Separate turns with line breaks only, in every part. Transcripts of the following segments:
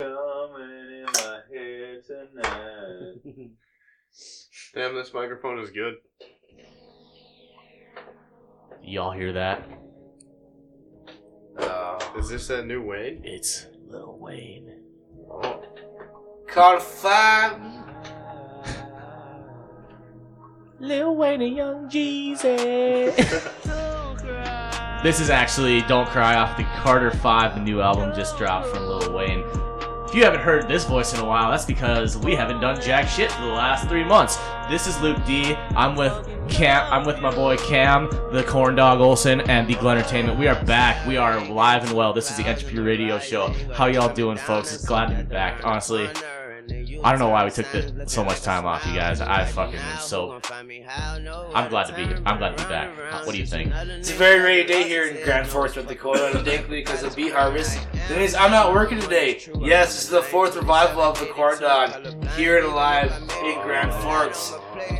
Coming in my hair tonight.
Damn, this microphone is good.
Y'all hear that?
Is this that new Wayne?
It's Lil Wayne.
Oh.
Lil Wayne and Young Jeezy. this is actually Don't Cry off the Carter 5 the new album just dropped from Lil Wayne. If you haven't heard this voice in a while, that's because we haven't done jack shit for the last three months. This is Luke D. I'm with Cam. I'm with my boy Cam, the Corn Dog Olson, and the Glen Entertainment. We are back. We are live and well. This is the HP Radio Show. How y'all doing, folks? It's glad to be back. Honestly,
I don't know why we took the, so much time off, you guys. I fucking am so. I'm glad to be here. I'm glad to be back. Uh, What do you think?
It's a very rainy day here in Grand Forks, North Dakota, and thankfully because of beet harvest. That means I'm not working today. Yes, this is the fourth revival of the corn dog here and alive in Grand Forks.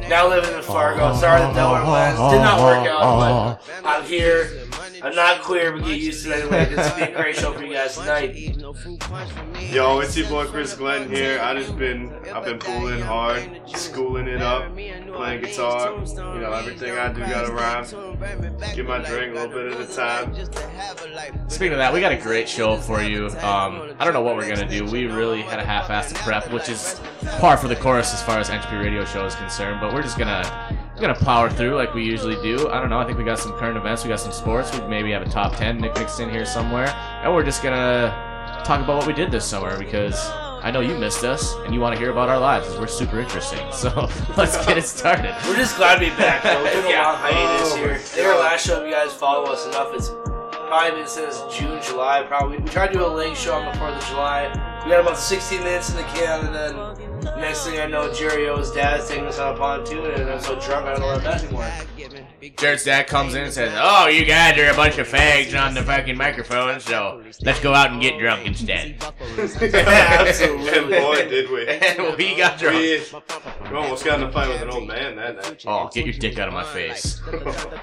Now living in Fargo. Sorry that that one last did not work out, but I'm here. I'm not queer, but get used to it anyway. This will be a great show for you guys tonight.
Yo, it's your boy Chris Glenn here. I just been, I've been pulling hard, schooling it up, playing guitar. You know, everything I do gotta rhyme. Get my drink a little bit at a time.
Speaking of that, we got a great show for you. Um, I don't know what we're gonna do. We really had a half-assed prep, which is par for the course as far as NHP Radio Show is concerned. But we're just gonna we're gonna power through like we usually do. I don't know. I think we got some current events. We got some sports. We maybe have a top ten. Nick mixed in here somewhere, and we're just gonna talk about what we did this summer because I know you missed us and you want to hear about our lives because we're super interesting. So let's get it started.
We're just glad to be back, though. We took a
Yeah.
long hiatus
Oh,
here. I think our last show, if you guys follow us enough, it's probably been since June, July, probably. We tried to do a late show on the 4th of July. We got about 60 minutes in the can, and then next thing I know, Jerry O's dad's taking us on a pontoon, and I'm so drunk I don't know where I'm at anymore.
Jared's dad comes in and says, "Oh, you guys are a bunch of fags on the fucking microphone, so let's go out and get drunk instead."
and
Absolutely.
boy, did we.
And we got drunk.
We, we almost got in a fight with an old man that night.
Oh, get your dick out of my face.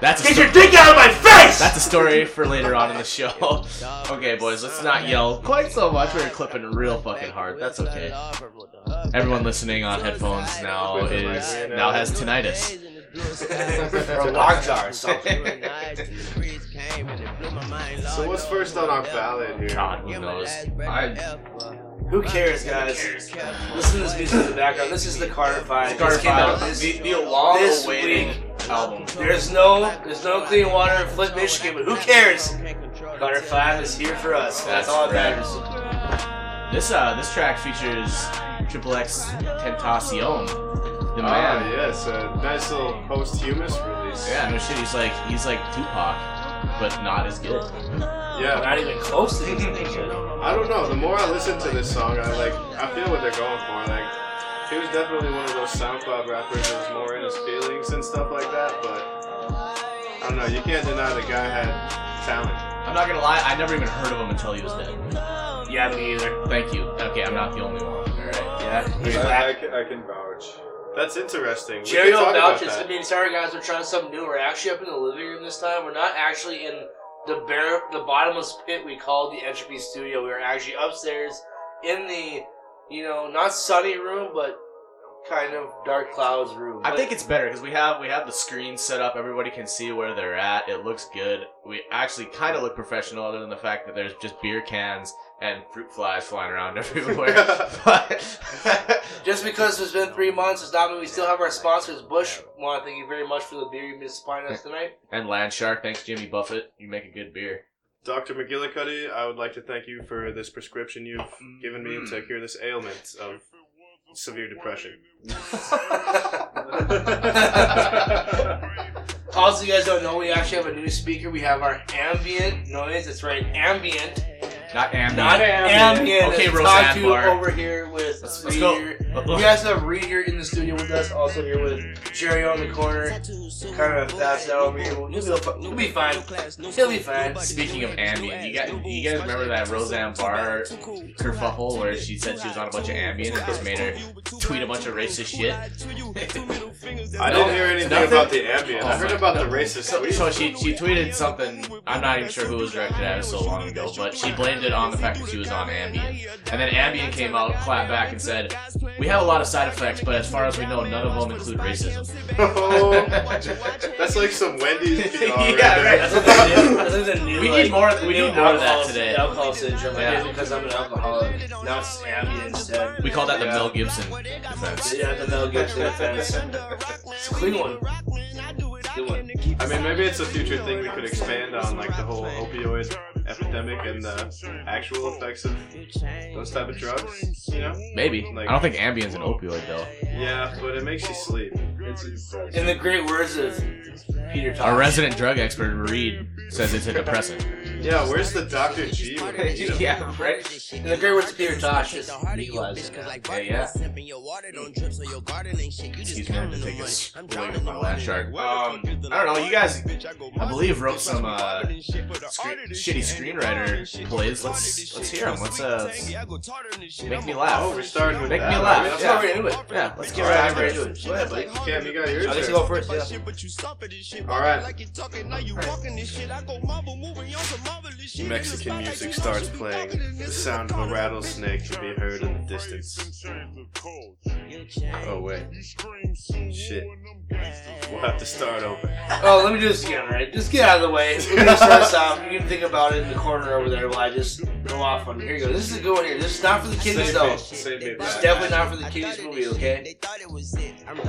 That's a
Get your
sto-
dick out of my face!
that's a story for later on in the show. okay, boys, let's not yell quite so much. We're clipping real fucking hard. That's okay. Everyone listening on headphones now is now has tinnitus.
or a lock jar or something.
So what's first on our ballot here?
God, who knows?
I,
Who cares, guys? Listen to this music in the background. This is the Carter Five. This
Carter
came out
Five,
this-
the, the long
this
awaiting
week.
album.
There's no, there's no clean water in Flint, Michigan, but who cares? Carter Five is here for us. That's,
That's
all
right.
that matters.
This uh this track features Triple X Tentacion, the man.
ah, yes, a nice little posthumous release.
Yeah, no shit. He's like he's like Tupac, but not as good.
Yeah.
Not even close to these things. you know?
I don't know. The more I listen to this song, I like. I feel what they're going for. Like, he was definitely one of those SoundCloud rappers that was more in his feelings and stuff like that. But I don't know. You can't deny the guy had talent.
I'm not gonna lie. I never even heard of him until he was dead.
Yeah, me either.
Thank you. Okay, I'm not the only one. All right.
Yeah, he's
I, I
back.
can, I can vouch.
That's interesting. We
Jerry
can talk about
vouches. I
that.
mean, sorry guys, we're trying something new. We're actually up in the living room this time. We're not actually in the bare, the bottomless pit we call the Entropy Studio. We are actually upstairs in the, you know, not sunny room, but kind of dark clouds room.
I
But
think it's better because we have we have the screen set up. Everybody can see where they're at. It looks good. We actually kind of look professional, other than the fact that there's just beer cans and fruit flies flying around everywhere. but
Just because it's been three months does not mean we still have our sponsors. Bush, want to thank you very much for the beer you missed supplying us tonight.
and Land Shark, thanks Jimmy Buffett. You make a good beer.
Dr. McGillicuddy, I would like to thank you for this prescription you've given me to
Mm.
cure this ailment of severe depression.
Also, you guys don't know, we actually have a new speaker. We have our ambient noise. That's right, ambient,
Not Ambi.
not ambient.
Okay,
It's
Roseanne
talked to
Barr.
over here with
Let's- let's go.
Reader. We guys have Reader in the studio with us. Also here with Jerry on the corner. Kind of fast out over here. We'll be, we'll be fine. He'll be fine.
Speaking of ambient, you guys, you guys remember that Roseanne Barr kerfuffle where she said she was on a bunch of ambient and just made her tweet a bunch of racist shit?
I didn't hear anything
Nothing?
about the ambient.
Oh
I heard
my
about
God.
the racist
So,
tweet.
so she, she tweeted something, I'm not even sure who was directed at it so long ago, but she blamed it on the fact that she was on Ambien. And then Ambien came out, clapped back, and said, We have a lot of side effects, but as far as we know, none of them include racism.
that's like some Wendy's PR. right
Yeah,
there.
right,
That's like the new, that's like the new,
We need
like,
more- we
new
need more of that
alcohol-
today.
Alcohol syndrome.
Yeah.
Yeah. because I'm an alcoholic. Now it's Ambien instead.
We call that the
Yeah.
Mel Gibson defense.
Yeah, the Mel Gibson offense. It's a clean one. Good one.
I mean, maybe it's a future thing we could expand on, like the whole opioid epidemic and the actual effects of those type of drugs. You know?
Maybe. I don't think Ambien's an opioid, though.
Yeah, but it makes you sleep. It's
In the great words of Peter Thompson.
Our resident drug expert, Reed, says it's a depressant.
yeah. Where's the Dr. G? When we need him?
yeah, right. And the great words of Peter Tosh just legalized it. Yeah, yeah.
Excuse me, I had to take a swig of my last shark. Um, I don't know, you guys, I believe, wrote some uh, screen, shitty screenwriter plays. Let's let's hear them. Let's uh, make me laugh.
Oh, we're starting with
Make me
that.
laugh.
That's
That's how
not
we're into it.
Yeah, let's get
All right,
right into it.
Go ahead, buddy.
really- Cam, you got
I'll let
yours.
you
or-
go first. Yeah.
All right. Mexican music starts playing. The sound of a rattlesnake can be heard in the distance. Oh wait. Shit. We'll have to start over.
Oh, let me do this again, right? Just get out of the way. We're gonna start this out. You can think about it in the corner over there while I just go off on. Here you go. This is a good one here. This is not for the kiddies,
Save
though.
me- save me
This is
back.
definitely not for the kiddies movie, okay?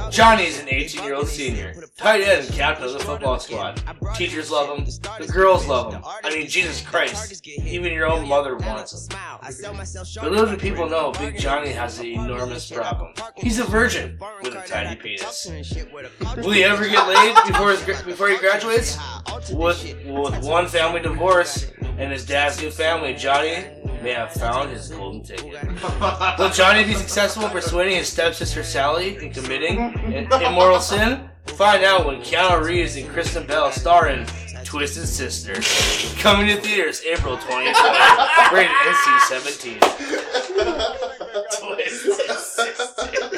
Johnny is an 18 year old senior, tight end and captain of the football squad. Teachers love him, the girls love him. I mean, Jesus Christ, even your own mother wants him. But little do people know, Big Johnny has an enormous problem. He's a virgin with a tiny penis. Will he ever get laid before, his, gra- before he graduates? With, with one family divorce and his dad's new family, Johnny may have found his golden ticket. Will Johnny be successful in persuading his stepsister Sally in committing an immoral sin? Find out when Keanu Reeves and Kristen Bell star in Twisted Sister. Coming to theaters April 2020. Rated NC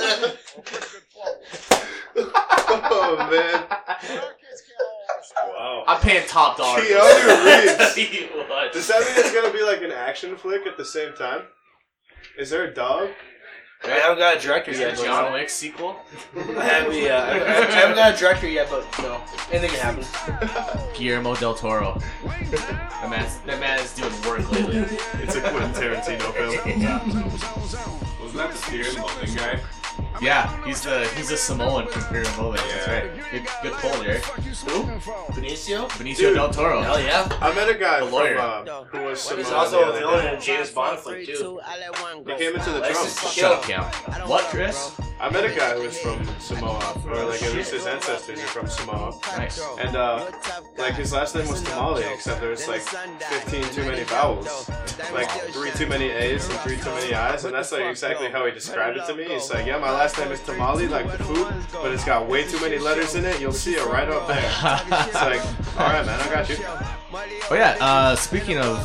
17.
oh man.
I'm paying top dollar. for this.
Keanu Reeves.
Tell you what.
Does that mean it's gonna be like an action flick at the same time? Is there a dog?
I haven't got a director
Is that
yet. but-
John Wick sequel?
I haven't, yeah, I haven't- I haven't got a director yet, but no. Anything can happen.
Guillermo del Toro. That man, that man is doing work lately.
It's a Quentin Tarantino film. Wasn't that the steering loving guy?
Yeah, he's the he's a Samoan from Pyramid Moment. That's
Yeah.
right. Good, good pull, Jerry.
Benicio?
Benicio
Dude.
del Toro.
Hell yeah.
I met a guy
The lawyer.
from uh, who was Samoan.
He's also a
the
villain
other day.
in a James Bond flick, too.
He came into the
Alexis
drum.
Shut up, Cam. What, Chris?
I met a guy who was from Samoa, or like at least his ancestors are from Samoa.
Nice.
And uh, like his last name was Tamale, except there was like 15 too many vowels, like three too many A's and three too many I's, and that's like exactly how he described it to me. He's like, yeah, my last name is Tamale, like the food, but it's got way too many letters in it. You'll see it right up there. It's like, all right, man, I got you.
Oh yeah. Uh, speaking of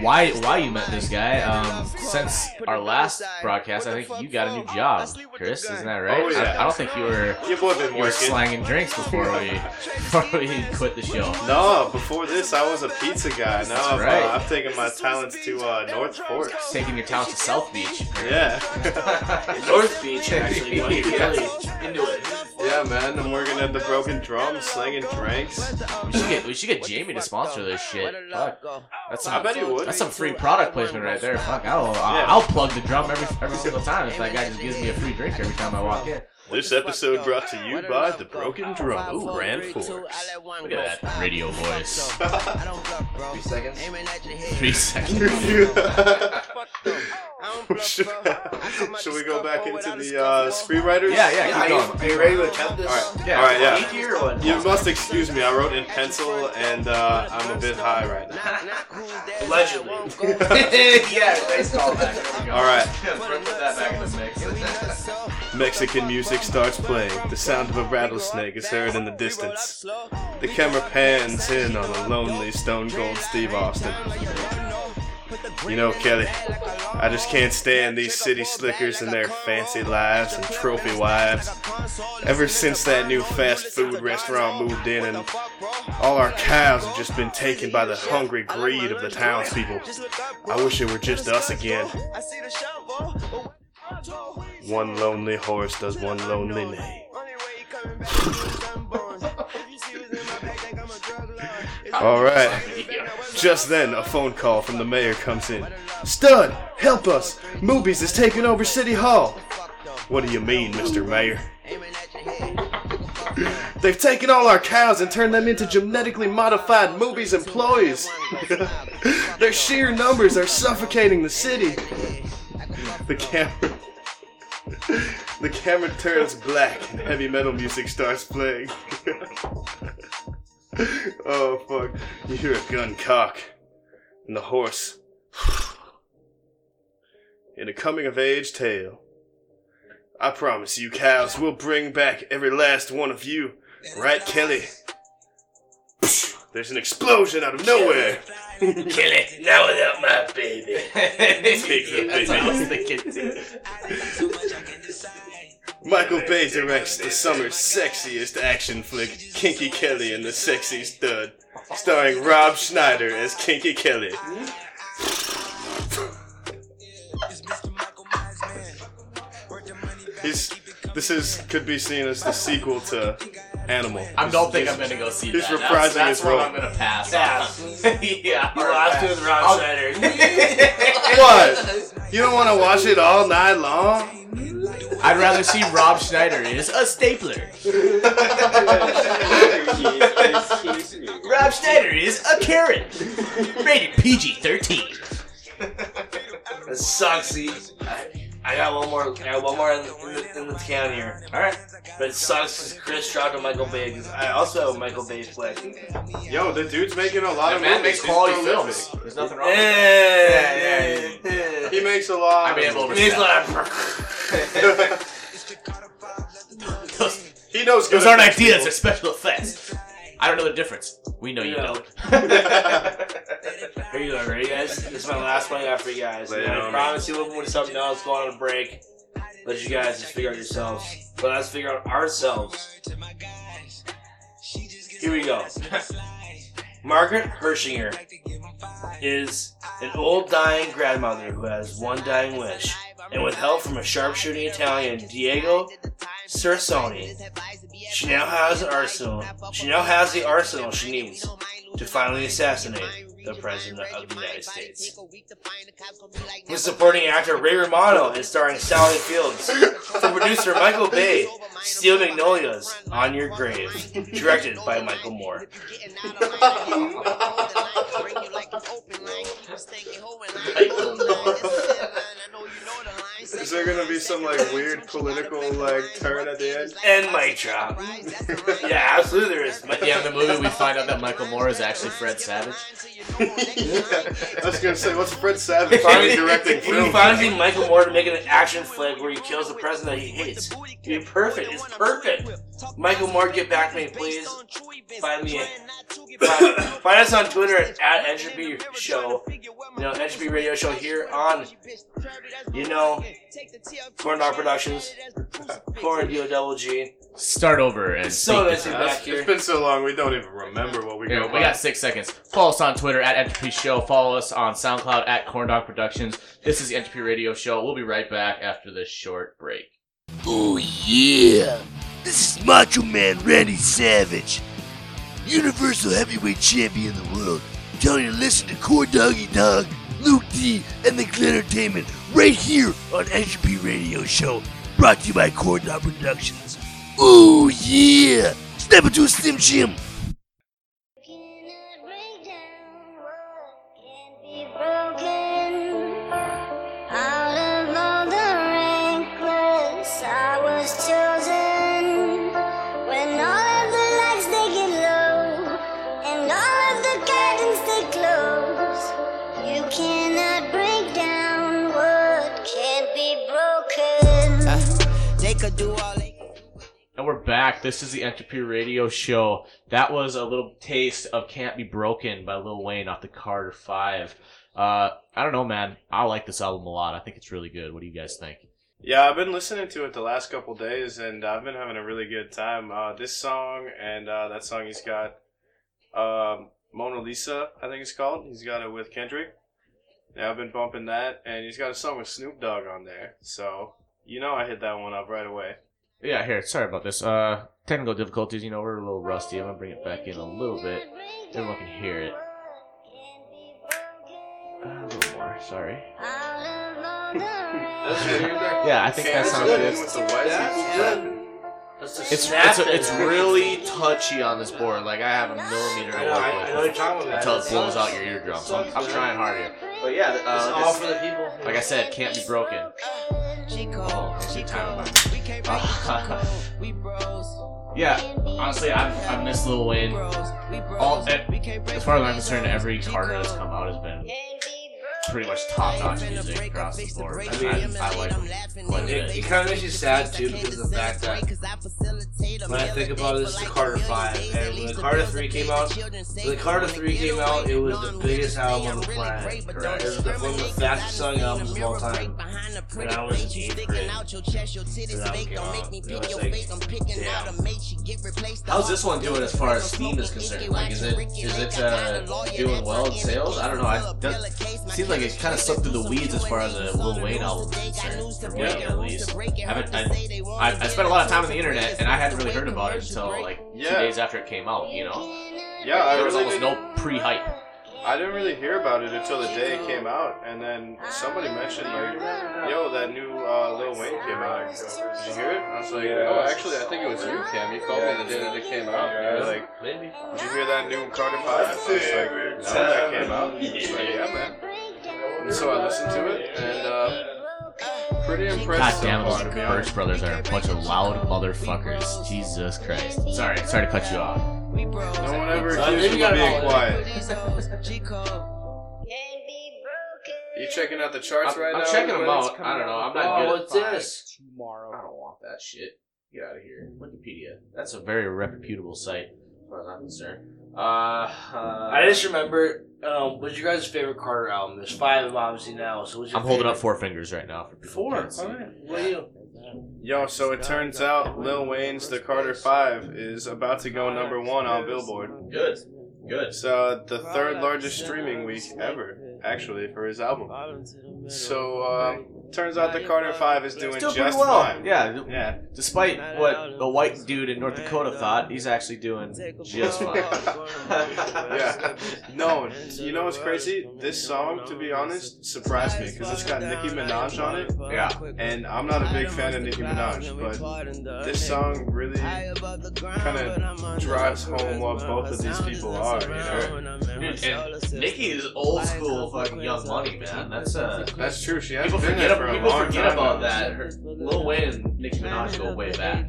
why why you met this guy, um, since our last broadcast, I think you got a new job, Chris. Isn't that right?
Oh, yeah.
I, I don't think you were
Your boy been
you were
working.
slanging drinks before we before we quit the show.
No, before this I was a pizza guy. Now I've,
right.
uh, I've taken my talents to uh, North Fork.
Taking your talents to South Beach.
Yeah,
North Beach, actually. Why are you really into it?
yeah, man. I'm working at the Broken Drum, slinging drinks.
We should get we should get Jamie to sponsor this shit. Fuck. That's
I
some,
bet he would.
that's some free product placement right there. Fuck, I'll I'll, I'll plug the drum every every single time if that guy just gives me a free drink every time I walk in.
This episode brought to you by The Broken Drum, Ooh, Grand Forks.
Look at that radio voice.
Three seconds.
Three seconds.
should, should we go back into the uh, screenwriters?
Yeah, yeah.
Yeah, are
keep
you,
going.
are you ready to attempt this?
All right.
Yeah.
All right, yeah.
Geeky or what?
You must excuse me. I wrote in pencil, and uh, I'm a bit high right now.
Allegedly.
yeah, nice callback.
All right.
Put that back in the mix.
Mexican music starts playing. The sound of a rattlesnake is heard in the distance. The camera pans in on a lonely Stone Cold Steve Austin. You know, Kelly, I just can't stand these city slickers and their fancy lives and trophy wives. Ever since that new fast food restaurant moved in, and all our cows have just been taken by the hungry greed of the townspeople. I wish it were just us again. One lonely horse does one lonely neigh. All right. Just then, a phone call from the mayor comes in. Stud, help us! Movies is taking over City Hall. What do you mean, Mr. Mayor? They've taken all our cows and turned them into genetically modified movies employees. Their sheer numbers are suffocating the city. The camera. The camera turns black and heavy metal music starts playing. oh fuck. You hear a gun cock. And the horse. In a coming of age tale. I promise you, cows, we'll bring back every last one of you. Right, Kelly? There's an explosion out of nowhere.
Kill it. Now without my baby.
That's what I was thinking too.
Michael Bay directs the summer's sexiest action flick, Kinky Kelly and the Sexy Stud, starring Rob Schneider as Kinky Kelly. He's, this is could be seen as the sequel to Animal.
I don't think I'm gonna go see
He's
that. That's,
reprising
that's
his
what
role.
I'm gonna pass.
Pass.
on. yeah.
You lost to the Rob Schneider.
What? You don't want to watch it all night long?
I'd rather see Rob Schneider is a stapler. Rob Schneider is a carrot. Rated PG-13.
That sucks. See, I, I got one more. I got one more in, in, the, in the can here. All right, but it sucks because Chris dropped a Michael Bay. 'cause I also have a Michael Bay flick.
Yo, the dude's making a lot
That
of
man
movies.
makes
He's
quality
prolific.
films. There's nothing wrong with that.
Eh, eh, eh.
He makes a lot.
I may have
of-
He's
overstepped.
like,
Those,
He knows.
those
good
aren't
effects
ideas,
people.
they're special effects. I don't know the difference. We know you
Yeah.
don't.
Here you go, ready, guys? This is my last one I got for you guys.
Lay it
I
on me.
promise you, we'll do something else. Go on a break. Let you guys just figure out yourselves. But let's figure out ourselves. Here we go. Margaret Hershinger is an old dying grandmother who has one dying wish. And with help from a sharpshooting Italian, Diego Cersoni, she now has an arsenal. She now has the arsenal she needs to finally assassinate the President of the United States. With supporting actor Ray Romano and starring Sally Fields, from producer Michael Bay, Steel Magnolias, On Your Grave, directed by Michael Moore.
"Oh,
Is there gonna be some like weird political like turn at the end?
And Mike Drop. Yeah, absolutely there is.
But yeah, in the movie we find out that Michael Moore is actually Fred Savage.
I was gonna say, what's Fred Savage finally directing
He
film?
finds him Michael Moore to make an action flick where he kills the president he hates. It'd be perfect. It's perfect. Michael Moore, get back to me, please. Find me. Find, find us on Twitter at, at Entropy Show. You know, Entropy Radio Show here on, you know, Corn Dog Productions, Corn Deal Double G.
Start over and speak
So nice
different.
to be back
That's-
here.
It's been so long, we don't even remember what we
Here,
got.
we got six seconds. Follow us on Twitter at Entropy Show. Follow us on SoundCloud at Corndog Productions. This is the Entropy Radio Show. We'll be right back after this short break.
Oh yeah! This is Macho Man Randy Savage, Universal Heavyweight Champion of the world. Telling you to listen to Core Doggy Dog, Luke D, and the Glen Entertainment right here on Entropy Radio Show, brought to you by Core Dog Productions. Oh yeah! Step into a Slim Jim!
Cannot break down what can be broken. Out of all the rankless, I was chosen. When all of the lights they get low, and all of the curtains they close, you cannot break down what can't be broken.
They could do all they
And we're back. This is the Entropy Radio Show. That was a little taste of Can't Be Broken by Lil Wayne off the Carter 5. Uh, I don't know, man. I like this album a lot. I think it's really good. What do you guys think?
Yeah, I've been listening to it the last couple days, and I've been having a really good time. Uh, this song and uh, that song he's got, um, Mona Lisa, I think it's called. He's got it with Kendrick. Yeah, I've been bumping that, and he's got a song with Snoop Dogg on there. So you know, I hit that one up right away.
Yeah, here. Sorry about this. Uh, technical difficulties. You know, we're a little rusty. I'm gonna bring it back in a little bit. Everyone can hear it. Uh, a little more. Sorry. Yeah, I think that
That's
sounds
good.
good.
With the white
That's
people.
good. That's a
It's
snap
it's,
in
it's
there.
really touchy on this board. Like I have a millimeter
I
to
know, I, I
work
know what you're
with
talking about.
until it blows
sucks.
out your eardrums.
It
I'm,
sucks,
I'm
man.
trying hard here. But yeah, th-
It's
uh,
all
this-
for the people.
like I said, can't be broken. Oh, there's your time about.
We can't break
Uh,
we bros,
yeah, honestly, I've, I've missed Lil Wayne.
bros, we bros.
All that,
we can't break
as far as I'm concerned, every Carter that's come out has been pretty much top notch music across the board. I, mean, I, I like him quite a
It,
bit.
it kind of makes you sad too because of the fact that when I think about it, this is Carter Five, and when Carter Three came out, when Carter Three came out, it was the biggest album on the planet.
Correct.
It was the, one of the fastest selling albums of all time. When I was in eighth grade, this album came out. It was like, damn.
How's this one doing as far as Steam is concerned? Like, is it is it uh, doing well in sales? I don't know. I does, seems like it kind of slipped through the weeds as far as a Lil Wayne album is concerned, for me at least. I, haven't, I, I, I spent a lot of time on the internet, and I hadn't really heard about it until like two
Yeah.
days after it came out. You know,
Yeah, I
there was
really
almost
didn't-
no pre-hype.
I didn't really hear about it until the day it came out, and then somebody mentioned like, "Yo, that new uh, Lil Wayne came out." Did you hear it? I was like,
Yeah.
"Oh, actually, I think it was you, Cam. You called me the day that it came out."
Yeah.
You were like,
Maybe.
"Did you hear that new Carter Five? I was like, "No, that came out." I was like, "Yeah, man." And so I listened to it, and uh, pretty
God
impressed
damn
so
those
far, to be
Birch
honest.
Brothers are a bunch of loud motherfuckers. Jesus Christ. Sorry, sorry to cut you off.
No one ever
Uh,
accused
then
me
you
of
gotta
being
call it.
quiet. You
You
checking out the charts
I'm-
right
I'm
now?
checking 'em
everybody?
out. I don't know, I'm not
Oh,
good at
what's this?
I don't want that shit. Get out of here. Wikipedia. That's a very reputable site, as far as I'm concerned. Uh, uh,
I just remember. Um, what's your guys' favorite Carter album? There's five of them obviously now. So what's your
I'm holding up
favorite?
four fingers right now for people.
Four.
who
All
can't see.
right. What are you?
Yo, so it turns out Lil Wayne's The Carter Five is about to go number one on Billboard.
Good. Good.
It's uh, the third largest streaming week ever, actually, for his album. So, um, turns out the Carter 5 is doing
Still pretty
just
well.
fine.
Yeah. d-
Yeah.
Despite what a white dude in North Dakota thought, he's actually doing just fine.
yeah. No, you know what's crazy? This song, to be honest, surprised me because it's got Nicki Minaj on it,
Yeah.
and I'm not a big fan of Nicki Minaj, but this song really kind of drives home what both of these people are, you know?
Dude, and Nicki is old school fucking Young Money, man. That's uh.
That's true. She has
People
been
forget,
there for
ab-
a
people
long
forget
time
about
now.
that. Her- Lil Wayne and Nicki Minaj go way back.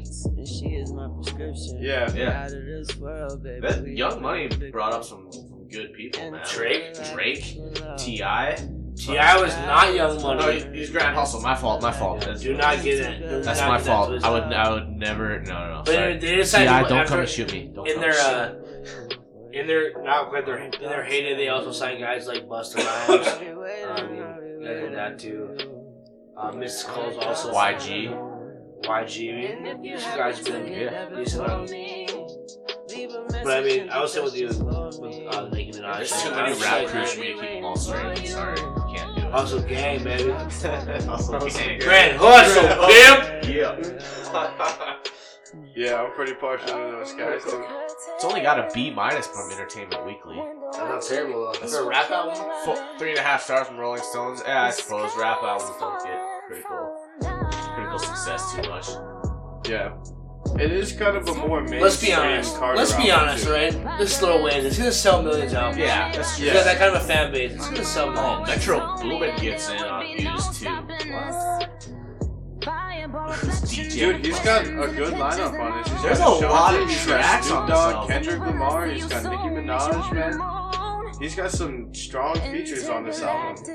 Yeah.
Yeah. That Young Money brought up some, some good people, man.
Drake?
Drake, T.I.
T.I. was not Young
No,
Money.
he- he's Grand Hustle. My fault. My fault. That's,
Do not get it. Do
that's
not
my
get that
fault.
twisted.
I would. I would never. No, no, no.
But
Sorry.
they decided
T.I.
to-
Don't
after-
come and shoot me. Don't
in
come
their
and shoot
uh, in their not quite their in their heyday, they also signed guys like Busta Rhymes, um, guys like that too. Uh, Miss Cole's also
me. YG.
YG. I mean, these guys been
Yeah.
decent. ones. But I mean, I would say with you, with uh, Nicki Minaj,
There's too
I
many
was
rap
like,
crews for me to keep them all straight. Sorry, can't do it.
Hustle gang, baby.
Okay.
Grand hustle, pimp.
Yeah.
Yeah, I'm pretty partial to uh, those guys, too.
it's only got a B minus from Entertainment Weekly.
That's not terrible. though. For a rap album,
Fo- three and a half stars from Rolling Stones. Yeah, I suppose rap albums don't get critical critical success too much.
Yeah. It is kind of a more mainstream
let's be honest.
Carter
Let's be
album,
honest,
too.
right? This little Wayne, it's gonna sell millions of albums.
Yeah, that's
You got that kind of a fan base. It's gonna sell
Oh,
millions.
Metro Boomin gets in on views too.
Dude, he's got a good lineup on this. He's
There's
got
a lot
Ashanti,
of
he's got
tracks
Snoop
on this
Dogg,
album.
Kendrick Lamar, he's got Nicki Minaj, man. He's got some strong features on this album.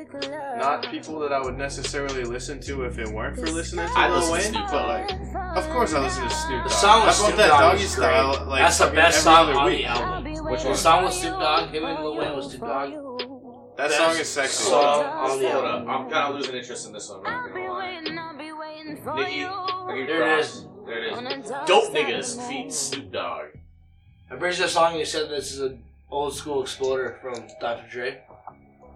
Not people that I would necessarily listen to if it weren't for listening to
I listen
Lil
to
Wayne,
Snoop
but
Dogg.
like, of course I listen to Snoop
The
Dogg.
song with
How
Snoop
about that
Dogg
doggy
is great.
style? Like
That's the
fucking
best
every
song
other
on
week.
the album.
Which
The
one?
song with Snoop Dogg, him and Lil Wayne was Snoop Dogg.
That song is sexy.
So, um, hold up. I'm kind of losing interest in this song. I'm not gonna lie. Nikki, I give
There it
props.
is.
There it is. Dope niggas feet Snoop Dogg.
I'm pretty sure the song you said this is an old school exploder from Dr. Dre.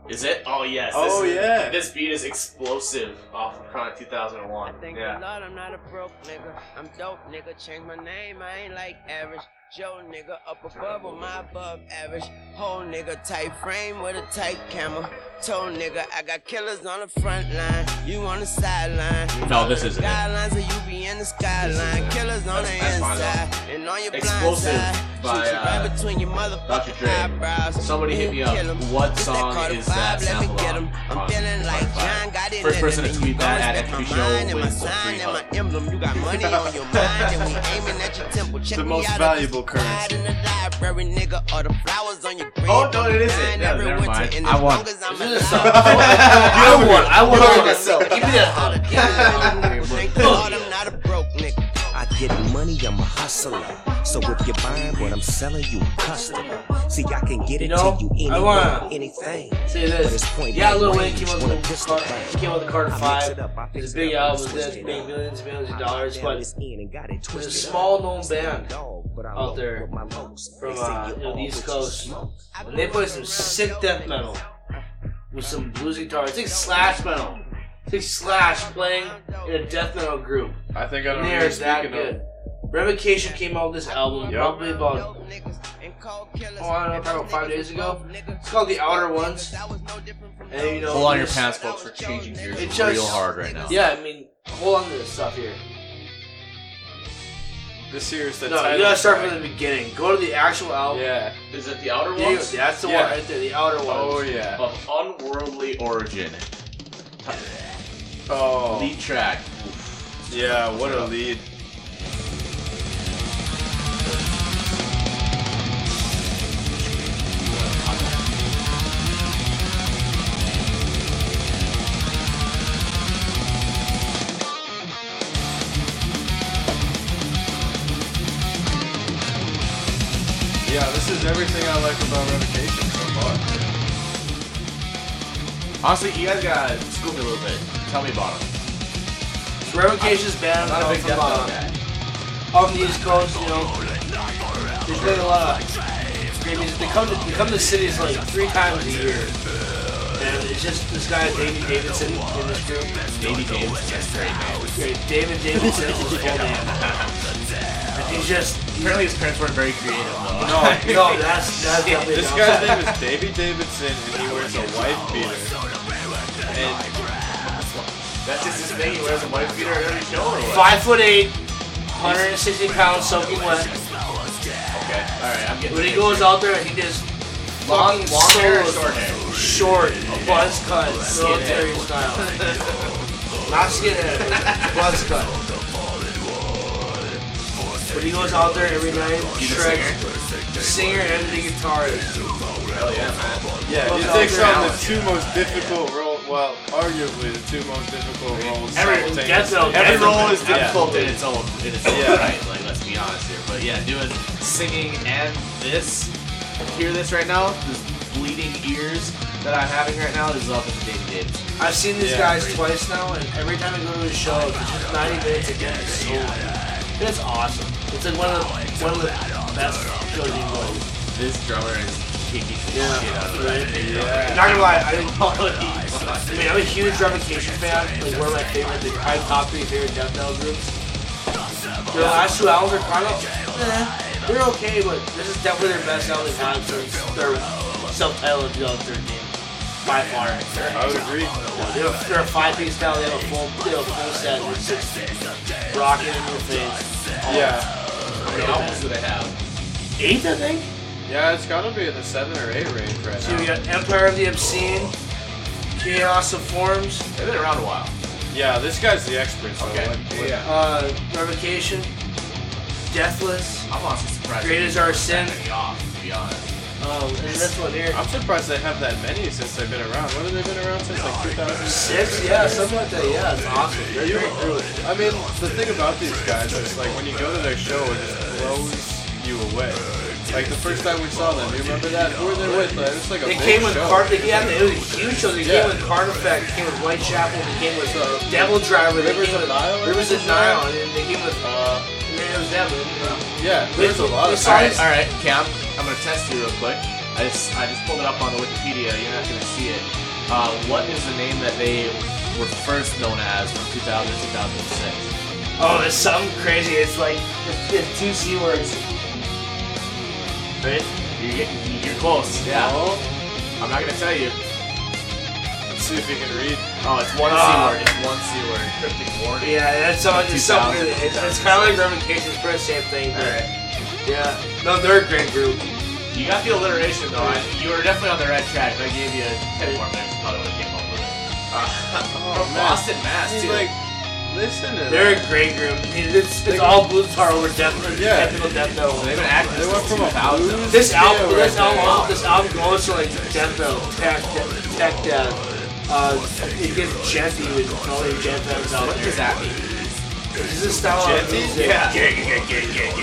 Is it? Oh yes. This
Oh
is-
yeah.
This beat is explosive off of Chronic 2001.
Thank
Yeah.
the Lord I'm not a broke nigga. I'm dope nigga. Change my name. I ain't like average. Joe nigga up above or my above average. Whole nigga tight frame with a tight camera. Toe nigga, I got killers on the front line. You on the sideline.
No, this isn't it.
Guidelines or you be in the skyline. Killers on the
That's- that's fine,
inside. And on your blind
Explosive
side.
by,
Shoot you
uh,
right between your
Dr.
motherfucking
Dre.
eyebrows.
Somebody hit me up.
Kill 'em.
What
It's
song
Carter
is that
vibe, let me
sample on?
get 'em.
on
I'm feeling like
Spotify?
John got it.
First
in
person to
it.
tweet that
Always
at
bet
FP
my
Show
mind and my
wins a
sign
free
and my
hug.
emblem. You got money on your mind and we aiming at your temple. Check
The
me
most
out
valuable
if it's
currency.
in the library, nigga, or the flowers on your brain.
Oh, no, it isn't. No, never mind. I won.
I want, I want
Hold
all
on.
myself. Give me that hug.
I'm not a broke nigga.
I get money, I'm a hustler. So if you're buying what I'm selling, you a customer. See, I can get
You
it
know,
to you
I
anywhere,
wanna-
anything.
Say
But it's
this.
point
Yeah,
blank
Lil Wayne
range,
came out
wanna
with the
pistol
card.
bang.
He came out with the card
I mix
five.
it up, I fix
His
it
big
up, I
album
switch
that
it
made
up.
millions, millions of
I
dollars,
knocked down
but
this end and got it twisted up.
small-known
Still a
band
dog, but I
out
roll
there
with my lows.
from,
They say
uh,
you
you know, the
all
East
what you
Coast.
smoke.
And they play some sick death metal with some blues guitars. It's like slash metal. It's like slash playing in a death metal group.
I think I don't
And
know
they're
what
that
speaking
good.
of.
Revocation came out with this album
Yup.
probably about
Oh, I don't know, probably five days ago.
it's called The Outer Ones. And you know,
Hold on your pants folks for changing gears
It
real
just-
hard right now.
Yeah, I mean, hold on to this stuff here.
This here is the
no,
title
you gotta start
track.
from the beginning. Go to the actual album.
Yeah.
Is it the outer
There you go.
ones?
That's the
Yeah.
one right there, the outer ones.
Oh yeah.
Of unworldly origin.
Oh.
Lead track.
Yeah. What a lead. Yeah, this is everything I like about Revocation so far.
Honestly, you guys gotta scoop me a little bit. Tell me about them.
It's Revocation's band
I'm not a
comes
big
from
death metal guy.
uh, on the East Coast, you know. They play a lot of great music. They come to they come to cities like three times a year. And it's just this guy Davey Davidson in this group.
Davey Davis, that's great, man.
Great. David Davidson is his full name. And He's just
Apparently his parents weren't very creative, though.
no, no, that's that's definitely
This
not-
guy's name is Davey Davidson, and he wears a wife beater. And
That's just his thing. He wears a white beater at every show or what?
five foot eight, 160 pounds soaking
Okay,
wet.
alright, I'm getting
When he
the
goes out there, he just long,
picture. Long hair or
solos.
short hair?
short, buzz cut, military
Skinhead.
style. Not skinhead, buzz cut. But he goes out there every night,
He's a
shreds, singer and the guitarist.
Hell yeah, man.
Yeah, he
Look
takes
out
on
there.
the two most difficult roles, well, arguably the two most difficult roles
Every-
simultaneously.
that's a-
Every
Every
role is
is
difficult in its own, in its own
Yeah.
right. Like, let's be honest here. But yeah, doing singing and this, hear this right now, this bleeding ears that I'm having right now, this is all because of David Davis.
I've seen these
Yeah,
guys
crazy.
twice now, and every time I go to a show, it's just 90 minutes again. It's so good. It's awesome. It's like one of the, one of the best shows you can go to.
This drummer is kicking the
Yeah.
shit out of that big drummer.
Yeah.
Not gonna lie, I didn't follow the I mean, I'm a huge Revocation fan. Like, one of my favorite, the probably top three favorite death metal groups. Their last two albums are kind of, eh, they're okay, but this is definitely their best album they've had since their self-titled 2013. By far.
I would agree.
They have, they're a five-piece now, they have a full, they have a full set, they're six, rocking in your face.
Yeah.
How many albums do they have?
Eight, I think?
Yeah, it's gotta be in the seven or eight range right
So we
now.
got Empire of the Obscene, Chaos of Forms,
They've been around a while.
Yeah, this guy's the expert, so
Okay.
like, what-
Yeah.
uh, Revocation, Deathless,
I'm honestly surprised.
Great
they
is
didn't
our
take
sin.
that many off, to be honest.
Um, and this one here.
I'm surprised they have that many since they've been around. What have they been around since, like 2000?
Six? Yeah, something like that. Yeah, it's awesome. They're
You-
great crew.
I mean, the thing about these guys is like when you go to their show, it just blows you away. Like the first time we saw them, you remember that? Who were they with? Like, it was like a
They
big
came with
show.
Card. They came, it was a huge show. They
Yeah.
came with Card Effect. They came with Whitechapel. They came with uh, Devil Driver. They
Rivers
came
of
with
Nile or
Rivers of
something like
Nile, and then they came with. Uh, and then it was Devil. Uh,
Yeah, there's a lot of
All
All
songs.
right, all right, Cam. I'm gonna test you real quick. I just I just pulled it up on the Wikipedia. You're not gonna see it. Uh, what is the name that they were first known as from 2000 to 2006?
oh, there's something crazy. It's like it's, it's two C words.
Right? You're, getting- you're close. Yeah. I'm not gonna tell you.
Let's see if you can read.
Oh, it's one
Ah.
C word. It's one C word. Cryptic warning.
Yeah, that's all. It's something.
2000.
It's, it's kind of like Ramifications for the same thing.
All
but-
right.
Yeah. No, they're a great group.
You got the alliteration though. I, you were definitely on the right track. If I gave you 10 more minutes, you probably would have came up with it.
Oh,
From
man.
Boston, Mass,
He's
too.
like, listen to
They're
that.
a great group. It's, it's all blues guitar over death,
Yeah.
technical death metal.
They've been active
They went
since
from a
2000.
blues
This
scale
album,
right
this album,
there.
this album goes to like death metal, tech, death, tech death. Uh, it gets genty with all the death metals out
What
there.
does that mean?
This is a style of
Genty?
music.
Yeah.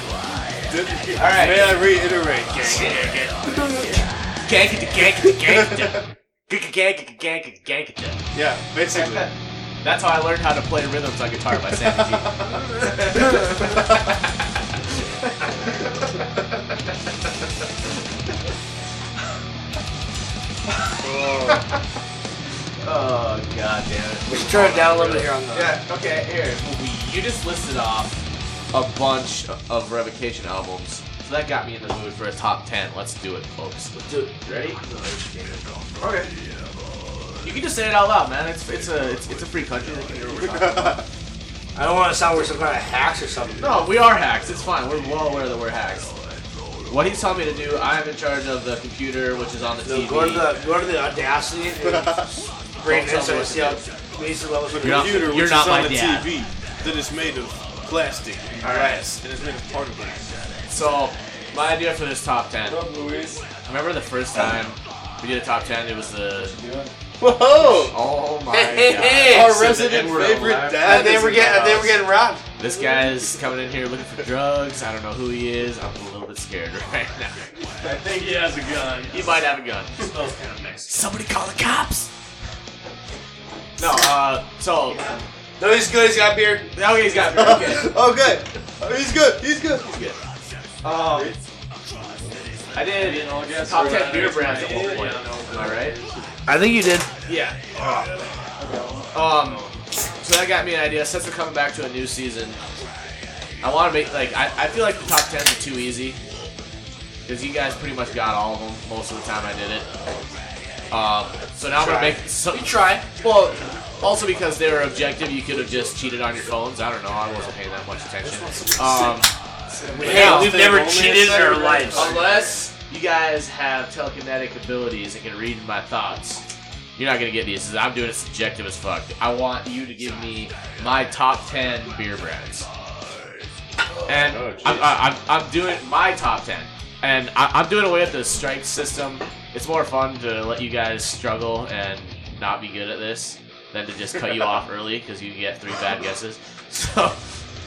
All right. May I reiterate? Yeah, basically.
That's how I learned how to play rhythms on guitar by Sammy G. Oh god damn it.
We should turn it down a little bit here on the.
Yeah, okay, here. We- You just listed off a bunch of revocation albums. So that got me in the mood for a top 10. Let's do it, folks.
Dude,
Ready? Okay. You can just say it out loud, man. It's it's a it's, it's a free country. They can hear what we're talking about.
I don't want to sound like some kind of hacks or something.
No, we are hacks. It's fine. We're well aware that we're hacks. What he's telling me to do, I am in charge of the computer, which is on the
So
TV.
go to the go to the audacity and bring it in so we see how these levels would
You're not-
Computer,
you're
which is
not
on
my
the
dad.
TV, that is made of plastic and
All
glass, and it's made of part of glass.
so, my idea for this top ten.
Luis?
I remember the first time we did a top ten. It was the
Whoa!
oh my
Hey,
god,
hey,
Our
It's the
resident
N-word
favorite
alive.
dad.
they
is
were
in
getting
the
they were
house.
getting robbed.
This guy's coming in here looking for drugs. I don't know who he is. I'm a little bit scared right now.
I think he has a gun.
He might have a gun.
smells kind of nice.
Somebody call the cops. No, uh, so
No, he's good. He's got a beard.
now he's got okay.
Oh, good. He's good. He's good.
Um, I did you know, top ten beer brands at one point. Am I right?
I think you did.
Yeah. Um, so that got me an idea. Since we're coming back to a new season, I want to make like I, I feel like the top tens are too easy because you guys pretty much got all of them most of the time I did it. Um, so now I'm gonna
Try.
make so you try. Well, also because they were objective, you could have just cheated on your phones. I don't know. I wasn't paying that much attention. Um,
Hey, we've
They
never
only
cheated in our
said-
lives.
Unless you guys have telekinetic abilities and can read my thoughts, you're not gonna get these. 'cause I'm doing it subjective as fuck. I want you to give me my top ten beer brands, and
Oh, jeez.
I'm, I- I'm I'm doing my top ten, and I, I'm doing away with the strike system. It's more fun to let you guys struggle and not be good at this than to just cut you off early because you get three bad guesses. So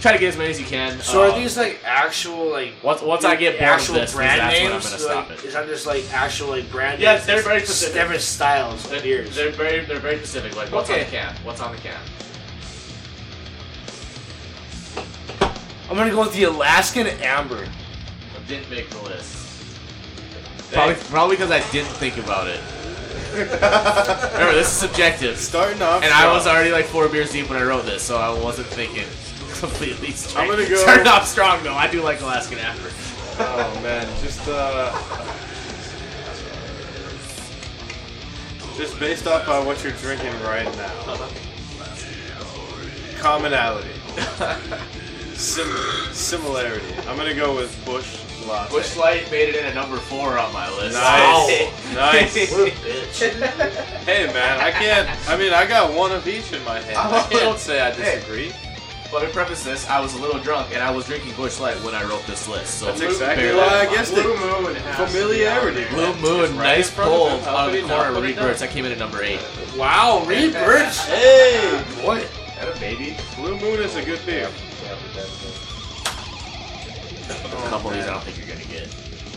try to get as many as you can.
So
Um,
are these like actual like?
once, once I get bored of
actual
this,
brand
that's when I'm
names?
gonna stop it.
Is that just like actual like brand?
Yeah,
names?
they're very
It's
specific.
Different styles of
They're,
beers.
they're very they're very specific. Like what's on
Okay.
the can? What's on the can?
I'm gonna go with the Alaskan Amber.
I didn't make the list. Probably probably because I didn't think about it. Remember this is subjective,
Starting off.
and I
strong.
was already like four beers deep when I wrote this, so I wasn't thinking completely straight.
I'm gonna go-
Turned off strong though. I do like Alaskan Amber.
Oh man, just uh, just based off on what you're drinking right now. Commonality, Sim- similarity. I'm gonna go with Bush Latte.
Bush Light made it in at number four on my list.
Nice, nice.
What a bitch.
Uh-huh.
Hey man, I can't. I mean, I got one of each in my hand. I can't say I disagree.
Let me preface this: I was a little drunk, and I was drinking Bush Light when I wrote this list. So
That's exactly
bear
why
that
I
in mind.
guessed it.
Blue Moon has to be
Familiarity.
out
Blue Moon,
right in
nice
front of
pull
him. How
out of
could
the
he not
corner.
put it
Regrets.
down?
That came in at number eight.
there. Wow, Reed Birch.
Hey,
Boy.
That a baby.
Blue Moon is a good beer.
A couple of these I don't think you're gonna get.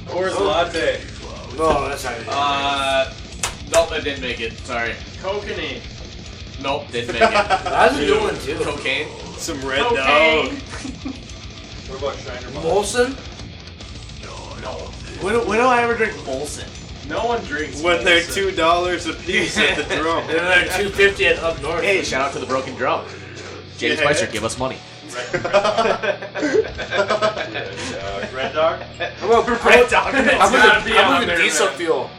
Coors
Latte.
No, that's not it.
Uh, nope, that didn't make it. Sorry.
Kokanee.
Nope, didn't make it.
That's a good one, too.
Cocaine.
Some Red
Okay.
Dog.
What about Shiner Malt?
Molson?
No, no. When, do- when do I ever drink Molson?
No one drinks
When they're
Molson.
two dollars a piece at the drum.
And then they're 250 at Up North.
Hey, shout out to the Broken Drum. Jamie
Yeah.
Spicer, give us money.
Uh, Red Dog?
I'm gonna
Red Dog.
I'm
gotta
gonna,
be out
I'm gonna
there,
diesel
man.
fuel.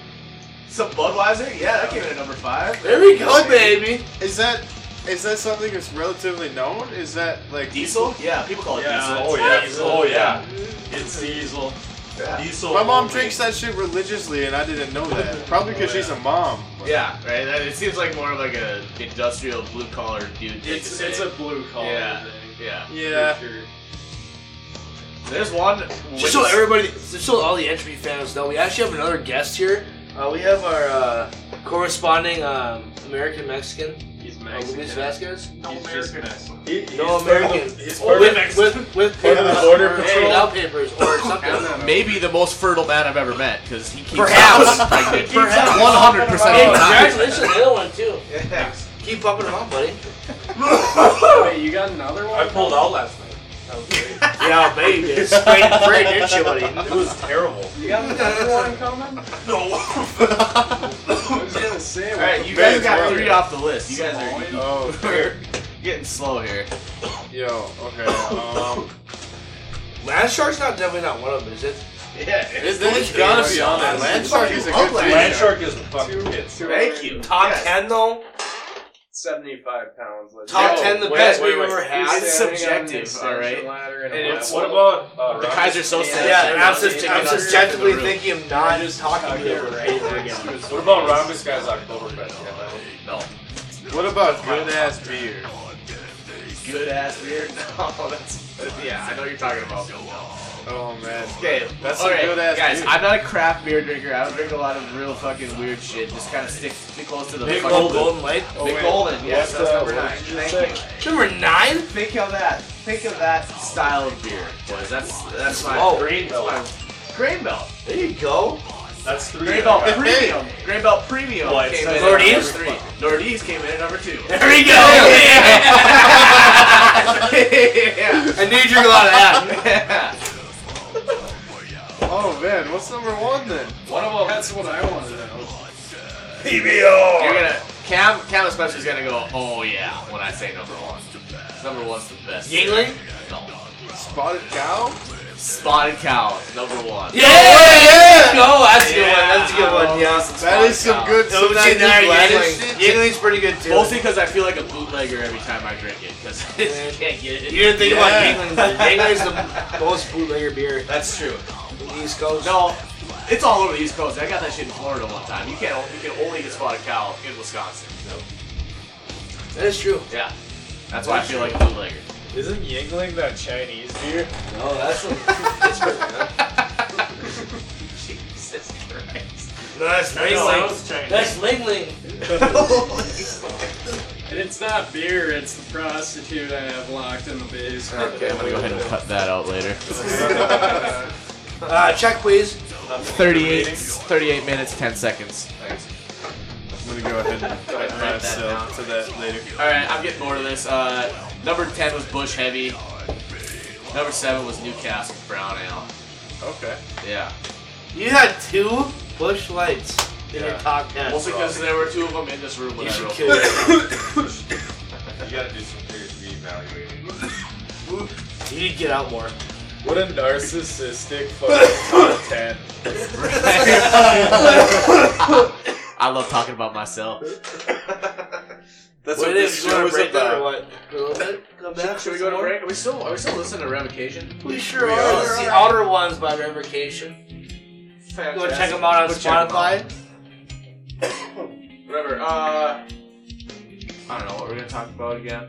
Some Budweiser? Yeah, that came in at number five.
There we go, baby.
is that is that something that's relatively known? Is that like
Diesel? Yeah, people call it
Yeah.
diesel.
Oh, yeah. Oh, yeah. It's diesel. Diesel.
My mom
only.
drinks that shit religiously, and I didn't know that. Probably because
Oh, yeah.
she's a mom. but-
Yeah, right. That- It seems like more of like a industrial blue collar dude. thing
It's,
to
it's
say.
a blue collar
yeah,
thing.
yeah.
Yeah.
For sure.
There's one.
Just so everybody, just so all the entry fans know, we actually have another guest here. Uh, we have our uh, corresponding um, American Mexican,
He's
uh, Luis
Mexican.
Vasquez.
No he's just Mexican. he's
No
part of the-
American.
He's
Oh,
part of
with,
the-
with, with
Part of the
papers,
Border
or
Patrol.
handing out papers or something.
maybe the most fertile man I've ever met because he keeps
Perhaps.
pregnant.
Perhaps.
one hundred
Oh,
percent
Hey,
of the time.
congratulations, on the other one too.
Yeah.
Keep bumping them up, buddy.
Wait, you got another one? I pulled out last night. That was great.
Yeah, baby. It's great, great, didn't you, buddy?
it was terrible. You got another one coming? I was gonna say.
All right, you
Man,
guys
it's
got
working.
three off the list. You guys are
Oh,
we're getting slow here.
yo, okay. Um,
Land Shark's not definitely not one of them, is it?
Yeah.
it's, it's gotta be on there. Land Shark is a good
Fucking
beer.
Land Shark is a fucking hit.
Thank you.
Top
Yes.
ten though.
75 pounds. Let's
Top
go.
ten, the
Wait,
best
wait,
we've
wait.
ever had.
He's
It's
standing on
subjective,
an extension
alright?
ladder and
And
a
it's-
what about uh,
The
Rocket-
Kaiser so
Yeah, and I'm, sus- I'm subjectively thinking of not talking to him right now again.
What about Rhombus Guy's Oktoberfest? Yeah, that one.
No.
What about good ass beer?
Good ass beer. No, that's yeah. I know what you're talking about.
uh,
Oh man.
Okay,
That's
all
some
right,
good ass
guys.
beer.
I'm not a craft beer drinker. I don't drink a lot of real fucking weird shit. Just kind of stick, stick close to the
Big
fucking
old golden light.
Big
wait.
Golden. Yes,
What's,
that's
uh,
number
what
nine.
did you
Thank
say?
you.
Number nine.
Think of that. Think of that style of beer, boys. That's that's my
Oh.
Green Belt. Grain Belt.
There you go.
That's three.
Grain Belt
Yeah.
Premium. Grain Belt Premium
Well, it's
came in
not-
at number
Nordeast?
three. Nordeast came in at number two.
There you go.
yeah.
I knew you drink a lot of that.
Oh man, what's number one then?
One of them. That's what I wanted to know.
You're gonna Cam Cam especially is gonna go. Oh yeah, when I say number one. Number one's the best.
Yingling?
No.
Spotted cow?
Spotted Cow is number one.
Yeah. No, that's a good one. That's a good one. Yeah.
That is some good.
So
Some nice
Yingling.
Gladys shit.
Yingling's pretty good too.
Mostly because I feel like a bootlegger every time I drink it because I just can't get it.
You didn't think
Yeah.
about Yingling. Yingling's the most bootlegger beer
That's true.
on the East Coast.
No, it's all over the East Coast. I got that shit in Florida one time. You can't. You can only get Spotted Cow in Wisconsin.
that is true.
Yeah, that's why I feel like a bootlegger.
Isn't Yingling that Chinese beer?
No, that's a,
Jesus Christ.
that's Yingling. That's Lingling.
It's not beer, it's the prostitute I have locked in the basement.
Okay, I'm gonna go ahead and cut that out later.
Uh, check please.
38, 38 minutes, 10 seconds. Thanks.
I'm gonna go ahead and
ahead and
tie
write that
myself to that later.
All right, I'm getting more to this. Uh, number 10 was Bush Heavy. Number 7 was Newcastle Brown Ale.
Okay.
Yeah.
You had two bush lights in your
Yeah.
top ten.
Mostly because there were two of them in this room when
you
I
should
wrote
kill
it.
it.
You gotta do some serious reevaluating.
You need to get out more.
What a narcissistic fucking top 10.
I love talking about myself.
That's
what it is? You
show
want to
is
break that or
about.
what? A little bit. Come back.
Should we go to break? Are we still are we still listening to Revocation?
We sure
We
are.
are.
It's the Outer Ones by Revocation. Go check them out on
Go check 'em
Spotify.
Whatever. Uh, I don't know what we're gonna talk about again.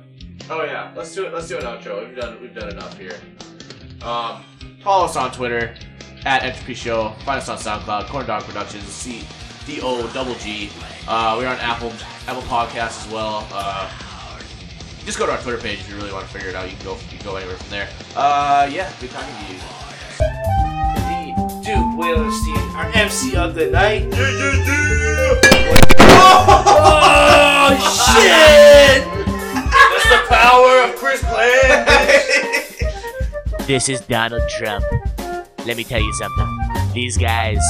Oh yeah, let's do it. Let's do an outro. We've done we've done enough here. Um, follow us on Twitter at Entropy Show. Find us on SoundCloud, Corn Dog Productions, C D O double G. Uh, we're on Apple Apple Podcasts as well. Uh, just go to our Twitter page if you really want to figure it out. You can go you can go anywhere from there. Uh, yeah, good talking to you.
The Duke Whalerstein, our MC of the night. Oh, shit! That's the power of Chris Glenn.
This is Donald Trump. Let me tell you something. These guys,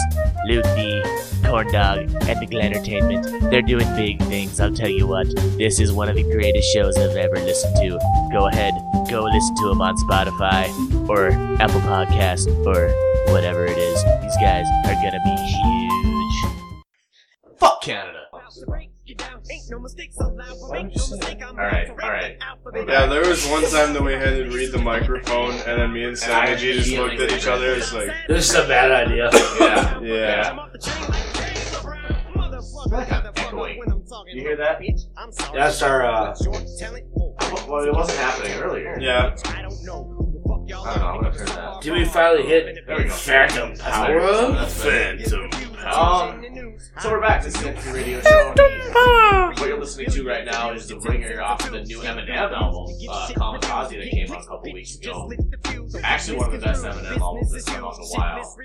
Luke D, Corndog, and the Glen Entertainment, they're doing big things. I'll tell you what. This is one of the greatest shows I've ever listened to. Go ahead, go listen to them on Spotify or Apple Podcast or whatever it is. These guys are gonna be huge.
Fuck Canada.
All
right, all right.
Yeah, there was one time that we had to read the microphone, and then me and Sam and
I
G just looked at each other. It's like,
This is a bad idea.
Yeah.
yeah.
You hear that?
That's our, uh,
Well, it wasn't happening earlier.
Yeah.
I don't know. I'm gonna turn that.
did we finally hit
There we go.
Phantom Power?
That's better. Um, so we're back. This is the Empty Radio Show. What you're listening to right now is the ringer off the new Eminem album, uh, Kamikaze, that came out a couple weeks ago. Actually, one of the best Eminem albums that's come out in a while.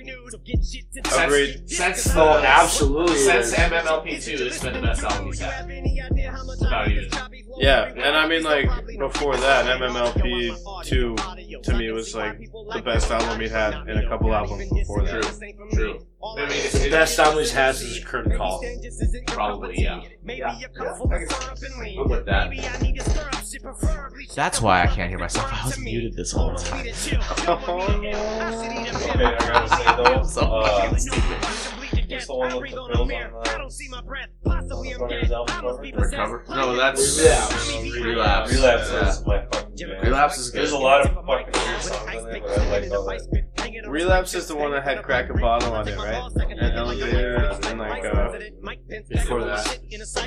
Agreed.
Since
Oh,
the
absolutely.
since MMLP2, it's been the best album he's had. Without even.
Yeah, and I mean like before that, MMLP two to me was like the best album he had in a couple albums before that.
True. I mean, it's,
The
it's
best album he's had is Curtain Call.
probably yeah. Yeah. yeah. I'm with that.
That's why I can't hear myself. I was muted this whole time.
Oh,
Okay, I gotta say though, uh, what's the one with the bills on uh, the Buccaneers album cover?
Recover. No, that's relapse.
Relapse
Yeah.
is my fucking jam.
Relapse is
There's a
good.
lot of fucking weird songs on there, but I like all that.
Relapse is the one that had crack a bottle on it, right? And elevator and like uh, before that.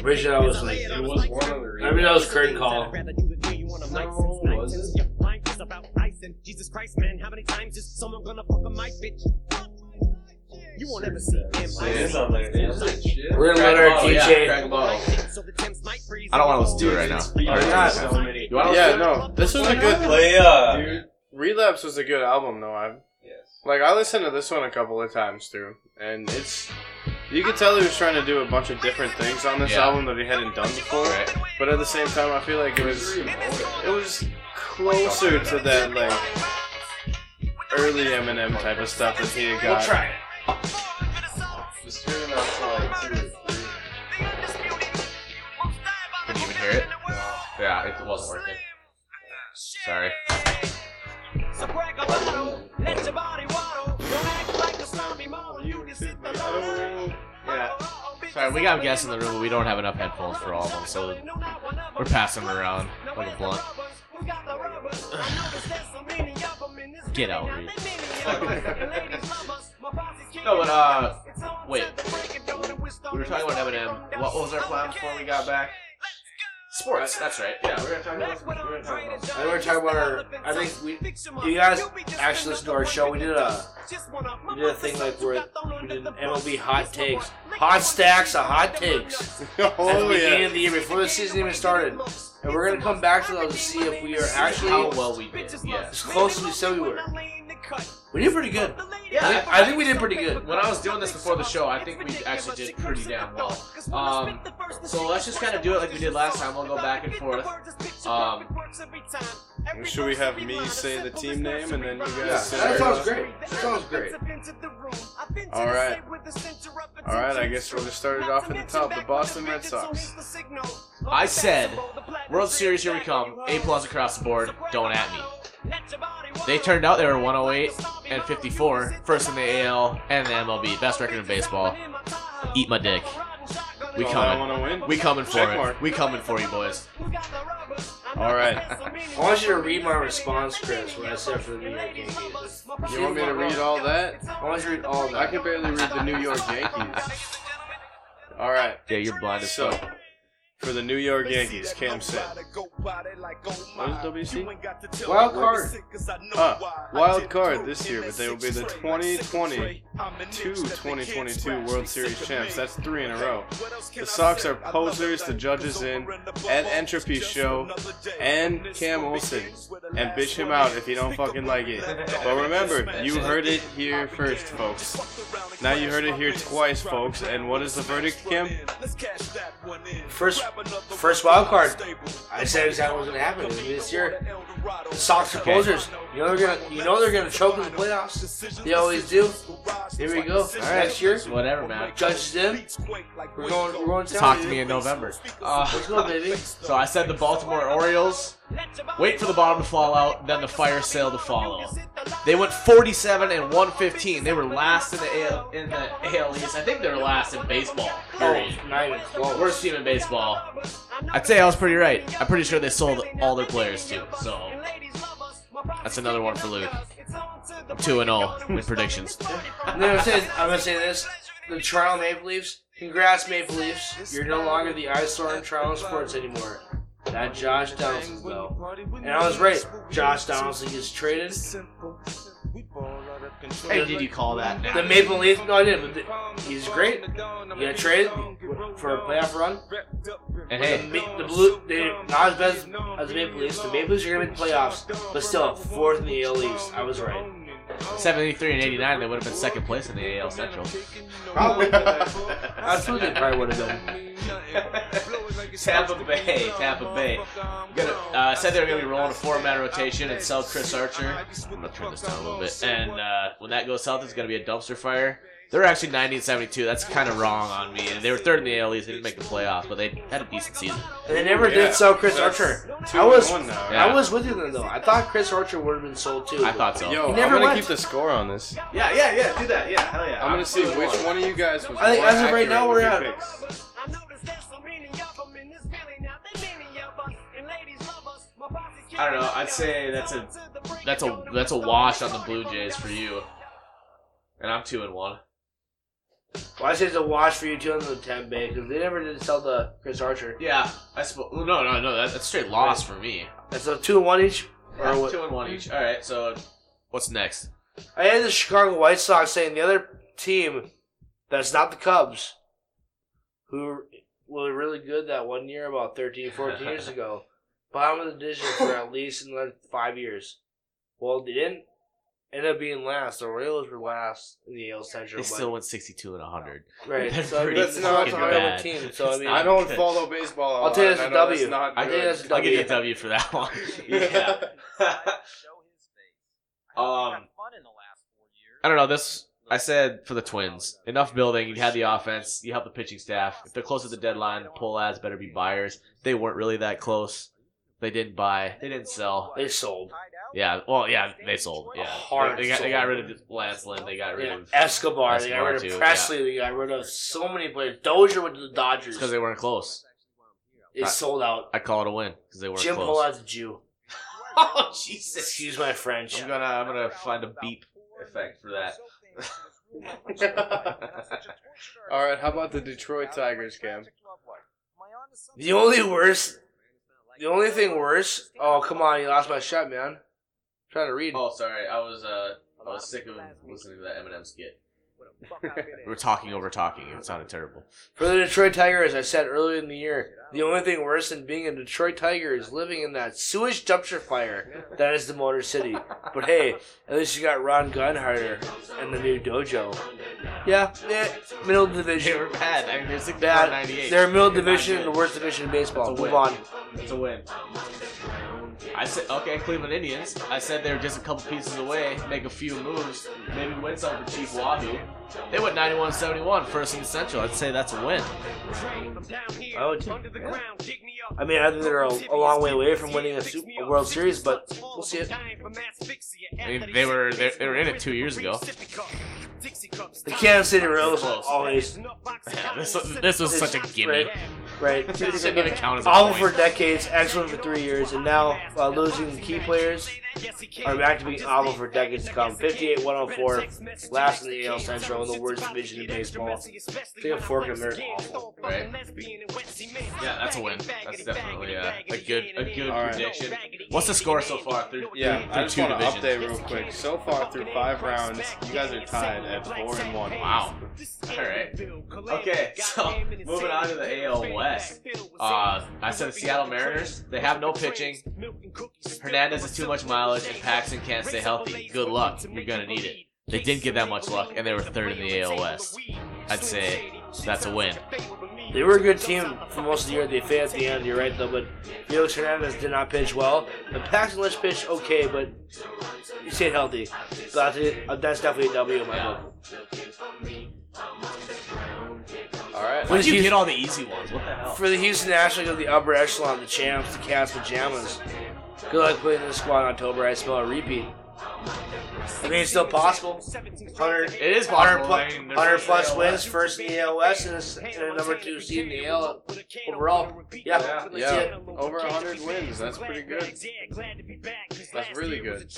Original was like,
It was one of the
I mean, that was Curtain Call.
You won't ever see him.
It is on there.
We're gonna let our
Oh, yeah,
DJ.
crack a bottle.
I don't want to listen
do it right now. Alright,
so many.
Oh, You want
Yeah, no, this was a good.
Play, uh,
Relapse was a good album though. I
Yes.
like I listened to this one a couple of times through, and it's you could tell he was trying to do a bunch of different things on this
Yeah.
album that he hadn't done before.
Right.
But at the same time, I feel like it was it was closer to that like early Eminem type of stuff that he had got.
it.
Just turn it up to like two or three.
Can you even hear it? Yeah, it wasn't working. Sorry.
Yeah.
Sorry, we got guests in the room, but we don't have enough headphones for all of them, so we're passing them around like a blunt. Get out, Reed. no, but uh, wait. We were talking about Eminem. What was our plan before we got back? Sports. That's right. Yeah, we were talking about. We were talking about.
I think we're talking about our. I think we. You guys actually listened to our show. We did a. We did a thing like where we did MLB hot takes, hot stacks of hot takes at the
Oh
beginning
yeah.
of the year before the season even started, and we're gonna come back to those to see if we are actually
How well we did. Yeah.
as close as we said we were. We did pretty good. I think, I think we did pretty good.
When I was doing this before the show, I think we actually did pretty damn well. Um, so let's just kind of do it like we did last time. We'll go back and forth. Um,
Should we have me say the team name and then you guys? say
that sounds
yours?
great. That sounds great.
All right. All right. I guess we'll just start it off at the top. The Boston Red Sox.
I said, World Series, here we come. A plus across the board. Don't at me. They turned out they were 108 and 54, first in the AL and the MLB, best record in baseball. Eat my dick. We
Oh, I
coming.
want to win.
We coming for
Check mark.
it. We coming for you, boys.
All right.
I want you to read my response, Chris, when I said for the New York Yankees.
You want me to read all that?
I want you to read all of
I
that.
can barely read the New York Yankees. All right.
Yeah, you're blind as
So,
fuck.
for the New York Yankees, Cam Sitt. What is WC?
Wild card.
Ah, wild card this year, but they will be the 2020 to 2022 World Series champs. That's three in a row. The Sox are posers, the judges in, and Entropy Show, and Cam Olsen, and bitch him out if you don't fucking like it. But remember, you heard it here first, folks. Now you heard it here twice, folks. And what is the verdict, Kim?
First, first wild card. I said exactly what was going to happen this year. The Sox are posers. You know they're gonna, you know they're gonna choke in the playoffs. They always do. Here we go. Next year,
Whatever, man.
judges in. We're going, we're going down.
Talk to me in November. Uh,
Let's go, baby.
so I said the Baltimore Orioles. Wait for the bottom to fall out, then the fire sale to follow. They went 47 and 115. They were last in the AL, in the AL East. I think they were last in baseball. Period.
Not even close.
Worst team in baseball. I'd say I was pretty right. I'm pretty sure they sold all their players too. So that's another one for Luke. I'm two and zero with predictions.
And then I'm, saying, I'm gonna say this: the Toronto Maple Leafs. Congrats, Maple Leafs. You're no longer the eyesore in Toronto sports anymore. That Josh Donaldson, though. And I was right. Josh Donaldson gets traded.
Hey, did you call that?
The Maple Leafs. No, I didn't. But the, he's great. You got traded for a playoff run.
And
The,
hey,
Ma- the Blue, they not as bad as, as the Maple Leafs. The Maple Leafs are gonna make the playoffs, but still fourth in the AL East. I was right.
73 and 89, they would have been second place in the AL Central.
Probably. Absolutely, probably would have been.
Tampa Bay, Tampa Bay. Gonna, uh, said they were going to be rolling a four-man rotation and sell Chris Archer. I'm going to turn this down a little bit. And uh, when that goes south, it's going to be a dumpster fire. They were actually 90 and 72. That's kind of wrong on me. And they were third in the AL East. They didn't make the playoffs, but they had a decent season.
And they never did sell Chris Archer. I was,
one now.
Yeah.
I was with you then though. I thought Chris Archer would have been sold too.
I thought so.
Yo,
He
I'm
never
gonna
went.
keep the score on this.
Yeah, yeah, yeah. Do that. Yeah, hell yeah.
I'm gonna see which one of you guys was.
I think
more
as of right
accurate
now,
with
we're
your
at-
picks.
I don't know. I'd say that's a that's a that's a wash on the Blue Jays for you. And I'm two and one.
Well, I say it's a wash for you two on the Tampa Bay because they never did sell the Chris Archer.
Yeah, I suppose. No, no, no. That, that's straight loss for me.
That's a two and one each. Or
Yeah,
what-
two and one each. All right. So, what's next?
I had the Chicago White Sox saying the other team that's not the Cubs, who were really good that one year about 13, 14 years ago, bottom of the division for at least another five years. Well, they didn't end up being last. The Royals were last in the AL Central.
They
but-
still went sixty-two and hundred.
right.
they're
So I mean,
pretty
that's not a
fucking
horrible
bad.
team. So I
It's
mean,
I don't follow baseball. a
I'll tell you
lot,
that's a
and I know
W.
That's not
I think
good.
that's a
I'll give you a W
W.
for that one. yeah. um, I don't know. This I said for the Twins. Enough building. You had the offense. You help the pitching staff. If they're close to the deadline, pull ads better be buyers. They weren't really that close. They didn't buy. They didn't sell.
They sold.
Yeah. Well, yeah. They sold. Yeah.
Hard
they, got they
sold.
got rid of Lance Lynn. They got rid
Yeah,
of.
Escobar, they got
Escobar
rid of
too,
Presley, they got rid of so many players. Dozier went to the Dodgers.
Because they weren't close.
They sold out.
I call it a win because they weren't
Jim
close.
Pollard's a Jew.
Oh Jesus!
Excuse my French.
I'm gonna I'm gonna find a beep effect for that.
All right, how about the Detroit Tigers, Cam?
The only worse, the only thing worse. Oh come on, you lost my shot, man. I'm trying to read.
oh, sorry, I was uh I was sick of listening to that Eminem skit. We're talking over talking. It sounded terrible.
For the Detroit Tigers, I said earlier in the year, the only thing worse than being a Detroit Tiger is living in that sewage dumpster fire that is the Motor City. But hey, at least you got Ron Gunharder and the new dojo. Yeah, eh, middle
They
division.
were bad. I mean, they're 64
Bad.
98.
They're middle division and the worst division in baseball.
That's a
Move
win.
on.
It's a win. I said okay, Cleveland Indians. I said they were just a couple pieces away, make a few moves, maybe win something for Chief Wahoo. They went 91-71, first in the Central. I'd say that's a win. Oh,
I would take it, Oh, yeah. I mean, I think they're a, a long way away from winning a, Super, a World Series, but we'll see it.
I mean, they were they, they were in it two years ago.
The Kansas City Royals are always
Yeah, this, this was such a gimme.
Right. right.
This shouldn't even count as a
Oliver
point.
Oh, for decades, excellent for three years, and now uh, losing key players are back to being Oliver for decades to come. oh 58 104, last in the AL Central in the worst division in baseball. They have fork in their awful.
Right. Yeah, that's a win. That's definitely uh, a good a good
All right.
prediction. What's the score so far? Through,
Yeah,
through,
I
through
just
two
want
divisions.
to update real quick. So far through five rounds, you guys are tied at four and one.
Wow. All right. Okay, so moving on to the AL West. Uh, I said the Seattle Mariners. They have no pitching. Hernandez is too much mileage, and Paxton can't stay healthy. Good luck. You're gonna need it. They didn't get that much luck, and they were third in the AL West. I'd say that's a win.
They were a good team for most of the year. They failed at the end, you're right, though, but Felix Hernandez did not pitch well. And Paxton Lynch pitched okay, but he stayed healthy. So that's, it. Uh, that's definitely a W in my
Yeah.
book.
All right.
Why did you get all the easy ones? What the hell?
For the Houston Nationals, the upper echelon, the champs, the cats, pajamas. Good luck playing this squad in October. I smell a repeat. I mean, it's still possible. 100,
It is
100,
possible.
plu-
I mean, they're
100
first in the
plus
AL
wins, first in the ALS, and it's- and a number two seed in the AL overall. Yeah,
Yeah, yeah. Over 100 wins. That's pretty good. That's really good.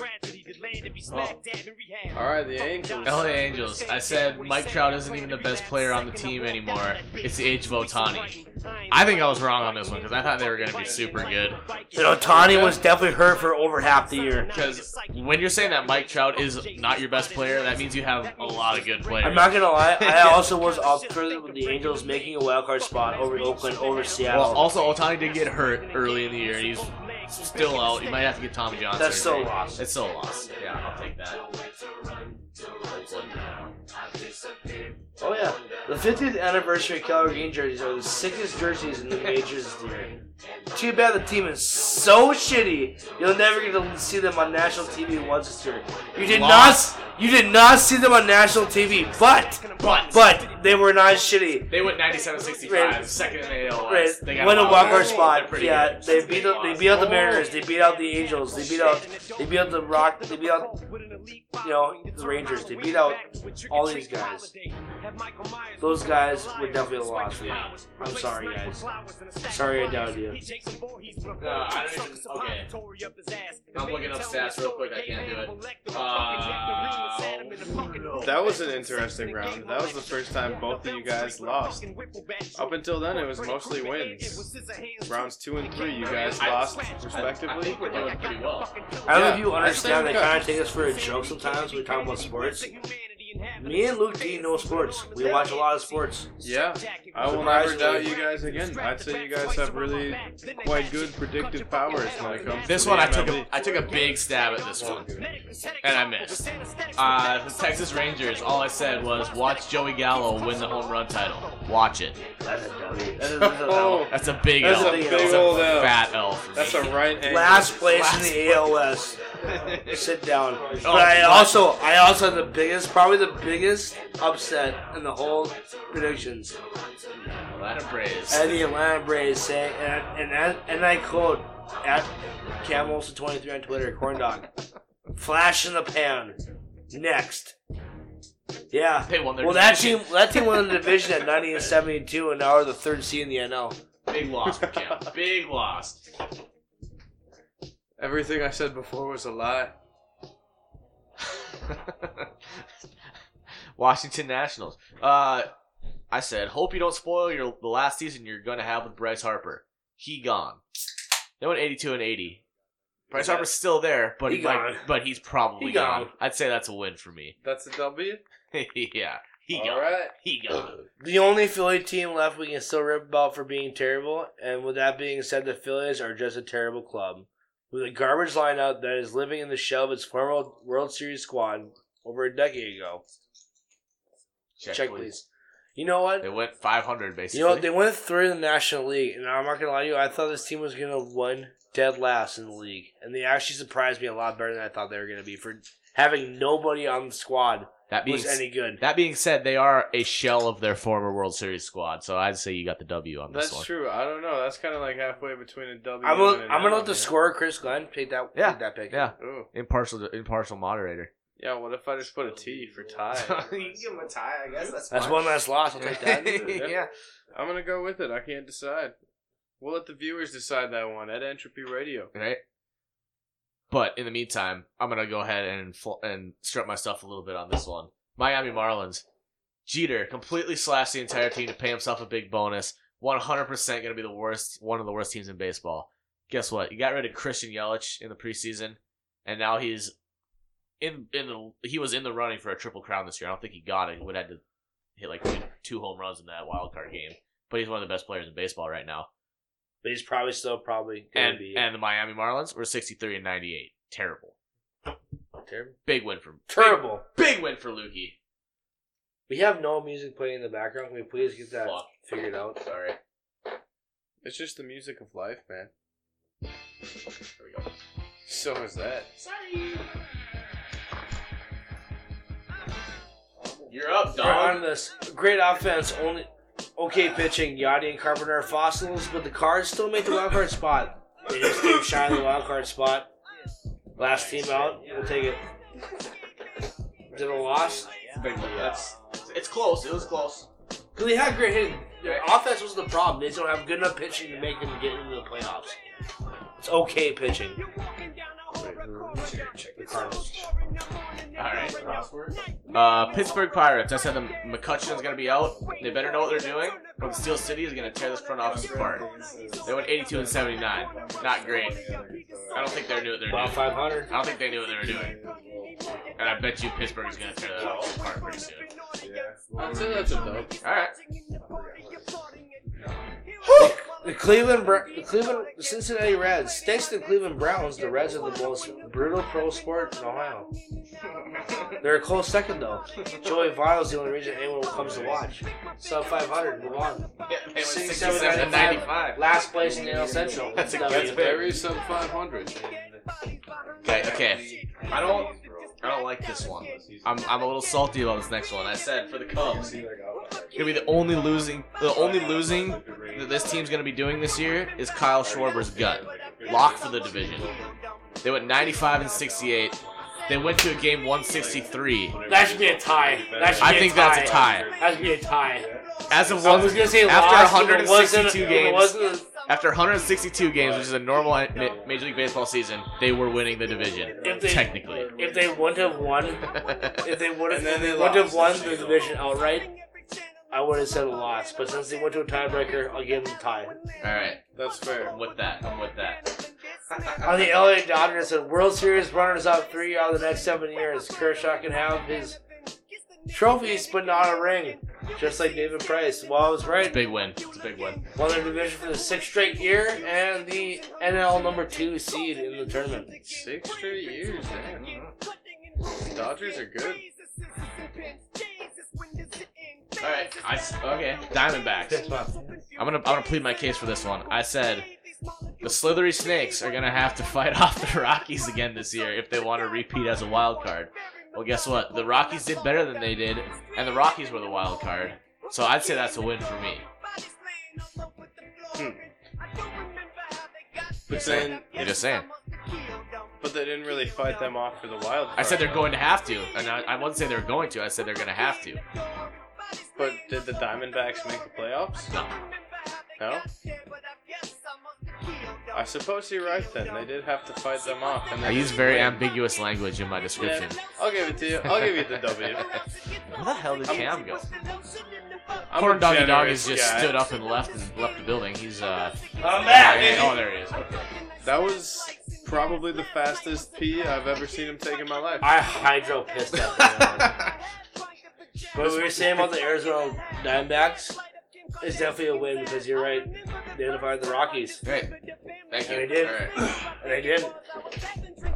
All right, the Angels.
LA Angels. I said Mike Trout isn't even the best player on the team anymore. It's the age of Otani. I think I was wrong on this one because I thought they were going to be super good.
You know, Otani was definitely hurt for over half the year.
Because when you're saying that Mike Trout is not your best player, that means you have a lot of good players.
I'm not gonna lie, I also was off further with the Angels making a wild card spot over Oakland, over Seattle.
well, also Otani did get hurt early in the year, and he's still out. You might have to get Tommy John.
That's
surgery.
still a loss.
It's still a loss. Yeah, I'll take that.
oh yeah, the 50th anniversary Calgary Green jerseys are the sickest jerseys in the majors this year. Too bad the team is so shitty. You'll never get to see them on national TV once this year. You did
Loss.
not, you did not see them on national TV, but
But
but they were not shitty.
they went 97-65, second in the AL
Right,
West. They got
win a
wild
wild card
card. They're
spot.
pretty
Yeah,
good.
they beat out, they beat out the Mariners. They beat out the Angels. They beat out they beat out the Rock. They beat out you know the Rangers. They beat out all these guys. Those guys would definitely have lost. Yeah, I'm sorry guys. Sorry I doubted you.
No, I don't even. Okay. I'm looking up stats real quick. I can't do it. Uh,
That was an interesting round. That was the first time both of you guys lost. Up until then, it was mostly wins. Rounds two and three, you guys lost
I
respectively.
think we're doing pretty well.
I don't know
Yeah,
if you
I
understand. They
think-
kind of take us for a joke sometimes. when We talk about sports. Me and Luke D know sports. We watch a lot of sports.
Yeah, I will never doubt you guys again. I'd say you guys have really quite good predictive powers when it comes.
This
to
one
the
I took a,
MLB.
I took a big stab at this one, and I missed. Uh, the Texas Rangers. All I said was watch Joey Gallo win the home run title. Watch it.
That's a W. That is- that's a
Oh,
W.
That's a big
That's
L.
a big
That's a
old L.
fat L for me.
that's a right angle.
Last place Oh, in the ALS. Sit down. But I
what?
also, I also had the biggest, probably the biggest upset in the whole predictions.
Atlanta Braves.
And the Atlanta Braves saying, and and and, and I quote at Camels 23 on Twitter, corn dog, flash in the pan, next. Yeah.
They won their
Well, that
division.
team, that team won the division at 90 and 72, and now are the third seed in the NL.
Big loss for Cam. Big loss.
Everything I said before was a lie.
Washington Nationals. Uh, I said, hope you don't spoil your the last season you're gonna have with Bryce Harper. He gone. They went 82 and 80. Bryce
Yeah.
Harper's still there, but
He
he
gone.
might, but he's probably
He
gone.
gone.
I'd say that's a win for me.
That's a W.
yeah, he
All
gone.
right.
He gone.
The only Philly team left we can still rip about for being terrible, and with that being said, the Phillies are just a terrible club. With a garbage lineup that is living in the shell of its former World Series squad over a decade ago. Check, please. You know what?
They went 500 basically.
You know what? They went third in the National League, and I'm not gonna lie to you, I thought this team was gonna run dead last in the league. And they actually surprised me a lot better than I thought they were gonna be for having nobody on the squad
that being
was any good.
that being said, they are a shell of their former World Series squad. So I'd say you got the W on this
That's
one.
true. I don't know. That's kind of like halfway between a W.
I'm gonna,
and an
I'm gonna
L,
let the
man.
scorer Chris Glenn take that
Yeah,
take that pick.
Yeah,
Ooh.
impartial impartial moderator.
Yeah, what if I just put a T for tie?
you can give him a tie, I guess. That's,
That's
fine.
one last loss. I'll take that.
yeah.
I'm gonna go with it. I can't decide. We'll let the viewers decide that one at Entropy Radio.
right? But in the meantime, I'm gonna go ahead and fl- and strut myself a little bit on this one. Miami Marlins, Jeter completely slashed the entire team to pay himself a big bonus. 100% gonna be the worst, one of the worst teams in baseball. Guess what? You got rid of Christian Yelich in the preseason, and now he's in in the he was in the running for a triple crown this year. I don't think he got it. He would have had to hit like two, two home runs in that wild card game. But he's one of the best players in baseball right now.
But he's probably still probably gonna
And
be
and the Miami Marlins were 63 and 98. Terrible.
terrible.
Big win for
Terrible.
Big win for Lukey.
We have no music playing in the background. Can we please get that
Fuck.
figured out?
Sorry.
It's just the music of life, man.
There we go.
So is that.
You're up,
We're on this great offense. Only okay pitching. Yachty and Carpenter are fossils, but the Cards still make the wild card spot. They just keep shy of the wild card spot. Last team out. We'll take it. Is it a loss?
Yes. It's close. It was close.
Because they had great hitting. Their offense was the problem. They just don't have good enough pitching to make them get into the playoffs. It's okay pitching. The Cardinals.
All right. Uh, Pittsburgh Pirates. I said the McCutcheon's gonna be out. They better know what they're doing. From Steel City is gonna tear this front office apart. They went 82 and 79. Not great. I don't think they knew what they're
About
doing.
500.
I don't think they knew what they were doing. And I bet you Pittsburgh's gonna tear that all apart pretty soon.
I'd say that's a dope.
All right.
The Cleveland, Bra- the Cleveland, the Cincinnati Reds. Thanks to the Cleveland Browns, the Reds are the most brutal pro sport in Ohio. They're a close second though. Joey Votto is the only reason anyone comes to watch. Sub 500, move on.
Yeah, they went
67,
67 and 95.
Last place in the NL Central.
That's a-
W. E.
that's fair.
Very sub 500.
Okay, okay. I don't, I don't like this one. I'm, I'm a little salty about this next one. I said for the Cubs, gonna be the only losing, the only losing that this team's gonna be doing this year is Kyle Schwarber's gut. Lock for the division. They went 95 and 68. They went to a game 163.
That should be a tie. That should be
I think that's a tie.
That should be a tie.
As of
I was
one,
gonna say
After
lost, but it
162
wasn't- it
games.
wasn't-
after 162 games, which is a normal ma- Major League Baseball season, they were winning the division
If they-
technically.
If they wouldn't have won, if they would have,
And then they
would have won
lost.
the division outright, I would have said a loss. But since they went to a tiebreaker, I'll give them the tie.
All right,
That's fair.
I'm with that. I'm with that.
On the LA Dodgers, it said World Series runners up three out of the next seven years. Kershaw can have his trophies, but not a ring, just like David Price. Well, I was right.
Big win. It's a big win.
Won their division for the sixth straight year and the NL number two seed in the tournament.
Six straight years, damn. Dodgers are good.
All right, I s okay. Diamondbacks. I'm gonna I'm gonna plead my case for this one. I said the slithery snakes are gonna have to fight off the Rockies again this year if they want to repeat as a wild card. Well, guess what? The Rockies did better than they did, and the Rockies were the wild card. So I'd say that's a win for me.
But then,
I'm just saying.
but they didn't really fight them off for the wild.
I said
card.
they're going to have to, and I, I wouldn't say they're going to. I said they're gonna have to.
But did the Diamondbacks make the playoffs?
No.
No. I suppose you're right then. They did have to fight them off. And they
I use
didn't
very
win.
ambiguous language in my
Yeah,
description.
I'll give it to you. I'll give you the W.
Where the hell did Cam go?
I'm
Corn
a
Doggy Dog
generous
has just
guy.
stood up and left and left the building. He's uh.
I'm back,
oh,
baby.
yeah, oh, there he is.
That was probably the fastest pee I've ever seen him take in my life.
I hydro pissed that man. What we were saying about the Arizona Diamondbacks is definitely a win because you're right. They had to fight the Rockies.
Great. Thank you.
And they did.
All right.
And they did.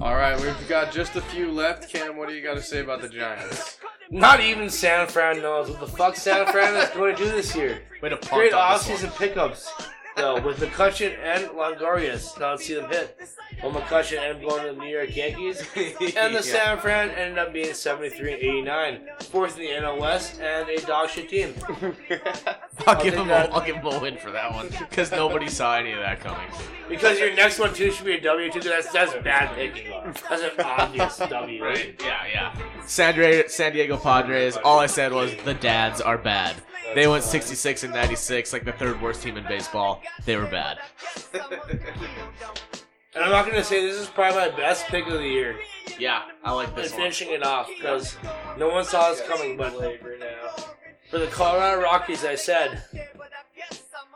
All right, we've got just a few left. Cam, what do you got to say about the Giants?
Not even San Fran knows what the fuck San Fran is going to do this year.
Way to punt
Great
on this
offseason pickups, though, with McCutcheon and Longorius. Now let's see them hit. Well, McCutcheon ended up going to the New York Yankees, and
Yeah.
the San Fran ended up being 73 and 89, fourth in the NL West, and a dog shit team.
I'll give him. A,
that-
I'll give him a win for that one because nobody saw any of that coming.
Because your next one too should be a W too. That's that's bad picking. That's an obvious W.
Right? Yeah, yeah. San, Dra- San Diego Padres. All I said was the dads are bad. They went 66 and 96, like the third worst team in baseball. They were bad.
And I'm not gonna say this is probably my best pick of the year.
Yeah, I like
And
this one.
finishing it off because no one saw this coming, but for the Colorado Rockies, I said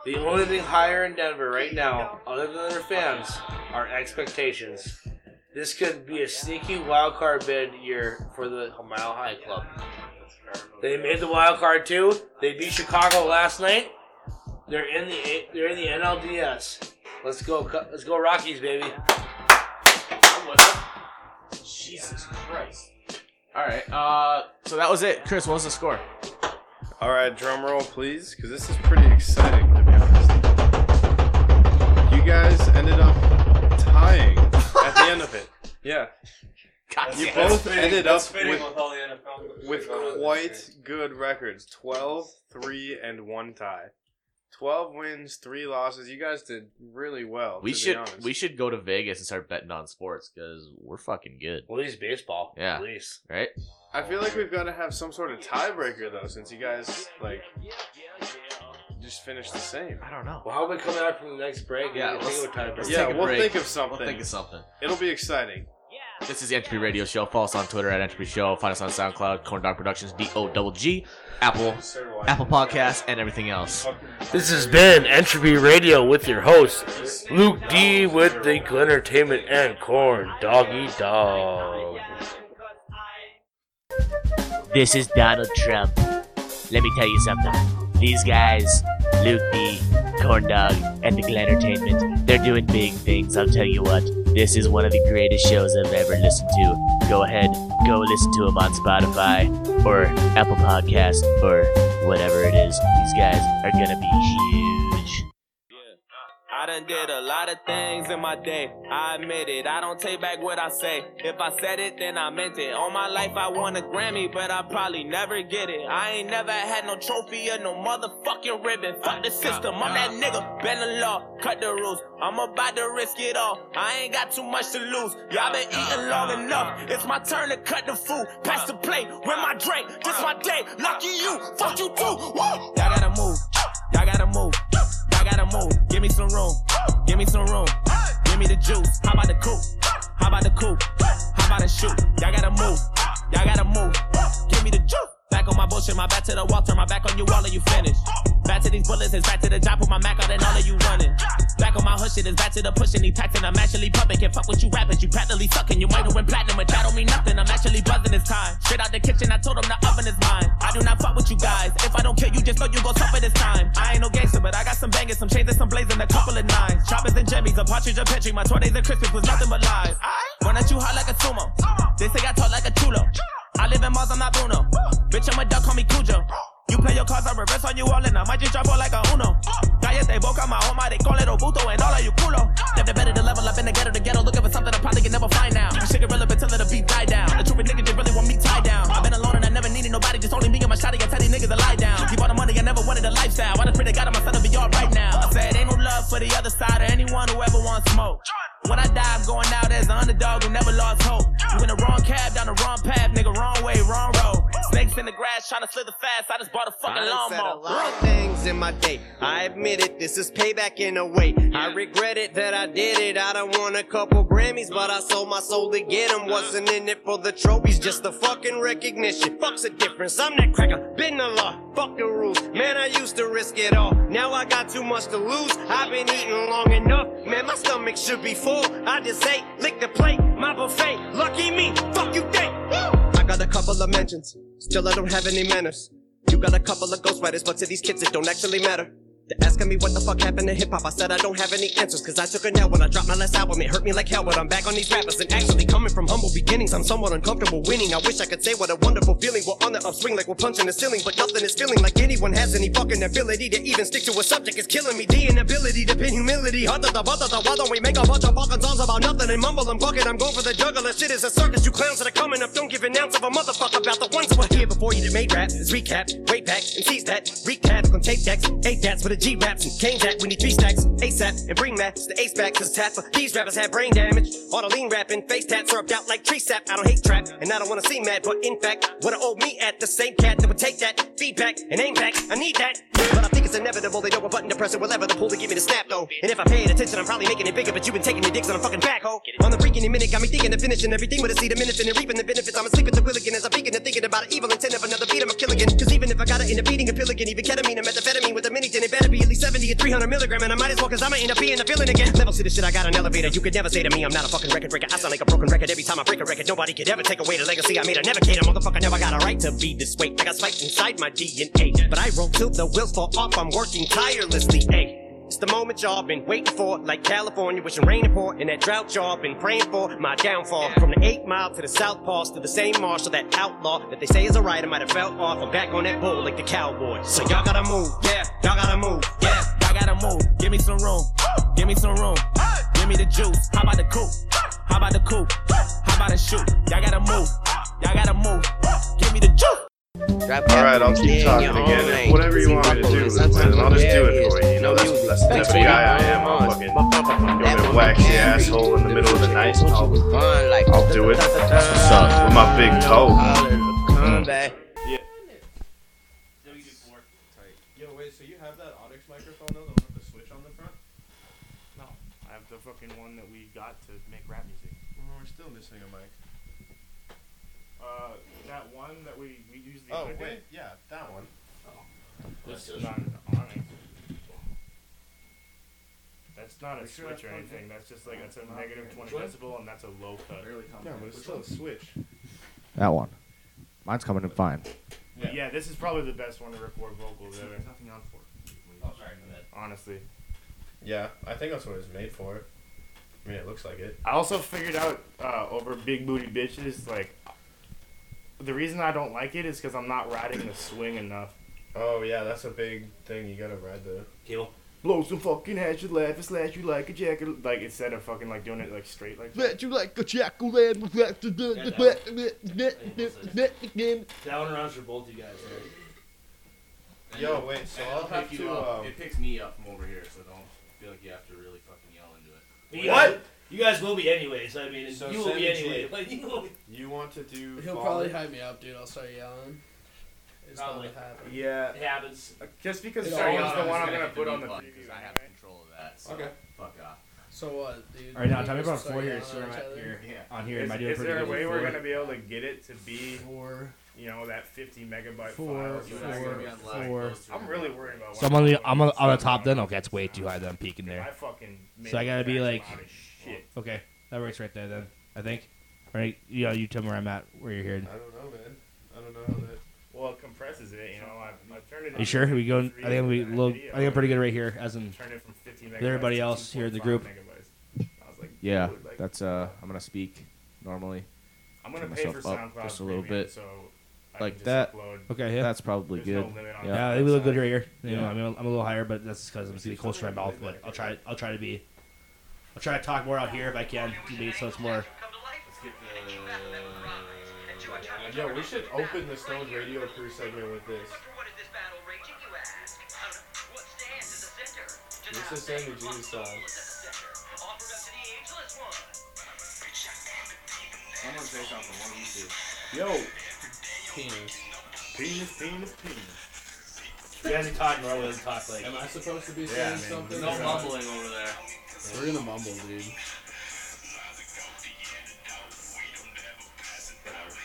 the only thing higher in Denver right now, other than their fans, are expectations. This could be a sneaky wild card bid year for the Mile High Club. They made the wild card too. They beat Chicago last night. They're in the they're in the NLDS. Let's go, Co- let's go Rockies, baby.
Jesus Christ. All right. Uh, so that was it, Chris. What was the score?
All right, drum roll, please, because this is pretty exciting to be honest. You guys ended up tying at the end of it. Yeah,
God
you
damn.
both ended up
with,
with,
all the NFL
with quite good records 12, 3, and 1 tie. 12 wins, 3 losses. You guys did really well.
we
to be
should
honest.
we should go to Vegas and start betting on sports because we're fucking good,
Well, he's baseball.
Yeah.
At least.
right?
I feel like we've got to have some sort of tiebreaker though, since you guys like just finished the same.
I don't know.
Well, how about we come out from the next break?
Yeah,
and
let's-
think of a tiebreaker?
let's
yeah,
take a
we'll
break.
think of
We'll
something.
think of something.
It'll be exciting.
This is the Entropy Radio Show. Follow us on Twitter at Entropy Show. Find us on SoundCloud, Corn Dog Productions, D O double G, Apple, Apple Podcasts, and everything else.
This has been Entropy Radio with your host, Luke D with the Entertainment and Corn Doggy Dog.
This is Donald Trump. Let me tell you something. These guys, Luke D, Corndog, and the Glen Entertainment, they're doing big things, I'll tell you what. This is one of the greatest shows I've ever listened to. Go ahead, go listen to them on Spotify or Apple Podcasts or whatever it is. These guys are gonna be huge.
I done did a lot of things in my day. I admit it, I don't take back what I say. If I said it, then I meant it. All my life I won a Grammy, but I probably never get it. I ain't never had no trophy or no motherfucking ribbon. Fuck the system, I'm that nigga. Bend the law, cut the rules. I'm about to risk it all. I ain't got too much to lose. Y'all been eating long enough. It's my turn to cut the food. Pass the plate with my drink. This my day. Lucky you, fuck you too. Woo! Y'all gotta move. Y'all gotta move. Y'all gotta move. Give me some room. Give me some room. Give me the juice. How about the coupe? How about the coupe? How about a shoot? Y'all gotta move. Y'all gotta move. Give me the juice. Back on my bullshit, my back to the wall, turn my back on you, all of you finished. Back to these bullets, it's back to the job, put my Mac out and all of you running. Back on my hood shit, it's back to the pushing, he taxing, I'm actually pumping. Can't fuck with you rappers, you practically sucking. You might have win platinum, but that don't mean nothing, I'm actually buzzing this time. Straight out the kitchen, I told him the oven is mine. I do not fuck with you guys, if I don't kill you, just know you gon' suffer this time. I ain't no gangster, but I got some bangers, some chains and some blazing, a couple of nines. Choppers and jimmies, a partridge, a petri, my 20s and Christmas was nothing but lies. Run at you hard like a sumo, they say I talk like a chulo. I live in Mars, I'm not Bruno. Bitch, I'm a duck, call me Cujo. You play your cards, I reverse on you all, and I might just drop all like a Uno. Calles de boca, my home, they call it Obuto, and all of you culo. Step the better to level up in the ghetto, the ghetto, looking for something I probably can never find now. Shit get relevant till it'll be tied down. The truth niggas just really want me tied down. I've been alone and I never needed nobody, just only me and my shotty. I tell these niggas to lie down. Keep all the money, I never wanted a lifestyle. I just pray to God, my son will be alright now. I said, ain't no love for the other side or anyone who ever wants smoke. When I die, I'm going out as an underdog who never lost hope. You in the wrong cab, down the wrong path, nigga, wrong way, wrong road. Snakes in the grass, trying to slither fast. I just bought a fucking
I done said a
lawnmower.
lot of things in my day. I admit it, this is payback in a way. I regret it that I did it. I done won a couple Grammys, but I sold my soul to get 'em. Wasn't in it for the trophies, just the fucking recognition. Fuck's the difference. I'm that cracker, been the law. Fuck the rules. Man, I used to risk it all. Now I got too much to lose. I've been eating long enough. Man, my stomach should be full. I just ate, lick the plate, my buffet. Lucky me, fuck you think. I got a couple of mentions, still I don't have any manners. You got a couple of ghostwriters, but to these kids it don't actually matter. They're asking me what the fuck happened to hip hop. I said I don't have any answers, cause I took a nap when I dropped my last album. It hurt me like hell, but I'm back on these rappers. And actually, coming from humble beginnings, I'm somewhat uncomfortable winning. I wish I could say what a wonderful feeling. We're on the upswing like we're punching the ceiling, but nothing is feeling like anyone has any fucking ability to even stick to a subject. It's killing me. The inability to pin humility. Hunter the butter, the why don't we make a bunch of fucking songs about nothing and mumble and bucket? I'm going for the juggler. Shit is a circus. You clowns that are coming up. Don't give an ounce of a motherfucker about the ones who were here before you that made rap. It's recap, way back, and seize that. Recap,
some tape decks, eight cats for the G raps and came back. We need three stacks, ASAP, and bring that to the ace back. Cause tats for these rappers have brain damage. All the lean rapping, face tats rubbed out like tree sap. I don't hate trap, and I don't wanna see mad, but in fact, what an old me at the same cat that would take that feedback and aim back. I need that. But I think it's inevitable, they know what button to press and whatever the pull to give me the snap though. And if I'm paying attention, I'm probably making it bigger, but you've been taking the dicks on a fucking back hoe. On the freak any minute, got me thinking of finishing everything with a seed of minutes and reaping the benefits. I'm a sleeping to Willigan as I'm thinking and thinking about an evil intent of another beat, I'm a killigan. Cause even if I got it in a beating, a pilligan, even ketamine, a methamphetamine with a mini, then it better be at least 70 and 300 milligram, and I might as well cause I'ma end up being a villain again. Level to the shit, I got an elevator, you could never say to me, I'm not a fucking record breaker. I sound like a broken record every time I break a record. Nobody could ever take away the legacy I made. I never cater, motherfucker, never got a right to be this way. I got spiked inside my DNA, but I roll till the wheels fall off, I'm working tirelessly, ayy. It's the moment y'all been waiting for, like California wishing rain to pour, and that drought y'all been praying for, my downfall. From the eight mile to the south pass to the same marshal, that outlaw that they say is a right, I might have fell off. I'm back on that bull like the cowboy. So y'all gotta move, yeah, y'all gotta move, yeah,
y'all gotta move. Give me some room, give me some room, give me the juice. How about the coupe? How about the coupe? How about the shoot? Y'all gotta move, y'all gotta move. Give me the juice.
All right, I'll keep talking again. If whatever you want me to do, man, I'll just do it for you. You know, that's, that's the type of guy I am. I'll fucking go and whack your asshole in the middle of the night. I'll, I'll do it. What's up? With my big toe. Mm.
Yo, wait, so you have that Audix microphone though, the one with the switch on the front?
No, I have the fucking one that we got to make rap music.
We're still missing a mic.
Uh, that one that we, we used the
Oh,
other
wait,
day.
yeah, that one.
That's not an awning. That's not a
Make sure
switch
that's
or
plugged
anything.
in.
That's just like that's a
Not
negative
good.
twenty
What?
decibel, and that's a low cut.
Yeah, but it's still a switch.
That one. Mine's coming in fine.
Yeah. yeah, this is probably the best one to record vocals ever. nothing on for. Honestly,
Yeah, I think that's what it's made for. I mean, it looks like it.
I also figured out uh, over big booty bitches like the reason I don't like it is because I'm not riding the swing enough.
Oh yeah, that's a big thing. You gotta ride the
heel. Blow some fucking hatchet, you laugh and slash you like a jacket. Like instead of fucking like doing it like straight like.
Bet you like a chocolate.
That one rounds for both you guys. Right?
Yo, wait, so I'll have
uh,
to. Um,
It picks me up from over here, so don't feel like you have to really fucking yell into it.
You guys- You guys will be anyways. I mean,
So
you will be
7G.
anyway. Like, you will be.
You want to do?
He'll
probably hype me up, dude. I'll start yelling. It's
Probably.
gonna happen.
Yeah.
It happens.
Just
because
It
Sarion's
always is
the one I'm
gonna
gonna
hit
put
mute
on the
button,
preview
'cause I have control of that. So
Okay.
Fuck off.
So what, dude?
All right, now
We
time
just
about
start
four here.
yelling
So
at
I'm
each
at
other?
here. On here,
Is,
am I doing
is
pretty
there a
good
way
with
we're
four?
gonna be able to get it to be you know, that 50 megabyte
Four,
file? You and I are
four,
gonna be on live.
four.
I'm really worried about.
So I'm on the I'm on, on the top then. Okay, that's way too high. Then I'm peaking there.
I fucking made
so I gotta
the
be
max
like,
amount of shit.
okay, that works right there then. I think. Right? Yeah, you tell me where I'm at. Where you're here.
I don't know, man. I don't know how that.
Well, it compresses it. You know, I, I turned it.
Are you sure? We go. I
going?
think we look. I think I'm pretty good right here. As in,
Turned it from 50
with
megabytes
everybody
to
else here in the
2.5
group.
megabytes. I was like,
Yeah,
dude, like,
that's uh. I'm gonna speak normally.
I'm gonna
Turn
pay for
myself up
SoundCloud
just a little
Premium,
bit,
so I
like
can just
that.
upload.
Okay, yeah.
That's probably
Yeah,
good.
I think we look good right here. You know,
Yeah.
I mean, I'm a little higher, but that's because I'm getting closer to my mouth. But I'll try. I'll try to be. I'll try to talk more out here if I can. Maybe so it's more.
Let's get the.
Yo, we should open the Stones Radio Crew segment with this. This is Sammy G's song.
I'm gonna say something. One of you
Yo. Penis. Penis, penis, penis.
You guys are talking normal. Doesn't talk like.
Am I supposed to be
Yeah,
saying
man,
something?
no
or-
mumbling over there.
We're gonna mumble, dude.
two.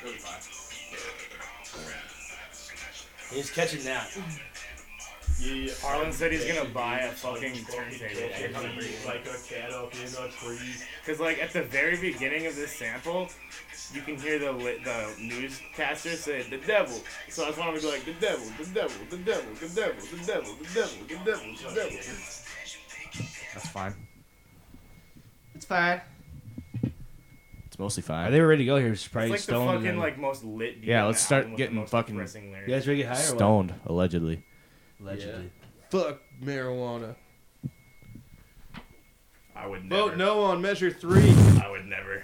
Really fine.
He's catching that.
Yeah, Harlan said he's gonna buy a fucking turntable.
Like a cat up in a tree.
Because like at the very beginning of this sample, you can hear the li- the newscaster say the devil. So I just want to be like the devil, the devil, the devil, the devil, the devil, the devil, the devil, the devil.
That's fine. It's fine.
It's mostly fine.
Are they ready to go here? It's probably
like the
stoned. and
fucking,
then-
like, most lit beat
Yeah,
on
let's
the album
start
with the
getting
most
fucking.
depressing lyrics.
You guys ready to get high or what?
Stoned, allegedly.
Allegedly.
Fuck marijuana.
I would
Vote no on measure three.
I would never.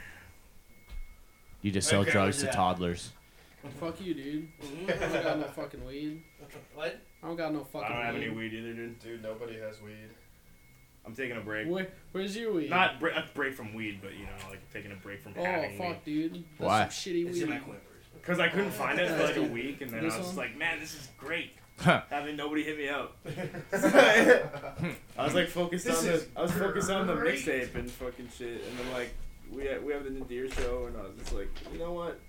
You just sell
Okay,
drugs to
yeah.
toddlers.
Fuck you, dude. I don't got no fucking weed. What? I don't got no
I
fucking.
don't have
weed.
any weed either, dude.
Dude, nobody has weed.
I'm taking a break.
Where, where's your weed?
Not bre- a break from weed, but you know, like taking a break from
Oh
having
fuck,
weed.
dude. That's
Why?
Some shitty
It's
weed.
in my clippers. Because I couldn't find it for like a week, and then
This
I was just
one?
like, man, this is great.
Huh.
Having nobody hit me up. I was like focused
This
on
is
the I was focused on the
great.
mixtape and fucking shit, and then like we had, we have the Nadir show, and I was just like, you know what?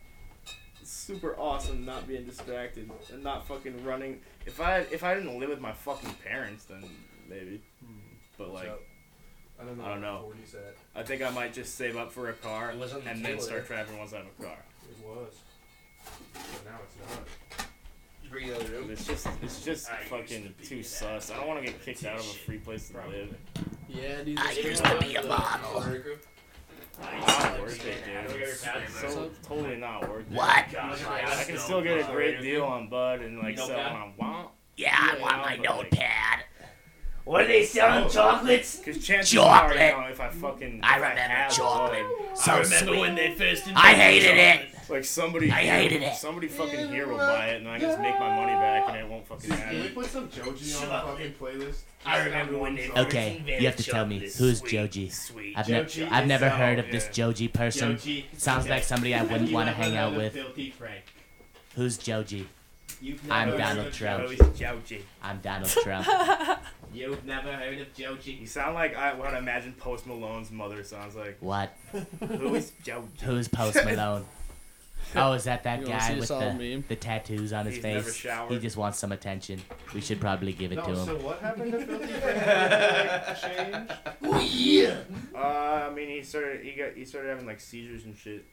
It's super awesome not being distracted and not fucking running. If I if I didn't live with my fucking parents, then maybe. But like, I don't know. I think I might just save up for a car and
on the
then
table
start
there.
traveling once I have a car.
It was. But now it's not.
Bring it out of the room.
It's just it's just fucking too sus. I don't want to get kicked out of a free place to live.
Yeah, dude.
I
this
used
one
to be
has
a
the-
model.
Not worth it, dude. It's so totally not worth it.
What?
I can still get a great deal on Bud and like sell when I want.
Yeah, I want my
notepad.
What are they
Oh.
selling? Chocolates?
Because chances
Chocolate.
are, you know, if I fucking I remember
chocolate. So
I remember
sweet.
when they first
I hated
invented chocolate. Like somebody,
I hated it.
Somebody fucking here will buy it, and I can just make my money back, and it won't fucking matter.
Can we put some Joji on the fucking playlist?
I remember when they
Okay, you have to tell me who's Joji. I've, ne-
Joji
I've
is
never
out,
heard of this
yeah.
Joji person.
Joji.
Sounds
Okay.
like somebody I
Have
wouldn't
you
want to
ever
hang
heard
out
of
with.
Filthy Frank?
Who's Joji?
You've
I'm
never
Donald
heard
Trump.
of Joji.
I'm Donald Trump.
You've never heard of Joji. You sound like I would imagine Post Malone's mother sounds like.
What?
Who is Joji?
Who's Post Malone? Oh, is that that
You wanna
guy
see a
with
solid
the, the tattoos on his
He's never
face? He
showered.
just wants some attention. We should probably give it
No,
to him.
so what happened to Filthy Frank?
Oh, yeah.
Uh, I mean, he started. He got. He started having like seizures and shit.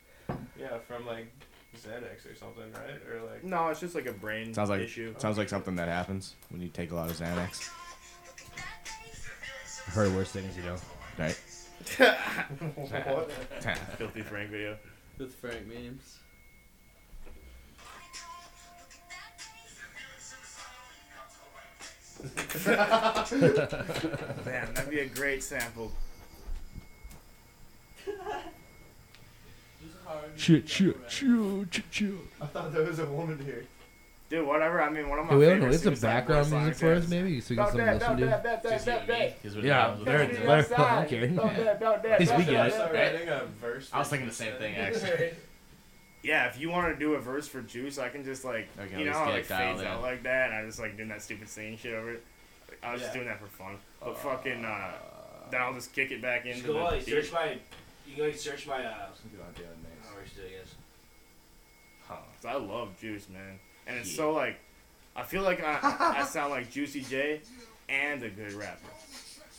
Yeah, from like Xanax or something, right? Or like.
No, it's just like a brain
Sounds like
issue.
sounds like something that happens when you take a lot of Xanax. I've heard worse things, you know. Right.
What?
Filthy Frank video.
With Frank memes.
Man, that'd be a great sample.
Shit, shit, shit, shit, shit.
I thought there was a woman here.
Dude, whatever. I mean, one of my.
Hey, we don't
favorite
know. It's some
Suicide Boys
background music
songs
for
is-
us, maybe, so we can
Don't
still
dab,
listen
don't
to.
dab, dab, dab, dab, dab.
Yeah, they're they're I don't care.
Don't dab, don't dab,
At least we
don't
get
dab,
it.
don't
Right?
a verse.
I was thinking the same thing actually.
Yeah, if you want to do a verse for Juice, I can just like
I can
you know
always get
how it
it
like,
dialed
fades out
in.
like that, and I just like doing that stupid singing shit over it. Like, I was just
Yeah.
doing that for fun, but fucking uh, then I'll just kick it back into
Just go
the
on.
beat.
Search my. You can go search my. Uh, I don't know what you're doing, I guess.
Huh. 'Cause I love Juice, man, and it's so like, I feel like I, I sound like Juicy J, and a good rapper.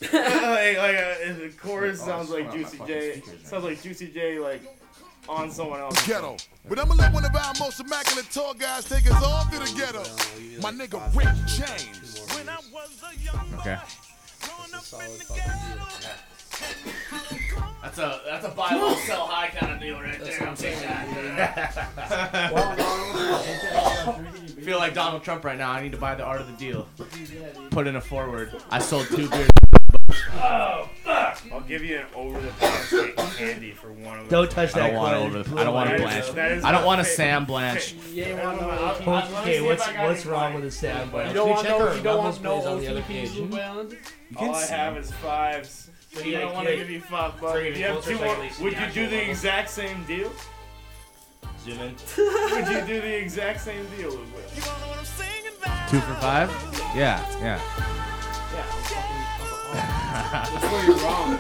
like, like uh, the chorus
Oh,
sounds like
it's on my
Juicy
fucking
J.
speakers,
Sounds like Juicy J like on someone else.
Ghetto. But I'ma let one of our most immaculate tall guys take us all through the ghetto. My nigga Rick James. When I was a young
Okay.
That's a that's a buy low sell high kind of deal right there. I'm taking that. Feel like Donald Trump right now. I need to buy the art of the deal. Put in a forward. I sold two beers.
Oh fuck! I'll give you an over the top shit candy for one of them.
Don't touch that I don't want Clyde. over the- I don't want to
That is-
Blanche.
that is
I don't
my
want to
fa-
Sam Blanche.
You ain't want no I'll-
Okay,
I'll- let me see
Okay,
if
what's
I got
what's
any
wrong
Clyde.
with the sound?
You
button?
don't
Actually,
want
check
no-
our
you don't
Rebels
want no
plays on the other
OTPs,
page.
All
can
I
see.
have is fives. So you
Yeah,
don't
you
want to
can-
give you five bucks.
Bring it
If you have
closer
two
so I
more,
can at least see
would
the
you
actual
do the
level.
exact same deal?
Zoom in.
would you do the exact same deal as well?
Two for five. Yeah, yeah.
That's where you're wrong.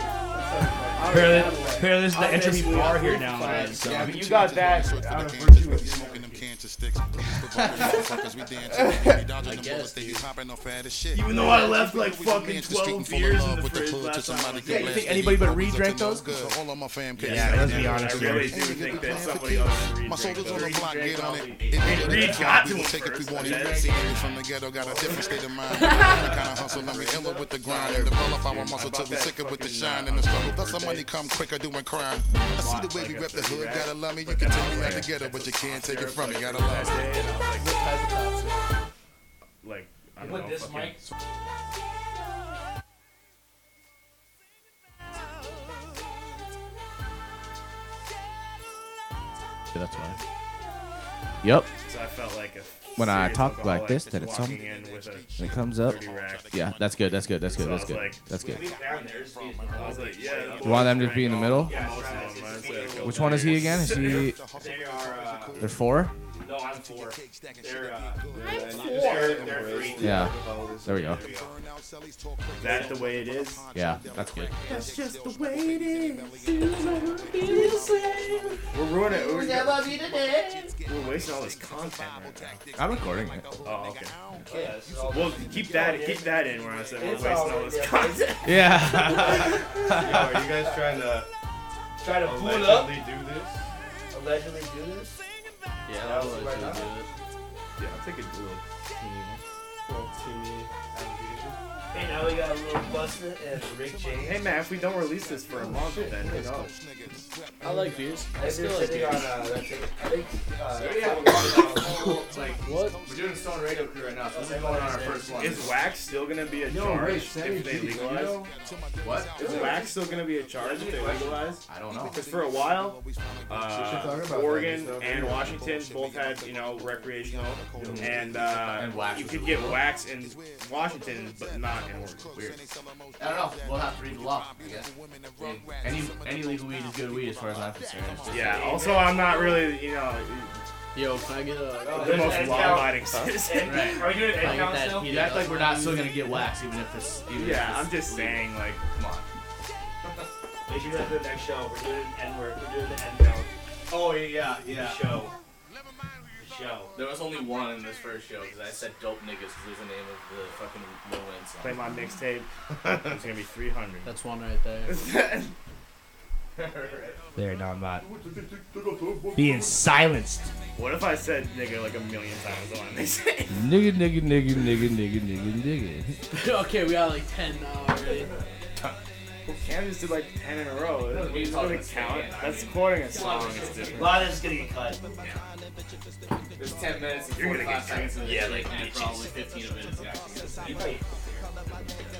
Apparently, apparently this is the
I'll
entry
basically
bar
have
here
to
now.
fight.
right?
Yeah,
So-
but you got that out of
virtue of smoking them cancer sticks. Motherfuckers, we dancing. We
I
dodging the
guess,
bullets that he's popping off at his shit.
Even though I left, like,
We ran
fucking
the street
12
and full of
beers in
love
the
with
fridge
club
last time
till
I
somebody
was
could
there. You
blast
think
their
anybody but
knees
Reed
up to
drank
no
those?
good. So all of my fam
Yeah,
came
yeah,
out
let's
there.
be honest
I
here.
really
Reed
do
drank
think
that
that
somebody
somebody
else Reed
My
drank
soldiers on
those.
the block
Reed
get
drank
on
all
it.
these.
If
Reed
we
got to
will
him
take it
first,
if we want
okay?
it. See, we from the ghetto got a different state of mind. Different kind of hustle, and we ill with the grind and develop our muscle till we sicker with the shine and the struggle. Thus, our money come quicker doing crime. I see the way we rep the hood. Gotta love me. You can take me out the ghetto, but you can't take it from me. Gotta love me.
Like, I
You
don't
put
know.
this
fucking-
mic-
That's why.
Yep.
So I felt like a
When I
serious
talk like
alcoholic
this,
just
then it's
walking
on.
in with a
When it comes up,
30 rack.
yeah, that's good. That's good. That's good.
So I
That's
was
good.
like,
That's good.
I was like, yeah, that's
You want them to be in the middle?
Yeah.
Which one is he again? Is he?
They are, uh,
They're four.
No, I'm four. They're, uh,
They're- they're free.
Yeah. There we go.
Is that the way it is?
Yeah, that's good.
That's
just the way it is. Feels like the same.
We're ruining it.
I love you today.
We're wasting all this content right now.
I'm recording it.
Oh, okay. Well, keep that keep that in where I said we're
It's
wasting all
already
this
up.
content.
Yeah.
Yo, are you guys trying to
Try to pull it up.
allegedly do this?
Allegedly do this.
Yeah,
That was
I'll
right
allegedly
now.
Yeah, I'll take a little teeny, little teeny allegation.
Hey, now we got a little Buster and Rick James.
Hey man, if we don't release this for a month, then who knows?
I like beers. I
They're
still like
sitting
beers.
on, uh, that's it. I think, uh,
Like,
what?
We're doing Stone Radio Crew right now, so we're going on our first one.
Is wax still gonna be a
Yo,
charge
wait,
if
send me
they
G's,
legalize?
yo. What?
Is wax still gonna be a charge if they legalize?
I don't know.
Because for a while,
should talk
uh,
about that.
Oregon
There's no-
and Washington both had you know recreational, and uh,
And wax
you
was
could
illegal.
get wax in Washington, but not in Oregon. Weird.
I don't know. We'll have to read the law. I guess. Any any legal weed is good weed as far as I'm concerned. It's just-
Yeah. Also, I'm not really you know
Yo, can I get a?
the most law-abiding citizen.
Right.
Are you doing
Can
head
I get
count
that
still?
heated
You act
up
like we're not still
one?
gonna get waxed, even if it's. Even
Yeah,
if
I'm
it's
just
legal.
saying like.
Come on.
Make sure you go to the next show. We're doing an N word. We're doing the N count.
Oh yeah, yeah.
The show. The show.
There was only one in this first show because I said dope niggas was the name of the fucking no win song.
Play my mixtape. It's gonna be 300.
That's one right there.
There, no, I'm not. Being silenced.
What if I said nigga like a million times on this?
Nigga, nigga, nigga, nigga, nigga, nigga, nigga.
okay, we got like ten now already.
Well, Cam just did like 10 in a row. It
We
doesn't
talking
count.
about
That's
saying,
quoting a song. It's
A
different.
lot of this is gonna get cut.
There's 10 minutes and
You're gonna
45
get
seconds of this
yeah,
shit,
like
and probably 15 of it is actually gonna be-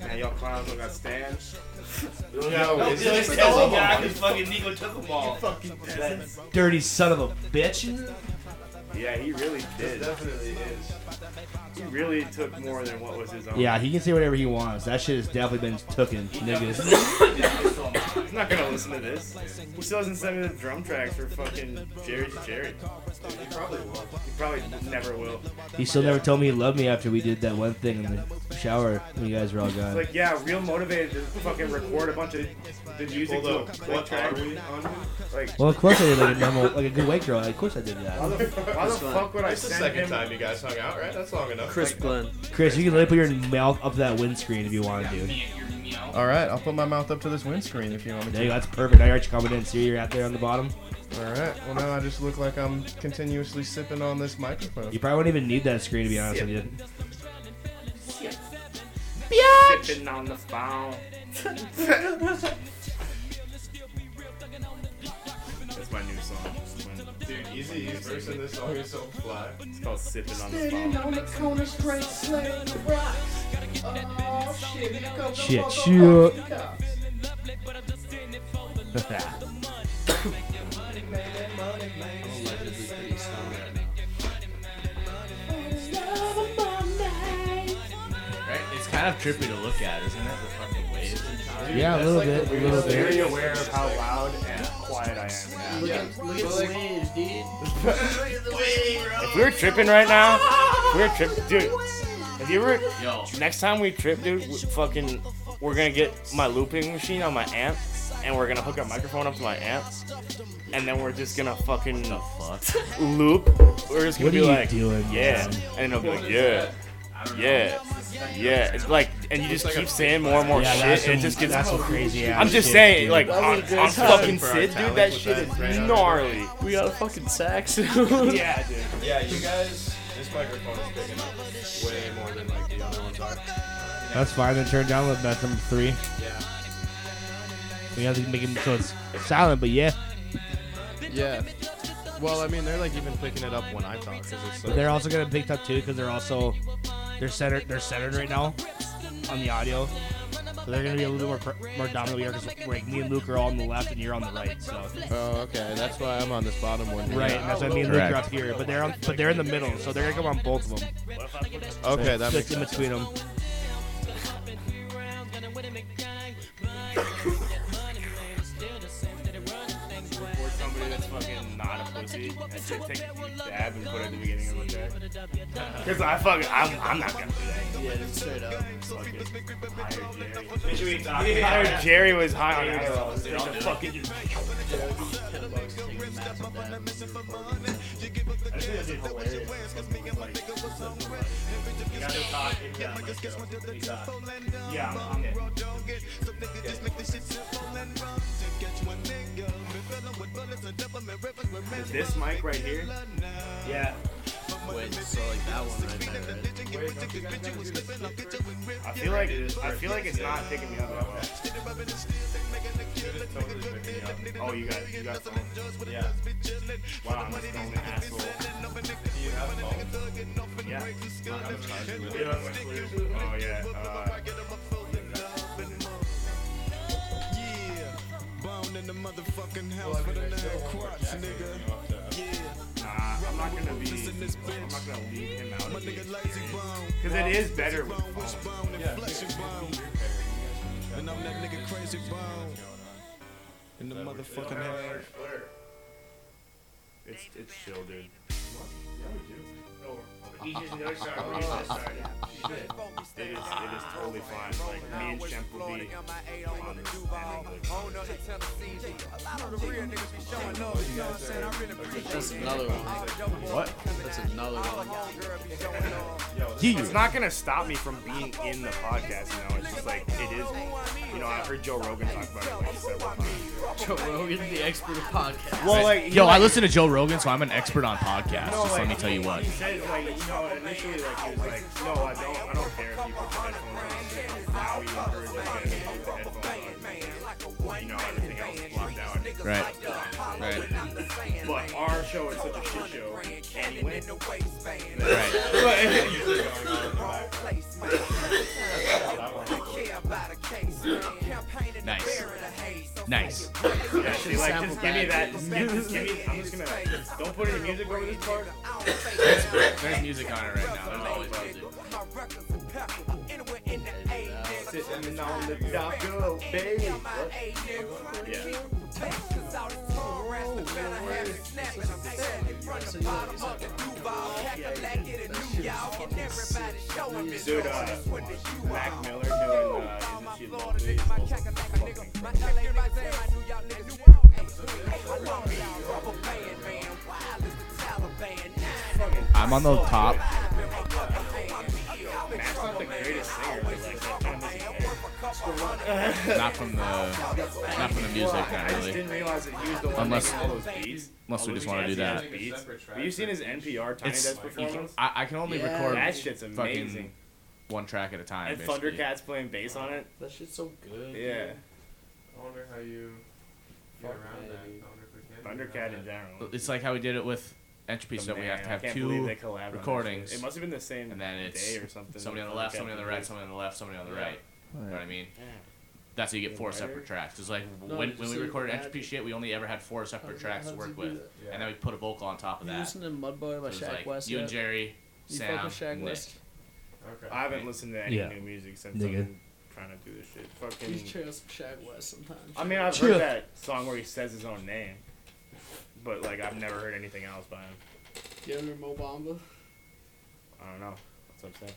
Now y'all clowns don't got stands.
No,
it's
it's just
just
because
all
he
of
got
them.
his fucking Nico took them all. That's-
Dirty son of a bitch.
Yeah, he really did. Definitely is. He really took more than what was his own.
Yeah, he can say whatever he wants. That shit has definitely been tooken, niggas.
He's not gonna listen to this. He still hasn't sent me the drum tracks for fucking Jerry's Jerry. He probably will. He probably never will.
He still never told me he loved me after we did that one thing in the shower when you guys were all
It's
gone.
like, yeah, real motivated to fucking record a bunch of the music to a click track. Like,
Well, of course I did like a normal, like a good white girl. Of course I did
Why
that.
the, why the fuck would I
It's the
send
second
him?
time you guys hung out, right? That's long enough.
Chris Glenn.
Chris, you can literally put your mouth up to that windscreen if you want to. There
All right, I'll put my mouth up to this windscreen if you want me
you go. That's perfect. Now you're actually coming in. See, you're out there on the bottom.
All right. Well, now I just look like I'm continuously sipping on this microphone.
You probably wouldn't even need that screen to be honest with you.
Sipping on the phone. That's my new song.
Dude, Easy E's verse in this song is so fly.
It's called Sipping on the
Sitting
Phone.
on the corner, straight slaying the rocks. Oh shit, here comes the
Shit,
motherfucking
shit.
cops.
Right? It's kind of trippy to look at, isn't it? The fucking waves. and time.
Yeah, a
that's
little
like
bit,
the
a
weirdest
little
thing.
bit.
Very aware of how loud and quiet I am.
Look at, look at the waves, dude. Look at the waves, bro.
If we were tripping right now, if we were tripping, dude. If you were,
Yo.
next time we trip, dude, we fucking, we're gonna get my looping machine on my amp, and we're gonna hook our microphone up to my amp, and then we're just gonna fucking loop. We're just gonna
What
be
are you
like,
doing,
yeah,
man?
and then I'll be like, yeah. Yeah, yeah. It's like, and you just keep saying more and more
Yeah, that's
shit, and it
some-
just gets
that's some crazy
I'm
ass
just
shit,
saying,
dude.
like,
That
on,
was a good
on
time.
fucking
For
our
Sid, dude,
talent
that
with
shit
that
is
brand.
gnarly.
We got a fucking sax.
Yeah, dude.
Yeah, you guys, this microphone is picking up way more than like the other ones are.
That's fine. Then turn down the that's number three.
Yeah.
We have to make him so it's silent, but yeah.
Yeah. Well, I mean, they're like even picking it up when I talk because it's so.
But they're also gonna pick up too because they're also they're centered they're centered right now on the audio. So they're going to be a little more, pr- more dominant we are because like, me and Luke are all on the left and you're on the right. So
Oh, okay. That's why I'm on this bottom one. here.
right, and that's what I mean. Luke are up here, but they're on, but they're in the middle, so they're gonna come on both of them.
Okay, that
that's
makes
in
sense.
between them.
Or somebody that's fucking not a pussy and just take the dab and put it at the beginning of the day. Because I fucking, I'm, I'm not gonna do that. Yeah, just straight up.
Yeah.
Hired Jerry was high on
Yeah.
Adderall.
Dude, I'll
Take the
do
fucking-
Yeah, I'm in.
This mic right here. Yeah.
Wait, so like that one right there. Right?
I feel like I feel like it's not picking me up that well. Oh, you got you got phone. Yeah. Wow, I'm a phone asshole. Do you have phone? Yeah. Oh yeah. Uh, nah, I'm not gonna be. I'm not gonna leave him out of the Because it is better with phone.
And I'm that nigga crazy bone. In the motherfucking head.
It's it's chill, dude. It is, it is totally fine. Like me and Shemp will be on this
That's another one. What? That's another one.
It's not gonna stop me from being in the podcast, you know. It's just like it is. You know, I heard Joe Rogan talk about it like several times.
Joe Rogan, the expert of podcasts.
Well, like he,
Yo, I
like-
listen to Joe Rogan, so I'm an expert on podcasts.
No,
Just let
like,
me tell you what.
He says like, you know, initially like he was like, no, I don't, I don't care if people put headphones on. Now he encourages them to put headphones on. You know, everything else is blocked out.
Right. Right.
But our show is such a shit show. Anyway.
Nice. Nice.
Yeah, see, like, just give me that. Just give, just give me. I'm just gonna. Don't put any music over this part.
There's music on it right now. There's always music.
Sitting on the dock of a bay. Yeah. Dude, uh, Mac Miller doing uh, Isn't She Lovely? is fucking
I'm on the top.
Matt's not the greatest singer, but like that kind of music there.
Not from the not from the music, not
I just didn't
really.
realize that he was the one
Unless
making all those beats.
unless we
All
just
those
wanna do
jazzy-ass
that.
beats. Have you seen his NPR Tiny
It's,
Desk
you can,
performance?
I, I can only record
That shit's
fucking
amazing.
one track at a time.
And
basically.
Thundercats playing bass on it.
That shit's so good.
Yeah.
I wonder how you get around that. I wonder if we can.
Thundercat in general.
It's like how we did it with Entropy,
The
so that we have
man,
to
I
have
can't
two
believe they collabed on that
recordings.
shit. It must have been the same
and then it's
day or something.
Somebody on the left,
Thundercat
somebody on the
and
right,
Thundercat.
somebody on the left, somebody on the
Yeah.
right. You know what I mean? That's how you get four separate tracks. It's like
No,
when,
you
when
just
we
do
recorded
that.
Entropy shit, we only ever had four separate
How-
tracks
how
to
does
work
it do
with,
that?
and then we put a vocal on top of
You
that.
listen to Mudboy
So
by
it's
Shaq
like
West?
you and
yet?
Jerry,
You
Sam,
fuck with Shaq
Nick.
West?
I haven't listened to any
Yeah.
new music since
Nigga.
I'm trying to do this shit.
He's
Fucking.
chills Shaq West sometimes.
I mean, I've
Chill.
heard that song where he says his own name, but like I've never heard anything else by him.
You ever hear Mo Bamba?
I don't know. That's what I'm saying.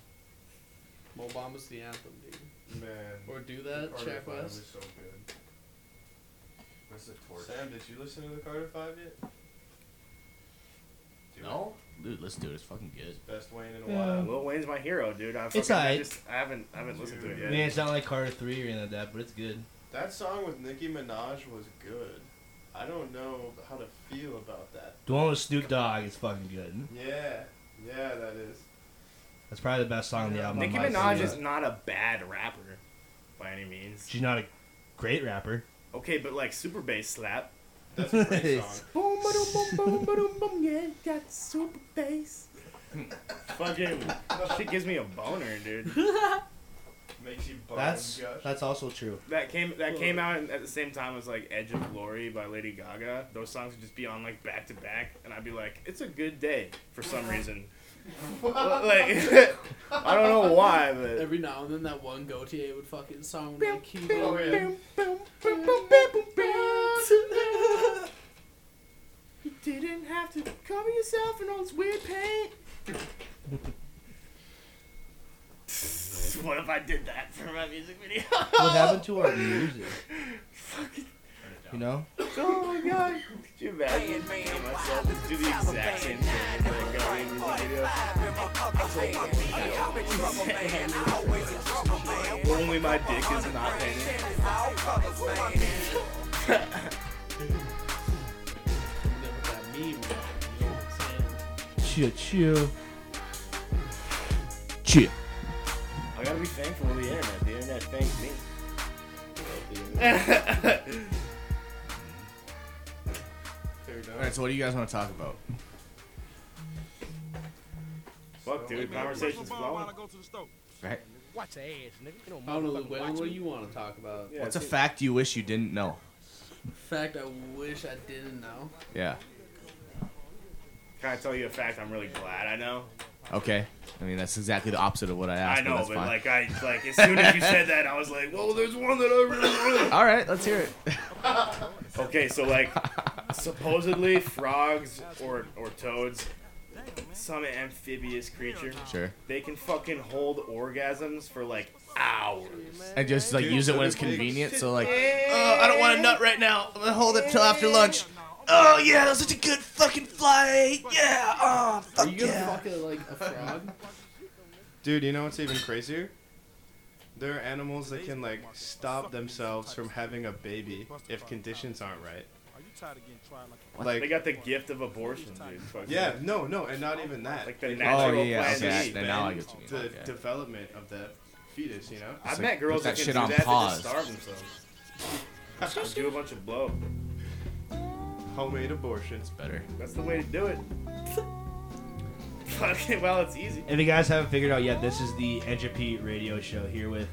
Mo Bamba's the anthem, dude.
Man.
Or do that,
Carter
Shaq
Five
West.
is so good. That's a torch. Sam, did you listen to the Carter Five yet? Do
No, dude, let's do it. It's fucking good.
it. Best Wayne in a
Uh,
while.
Lil Wayne's my hero, dude. I
It's
fucking, I
alright.
just I haven't I haven't listened to it
I
yet.
mean, it's not like Carter 3 or anything like that, but it's good.
That song with Nicki Minaj was good. I don't know how to feel about that.
The one with Snoop Dogg is fucking good.
Yeah, yeah, that is.
That's probably the best song on the album.
Nicki
I might
Minaj
say,
is
but
not a bad rapper by any means.
She's not a great rapper.
Okay, but like super bass slap.
That's
a great song.
Boom, ba-dum, boom, boom, ba-dum, boom, yeah, got super bass. Fucking, shit gives me a boner, dude.
Makes you bone
That's
gush.
that's also true.
That came that came out and at the same time as like Edge of Glory by Lady Gaga. Those songs would just be on like back to back, and I'd be like, "It's a good day" for some reason. like I don't know why, but
Every now and then, that one Gautier would fucking song would like keep going.
You didn't have to cover yourself in all this weird paint. what if I did that for my music video?
What happened to our music? You know?
Oh my god. Could you imagine making myself just do the exact same thing as that guy in the video? Only my dick is not painted.
Chill, chill. Chill.
I gotta be thankful to the internet. The internet thanks me. Love the internet.
All right, so what do you guys want to talk about?
Fuck, dude. Conversation's flowing.
Right?
Watch ass, nigga. I don't know, Luke. Whalen, What do you want to talk about?
What's a fact you wish you didn't know?
Fact I wish I didn't know.
Yeah.
Can I tell you a fact I'm really glad I know?
Okay. I mean, that's exactly the opposite of what I asked.
I know,
that's
but
fine.
like I like as soon as you said that I was like, Well there's one that I really really
All right, let's hear it.
Okay, so like supposedly frogs or or toads, some amphibious creature.
Sure.
They can fucking hold orgasms for like hours.
And just like use it when it's convenient. So like,
oh,
Uh, I don't want to nut right now. I'm gonna hold it till after lunch. Oh yeah, that was such a good fucking flight. Yeah. Oh
Are you gonna fuck a, like a frog?
Dude, you know what's even crazier? There are animals that can like stop themselves from having a baby if conditions aren't right. Like-
they got the gift of abortion, dude. Fucking-
Yeah, no, no, and not even that.
Like the
They
natural
can
Oh, yeah,
actually
okay, then now I get
bend
what you
The
mean, okay.
development of that fetus, you know.
I've met girls that, can do that pause. just starve themselves. do a bunch of blow.
Homemade abortion's
better.
That's the way to do it. Fucking well, it's easy.
If you guys haven't figured out yet, this is the Edge of Pete radio show here with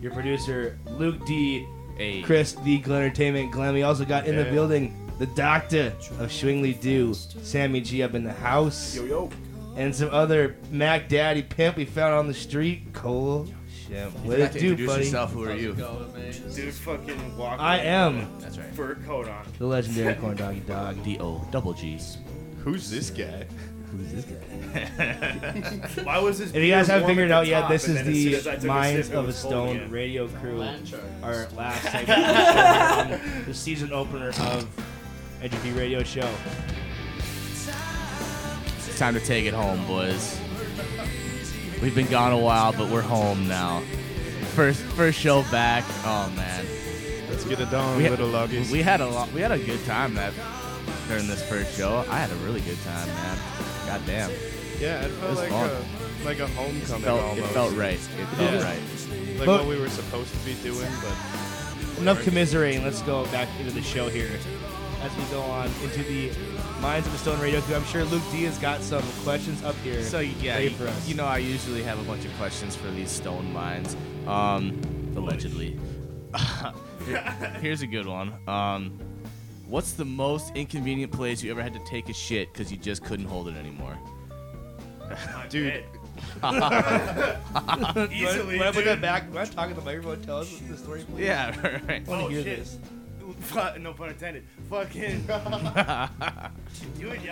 your producer Luke D,
Hey.
Chris the Glen Entertainment Glenn. We also got in the
Yeah.
building the Doctor of Swingly Do, Sammy G up in the house.
Yo yo.
And some other Mac Daddy pimp we found on the street, Cole. Shem.
You
What
forgot
it
to
do,
introduce
buddy?
yourself. Who are you?
Dude, fucking walk.
I
around
am.
with a Fur coat on.
The legendary corn doggy dog.
D O double G.
Who's this guy?
Who's this guy?
Why was this?
If you guys
beer
haven't
warm
figured
at
it out
the
yet,
top,
this
and then as soon as
is
I took
the
a
Minds
sip, it
of a
was cold
Stone
again?
radio crew.
Land shark.
Our last segment, um, the season opener of NGP Radio Show.
It's time to take it home, boys. We've been gone a while, but we're home now. First, first show back. Oh man,
let's get it done, little luggies.
We had a lot. We had a good time that during this first show. I had a really good time, man. God damn.
Yeah, it
It
felt
was
like
fun.
a like a homecoming.
It felt- it
almost.
felt right. It felt right.
Like
But-
what we were supposed to be doing, but
Enough commiserating. Let's go back into the show here as we go on into the Minds of a Stone radio crew. I'm sure Luke D has got some questions up here.
So yeah,
ready
you,
for us.
you know I usually have a bunch of questions for these stone mines, um, allegedly. Here- Here's a good one. Um, what's the most inconvenient place you ever had to take a shit because you just couldn't hold it anymore?
Dude.
Easily, when I put that back, when I talk in the microphone, tell us the story, please.
Yeah, right.
I want to
Oh,
hear
shit.
this.
Fu- no pun intended. Fucking. Dude, I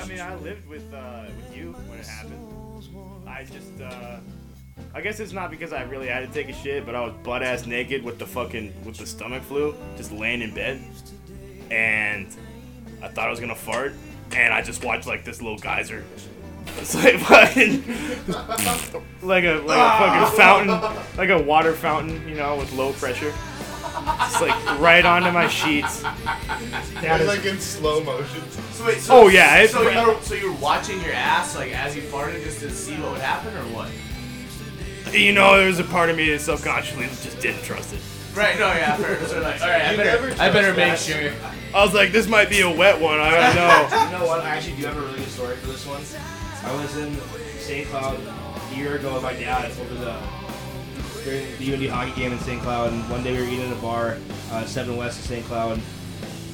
mean, I lived with uh, with you when it happened. I just. Uh, I guess it's not because I really had to take a shit, but I was butt ass naked with the fucking with the stomach flu, just laying in bed, and I thought I was gonna fart, and I just watched like this little geyser. It's like fucking like a like a fucking fountain, like a water fountain, you know, with low pressure. Just like right onto my sheets.
That is like in slow motion.
So wait,
so- Oh, yeah, it-
so you're so you're watching your ass like as you farted just to see what would happen or what?
You know, there's a part of me that subconsciously just didn't trust it.
Right. No. Yeah. Fair. So like, all right. I
You
better.
never
I better
trust
make
that.
sure.
I was like, this might be a wet one. I don't know.
you know what? I actually do have a really good story for this one. I was in St. Cloud a year ago with my dad over the during the UND hockey game in St. Cloud, and one day we were eating at a bar, uh, Seven West in St. Cloud,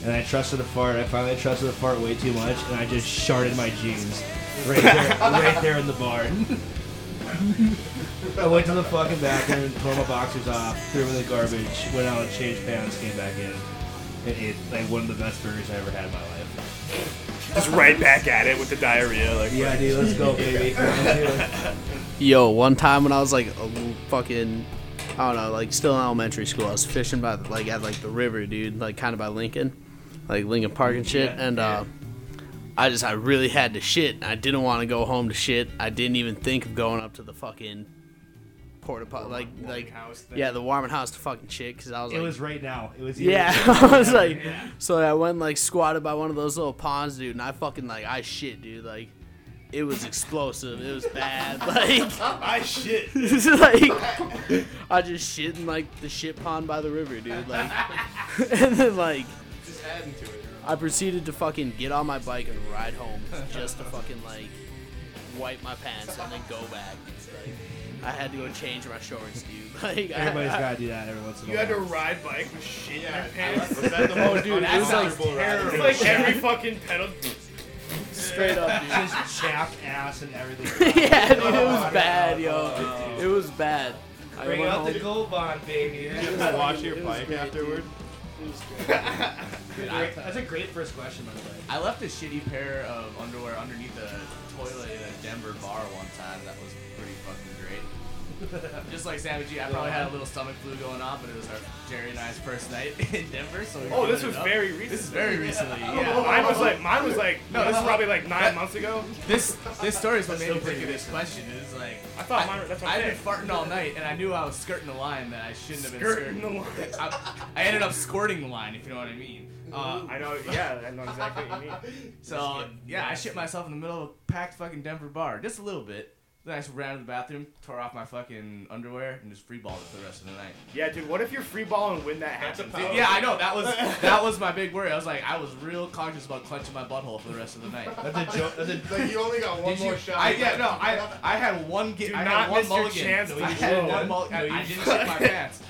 and I trusted a fart. I finally trusted a fart way too much, and I just sharded my jeans right there, right there in the bar. I went to the fucking bathroom, tore my boxers off, threw them in the garbage, went out and changed pants, came back in, and ate like one of the best burgers I ever had in my life.
Just right back at it with the diarrhea. Like,
Yeah, dude, let's go, baby.
Yo, one time when I was like a fucking, I don't know, like still in elementary school, I was fishing by the, like at like the river, dude, like kind of by Lincoln, like Lincoln Park and shit, and uh, I just I really had to shit. I didn't want to go home to shit. I didn't even think of going up to the fucking porta potty, like like yeah, the warming house to fucking shit, because I was
It
like.
was right now. It was
yeah, I was like, so I went like squatted by one of those little ponds, dude, and I fucking like I shit, dude, like it was explosive, it was bad, like
I shit.
This is like I just shit in like the shit pond by the river, dude. Like, and then like
Just adding to it.
I proceeded to fucking get on my bike and ride home just to fucking like wipe my pants and then go back. It's like, I had to go change my shorts, dude. Like I-
Everybody's
I-
gotta do that every once in a
You
while.
had to ride bike with shit in your
I
pants.
was at the mall,
Oh,
dude. It was, like,
It's
terrible.
like every fucking pedal.
Straight up, dude.
Just chapped ass and everything.
yeah, dude, it was bad, yo. It was bad. I
Bring
went
out the
home-
gold bond, baby.
Did you just wash your bike
afterward?
Dude, I-
That's a great first question, by the way.
I left a shitty pair of underwear underneath the toilet in a Denver bar one time. That was pretty fucking great. Just like Savage G, I probably had a little stomach flu going on, but it was our Jerry and I's first night in Denver. So we
Oh, this
cleaned
was
it up.
very recent.
This is very recently.
Oh,
Yeah,
mine was like mine was like no, this is probably like nine
That-
months ago.
This this story is what made
Still
me think
pretty
of this question. Is like
I thought mine- that's what I'm
I've been
saying.
farting all night, and I knew I was skirting the line that I shouldn't have been
Skirting
skirting.
the line.
I, I ended up squirting the line, if you know what I mean. Uh,
I know. Yeah, I know exactly what you mean.
So yeah, I shit myself in the middle of a packed fucking Denver bar, just a little bit. Then I just ran to the bathroom, tore off my fucking underwear, and just freeballed it for the rest of the night.
Yeah, dude. What if you're free balling when that happens?
Dude, yeah, I know that was that was my big worry. I was like, I was real conscious about clenching my butthole for the rest of the night.
That's a joke. That's a-
Like, you only got one
Did
more
you-
shot.
I, yeah, no, I I had one get.
Do
I
not
had one
miss your
mulligan.
chance
No,
to
I
shoot.
had
No,
one mulligan.
you
I didn't shit my pants.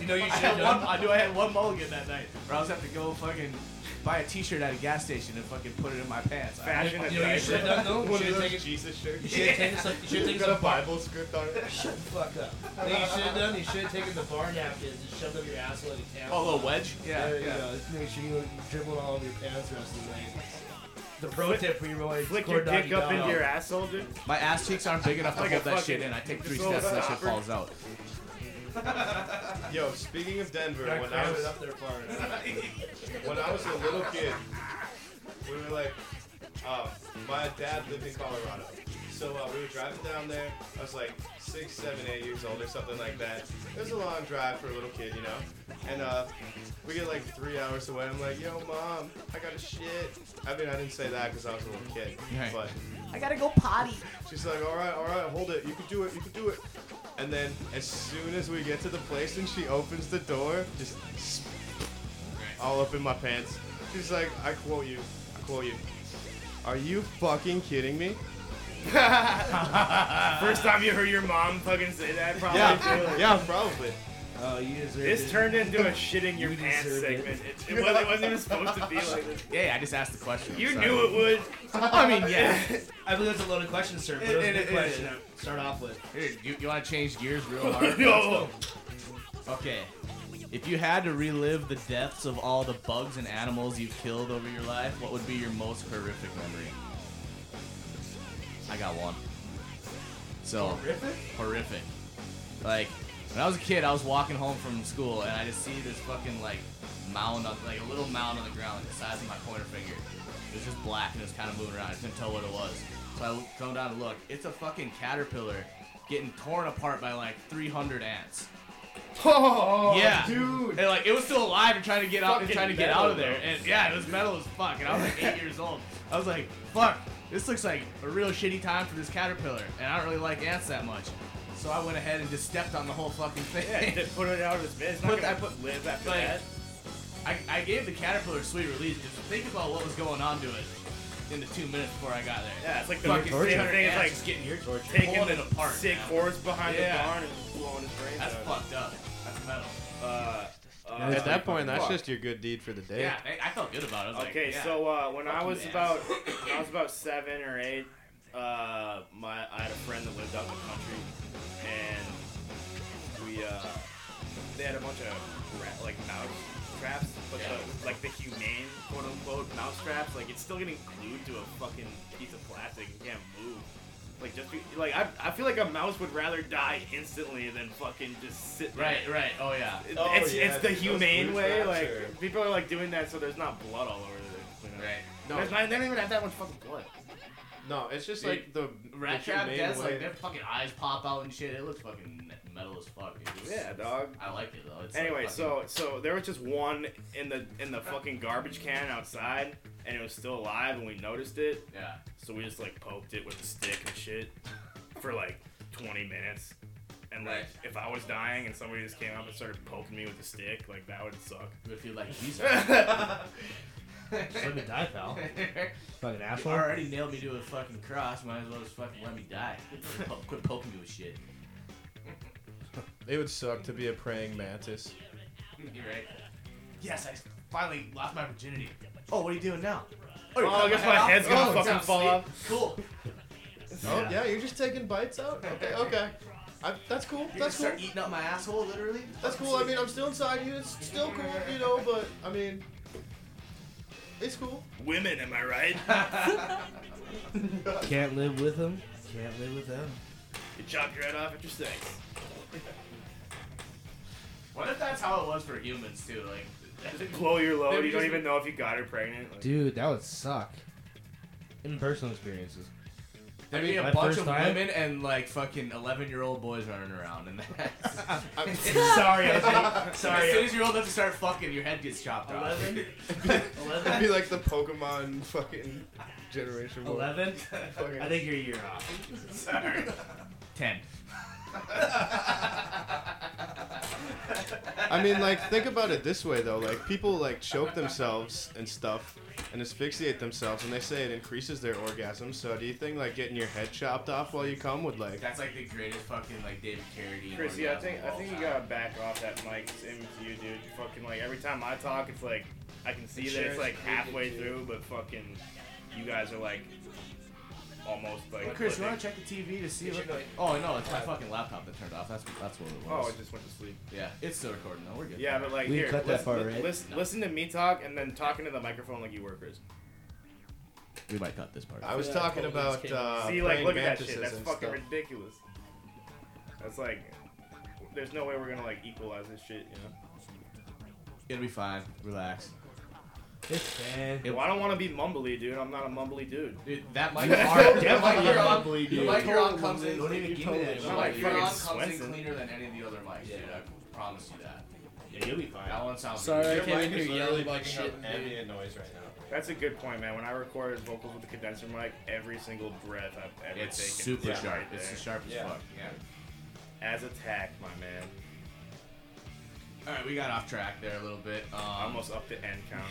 You know you
I
should've
had
done.
one- I do. I had one mulligan that night, where I was have to go fucking buy a T-shirt at a gas station and fucking put it in my pants. I-
Fashion
You
a
know, you
diaper.
should have done though.
One
You
of
should've
those
taken-
Jesus shirts.
You should have taken some. You should have
You
taken
got
some
a Bible script on it.
Shut the fuck up. I think you should have done. You should have taken the bar napkins and shoved up your asshole like a towel.
Oh, a little wedge? Yeah,
There you
yeah.
go. Make sure you dribble all over your pants the rest of the night. The pro tip for your boys.
Flick your dick up into your
ass.
asshole, dude.
My ass cheeks aren't big enough to
Like a
hold that
fucking-
shit in. I take three
Just roll
steps, that
it
shit
up.
falls out.
Yo, speaking of Denver,
That
when I
crowd
was
is up there farting.
when I was a little kid, we were like, uh, my dad lived in Colorado, so uh, we were driving down there. I was like six, seven, eight years old or something like that. It was a long drive for a little kid, you know. And uh, we get like three hours away. I'm like, yo, mom, I gotta shit. I mean, I didn't say that because I was a little kid,
Right.
but
I gotta go potty.
She's like, all right, all right, hold it. You can do it. You can do it. And then as soon as we get to the place and she opens the door, just all up in my pants. She's like, I quote you. I quote you. Are you fucking kidding me?
First time you heard your mom fucking say that, probably. too.
Yeah, yeah, probably.
Oh, you deserve
This turned into a shitting your pants segment. It, it, wasn't, it wasn't even supposed to be like this.
Yeah, yeah, I just asked the question. I'm
You
sorry.
knew it would.
I mean, yeah.
I believe it's a loaded question, sir. But it,
It-
was a
it-
good
it
question
is.
to start off with.
Here, you, you want to change gears real hard?
Oh,
No.
Okay. If you had to relive the deaths of all the bugs and animals you've killed over your life, what would be your most horrific memory? I got one. So
Horrific?
Horrific. Like when I was a kid, I was walking home from school and I just see this fucking like mound on like a little mound on the ground like the size of my pointer finger. It was just black and it was kind of moving around. I couldn't tell what it was. So I come down to look. It's a fucking caterpillar getting torn apart by like 300 ants.
Oh,
yeah,
dude.
And like it was still alive and trying to get out and
Fucking
trying to get
metal,
out of there.
though.
And yeah, it was metal as fuck. And I was like eight years old. I was like, fuck, this looks like a real shitty time for this caterpillar. And I don't really like ants that much. So I went ahead and just stepped on the whole fucking thing.
Yeah, to put it out of its bed. It's not
Put-
gonna
I put-
live after
like,
that.
I, I gave the caterpillar sweet relief. Just think about what was going on to it. into two minutes before I got there.
Yeah, it's like the
fucking
same thing. It's like
just getting your torture,
taking
pulling
the
it apart.
sick
man.
horse behind
Yeah.
the barn and blowing his brains
That's
out.
fucked up. That's metal.
Uh, uh,
At that point, that's just your good deed for the day.
Yeah, I, I felt good about it. I was like,
okay,
yeah,
so uh, when I
fucking
was
ass.
about when I was about seven or eight, uh, my I had a friend that lived out in the country, and we uh, they had a bunch of rat, like mouse traps, but the, like the humane quote unquote mouse traps, like it's still getting glued to a fucking piece of plastic and can't move. Like just be, like I, I feel like a mouse would rather die instantly than fucking just sit. there.
Right, right. Oh, yeah.
It-
Oh,
it's
yeah,
it's the
those
humane
glue
way.
traps
Like
are-
people are like doing that so there's not blood all over there. You know? Right.
No.
There's not, they don't even have that much fucking blood.
No, it's just like the
rat
the
trap
humane
deaths,
way-
like their fucking eyes pop out and shit. It looks fucking me- metal as fuck. It was-
Yeah, dog.
I liked it though. It's
anyway,
like
so
fucking-
so there was just one in the in the fucking garbage can outside, and it was still alive, and we noticed it.
Yeah.
So we just like poked it with a stick and shit for like 20 minutes, and like if I was dying and somebody just came up and started poking me with a stick, like that would suck.
Would feel like Jesus.
Let
me die, pal. Fucking asshole.
You already nailed me to a fucking cross. Might as well just fucking let me die. Po- Quit poking me with shit.
It would suck to be a praying mantis.
You're right. Yes, I finally lost my virginity. Oh, what are you doing now? you
Oh,
cut
I guess my
head off?
head's gonna
Oh, it's
fucking
out,
fall
see?
off.
Cool.
Oh yeah, you're just taking bites out. Okay, okay. I, that's cool.
You're gonna
That's cool.
start eating up my asshole, literally.
That's cool. I mean, I'm still inside you. It's still cool, you know. But I mean, it's cool.
Women, am I right?
Can't live with them. Can't live with them.
you chopped your head off after sex.
What if that's how it was for humans too? Like,
Just blow your load.
Maybe
You don't
just-
even know if you got her pregnant. Like,
Dude, that would suck. In personal experiences.
There'd be a
My
bunch
first
of
time-
women and like fucking eleven-year-old boys running around, and that's.
Sorry, I think- sorry.
As soon as you're old enough to start fucking, your head gets chopped off.
11? It'd be like the Pokemon fucking generation. war.
Eleven?
Fucking-
I think you're a year off.
Sorry. Ten.
I mean, like, think about it this way though. Like, people like choke themselves and stuff, and asphyxiate themselves, and they say it increases their orgasm. So, do you think like getting your head chopped off while you come would like?
That's like the greatest fucking like David Carradine.
Chris, yeah, I
orgasm
think
of
I
all
think you
time.
gotta back off that mic. Same as you, dude. Fucking like every time I talk, it's like I can see that it's like halfway through, but fucking you guys are like almost like.
Hey, Chris, you
living.
want to check the TV to see what? Oh no, it's my fucking laptop that turned off. That's that's what it was.
Oh, it just went to sleep.
Yeah, it's still recording though. We're good.
Yeah, but like
We
here,
cut that
listen,
part,
li-
right?
listen,
No.
listen to me talk and then talking to the microphone like you were, Chris.
we might cut this part.
I was talking about uh,
see, like
praying
look at that
mantises
shit. That's
and
fucking
stuff.
ridiculous. That's like, there's no way we're gonna like equalize this shit, you know.
It'll be fine. Relax. It's fine.
Well, I don't want to be mumbly, dude. I'm not a mumbly dude.
Dude, that mic Huron- that mic Huron- the mic Huron comes in-
Don't even
the
give me that.
mic Huron comes in cleaner than any of the other mics, dude. I promise you that. Yeah, you'll be fine. That one sounds
Sorry, I
good.
can't hear you yelling
like
like shit.
ambient noise right now.
That's a good point, man. When I recorded vocals with the condenser mic, every single breath I've ever
It's
taken.
super
is
sharp.
right
It's
there.
the sharpest Yeah. fuck, yeah.
As attack, my man.
All right, we got off track there a little bit. Um,
Almost up to end count.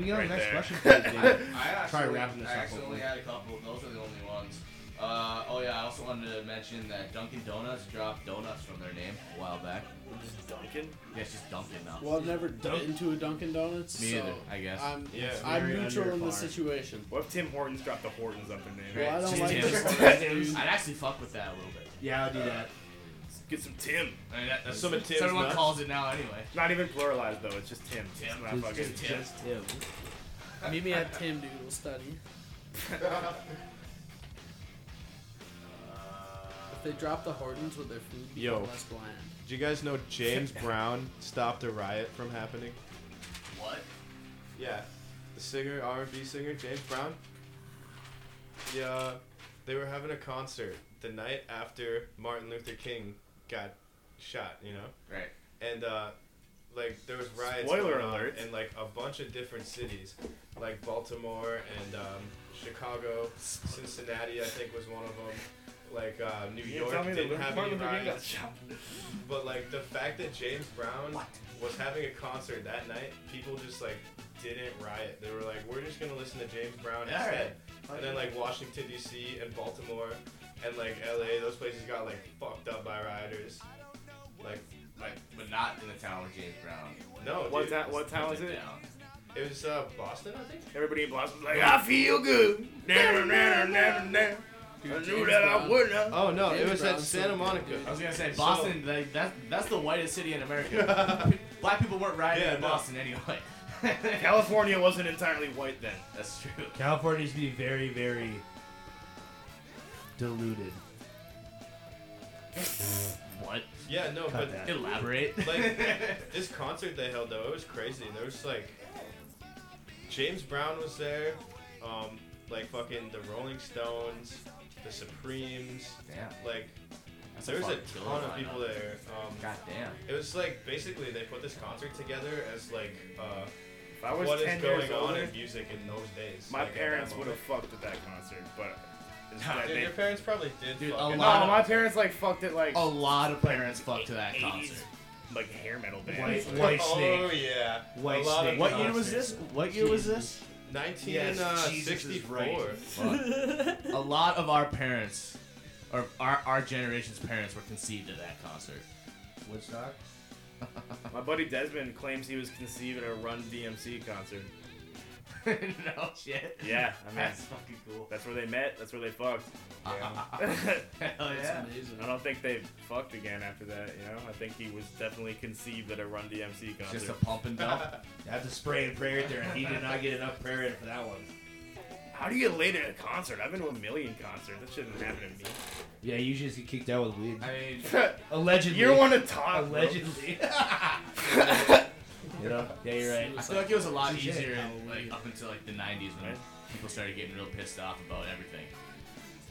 We got the next question, please, dude.
I actually,
Try wrapping this
I
up,
actually
hopefully.
only had a couple. Those are the only ones. Uh, oh yeah, I also wanted to mention that Dunkin' Donuts dropped donuts from their name a while back.
Just Dunkin'?
Yeah, it's just Dunkin' now.
Well, I've never done into a Dunkin' Donuts.
Me
so
either, I guess.
I'm,
Yeah, it's
I'm
very
neutral in this
underpowered.
situation.
What if Tim Hortons dropped the Hortons up in there?
Well, I don't
Just
like
Tim's.
this. dude.
I'd actually fuck with that a little bit. Uh,
Yeah, I'll do that.
Get some Tim.
I mean, that, that's
Some
some
of
Tim's.
Tim's
Everyone
nuts.
calls it now anyway.
It's not even pluralized though. It's just Tim. Tim. Not
Just-
fucking
just Tim. Just
Tim.
Meet me at Tim Doodle Study. if they drop the Hortons with their food,
Yo.
become less bland.
Did you guys know James Brown stopped a riot from happening?
What?
Yeah, the singer, R&B singer James Brown. Yeah, they were having a concert the night after Martin Luther King got shot. You know.
Right.
And uh, like there was riots.
Spoiler
going on
alert.
In like a bunch of different cities, like Baltimore and um, Chicago, Cincinnati. I think was one of them. Like uh, New
You didn't
York
tell me that
didn't
Luther-
have any
Martin Luther King got
riots.
shot.
But like the fact that James Brown was having a concert that night, people just like
didn't riot. They were like, we're just gonna listen to James Brown
Yeah,
instead.
alright.
And then like Washington D.C. and Baltimore and like L.A. Those places got like fucked up by rioters. Like,
like, but not in the town with James Brown.
No,
What
dude.
ta- what town was it?
It was uh, Boston, I think.
Everybody in Boston was like, I feel good. Never, never, never, never. I knew that I wouldn't. have."
Oh no, it was at Santa Monica.
I was gonna say
So-
Boston. like that, that's the whitest city in America. Black people weren't rioting
Yeah,
in
no.
Boston anyway.
California wasn't entirely white then.
That's true.
California used to be very, very diluted.
What?
Yeah, no,
Cut
but
that.
Elaborate.
Like this concert they held though, it was crazy. There was like James Brown was there, um, like fucking the Rolling Stones, the Supremes.
Damn.
Like
That's a
there was a
fucking
ton
killer
of people
lineup.
there. Um,
God damn.
It was like basically they put this concert together as like uh,
I was
what is
10
going
years
on
older,
in music in those days.
My
like, at that
parents would have
moment.
fucked at that concert, but.
Nah, dude, your parents probably did.
Dude,
fuck
a
it.
lot. No, my parents like fucked it like.
A lot of parents fucked Oh, to that
80s,
concert.
Like hair metal
White-
bands.
White Oh, Snake.
yeah.
White Snake What year was this? What year was this?
uh, 1964.
Fuck. a lot of our parents, or our, our generation's parents, were conceived at that concert.
Woodstock. My buddy Desmond claims he was conceived at a Run DMC concert.
no shit.
Yeah, I mean,
That's fucking cool.
That's where they met. That's where they fucked.
Yeah.
Hell
That's yeah. amazing.
I don't think they fucked again after that. You know, I think he was definitely conceived at a Run DMC concert.
Just a pump and dump?
That's a spray and pray right there, and he did not get enough prayer in for that one. How do you get laid at a concert? I've been to a million concerts. That shouldn't happen to me.
Yeah, you just get kicked out with weed.
I mean,
allegedly.
You're one to talk. bro.
Allegedly. you know? Yeah, you're right.
I feel like it was a lot
It's
easier like up until like the 90s when people started getting real pissed off about everything.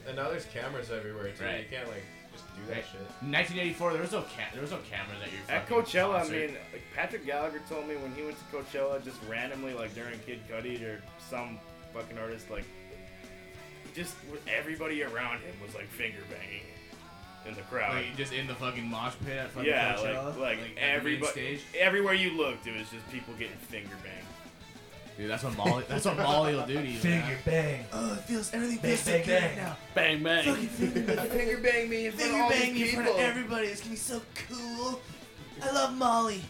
And now there's cameras everywhere too.
Right.
You can't like just do that shit.
In 1984, there was no ca- there was no cameras at your
At
fucking
Coachella,
concert.
I mean, like Patrick Gallagher told me when he went to Coachella, just randomly, like during Kid Cudi or some fucking artist, like just everybody around him was like finger banging in the crowd.
Like, just in the fucking mosh pit at fucking
yeah,
Coachella?
like
at
like,
the main
everybody,
stage?
everywhere you look, dude, it's just people getting finger banged.
Dude, that's what Molly. That's what Molly will do to you. man.
bang.
Oh, it feels everything
Bang,
feels so
bang,
good
bang.
now.
Bang bang.
Fucking
Finger bang me in
Finger bang me in front of everybody. It's gonna be so cool. I love Molly.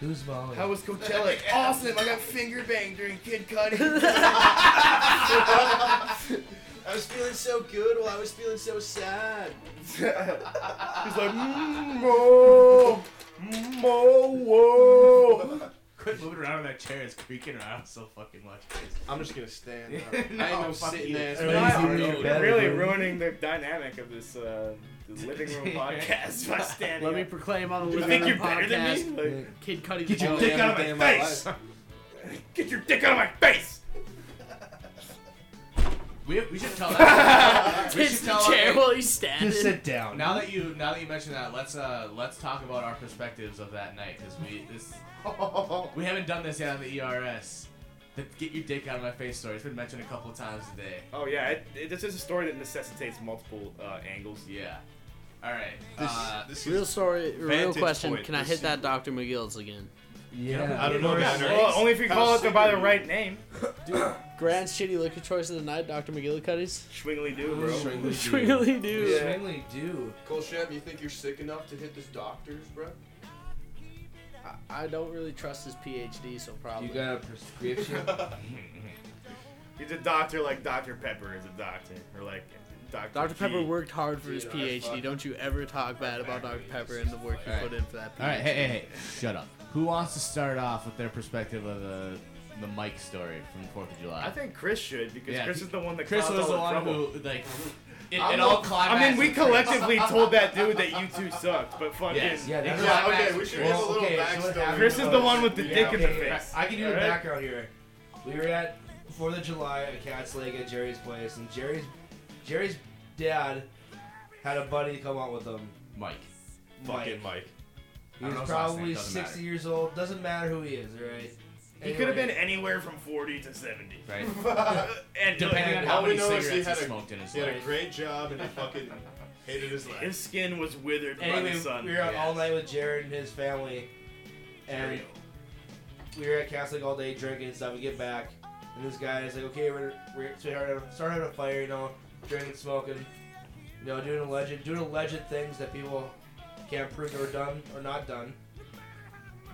Who's Molly?
How was Coachella? awesome! I got finger banged during Kid Cudi.
I was feeling so good while I was feeling so sad.
He's like, mm, oh, mm, oh, whoa.
Quit moving around in that chair. It's creaking around so fucking much.
I'm just gonna stand.
up.
I ain't no sitting there.
It's really, really ruining the dynamic of this uh, this living room podcast by standing.
Let me
up.
proclaim on the
You think
living room
you're better than me?
podcast.
Like,
Kid Cudi.
Get
the
your
only
dick out of
damn
my
alive.
face! Get your dick out of my face!
We, we should tell that. we
Hits
should
the
tell
chair
our-
while he's standing. Just sit
down.
Now that you now that you mention that, let's uh let's talk about our perspectives of that night because we this we haven't done this yet on the ERS. The get your dick out of my face story. It's been mentioned a couple times today.
Oh yeah, it, it, this is a story that necessitates multiple uh, angles.
Yeah. All right.
This,
uh,
real story, real
vantage
question.
point.
Can I
This
hit that Dr. McGill's again?
Yeah. I don't know, man. Well, only if you call it the- by the right name.
Dude, grand shitty liquor choice of the night, Dr. McGillicuddy's.
Schwingly do,
bro.
Schwingly
Schwingly do.
do.
Cole Shep, you think you're sick enough to hit this doctor's, bro?
I don't really trust his PhD, so probably.
You got a prescription?
He's a doctor like Dr. Pepper is a doctor, or like Dr.
Dr. Pepper
G.
worked hard for his
Dude, I
PhD.
fucking-
Don't you ever talk bad about Dr. Pepper and the work he
Alright.
put in for that PhD.
All right, hey, hey, hey, shut up. Who wants to start off with their perspective of the the Mike story from Fourth of July?
I think Chris should because
Yeah,
Chris is the one that
Chris
caused
was
all
the one
trouble.
who like it,
I'm
it
the-
all climaxed.
I mean, we
with Chris.
collectively told that dude that you two sucked, but fucking
Yes. Yeah, that's
Yeah,
right.
okay, we should give a little backstory. Chris is the one with the dick in the face.
I can do the
Alright?
background here. We were at Fourth of July at Cat's Lake at Jerry's place, and Jerry's Jerry's dad had a buddy come out with him.
Mike.
Mike.
Fucking Mike.
He
I don't know his
was
last
probably
name, doesn't
60
matter.
years old. Doesn't matter who he is, right?
He could have been
Anyway.
anywhere from 40 to 70.
Right.
and
Depending on
and
how
all we
many
know is
cigarettes he
had a-
smoked in his
he had a
life.
great job and he fucking hated his life. His skin was withered by
Anyway,
the sun.
we were out all night with Jared and his family, and
we were at Catholic all day drinking and stuff. We get back, and this guy is like, okay, we're, we're so we started started having a fire, you know, drinking, smoking, you know, doing alleged doing alleged things that people can't prove are done or not done.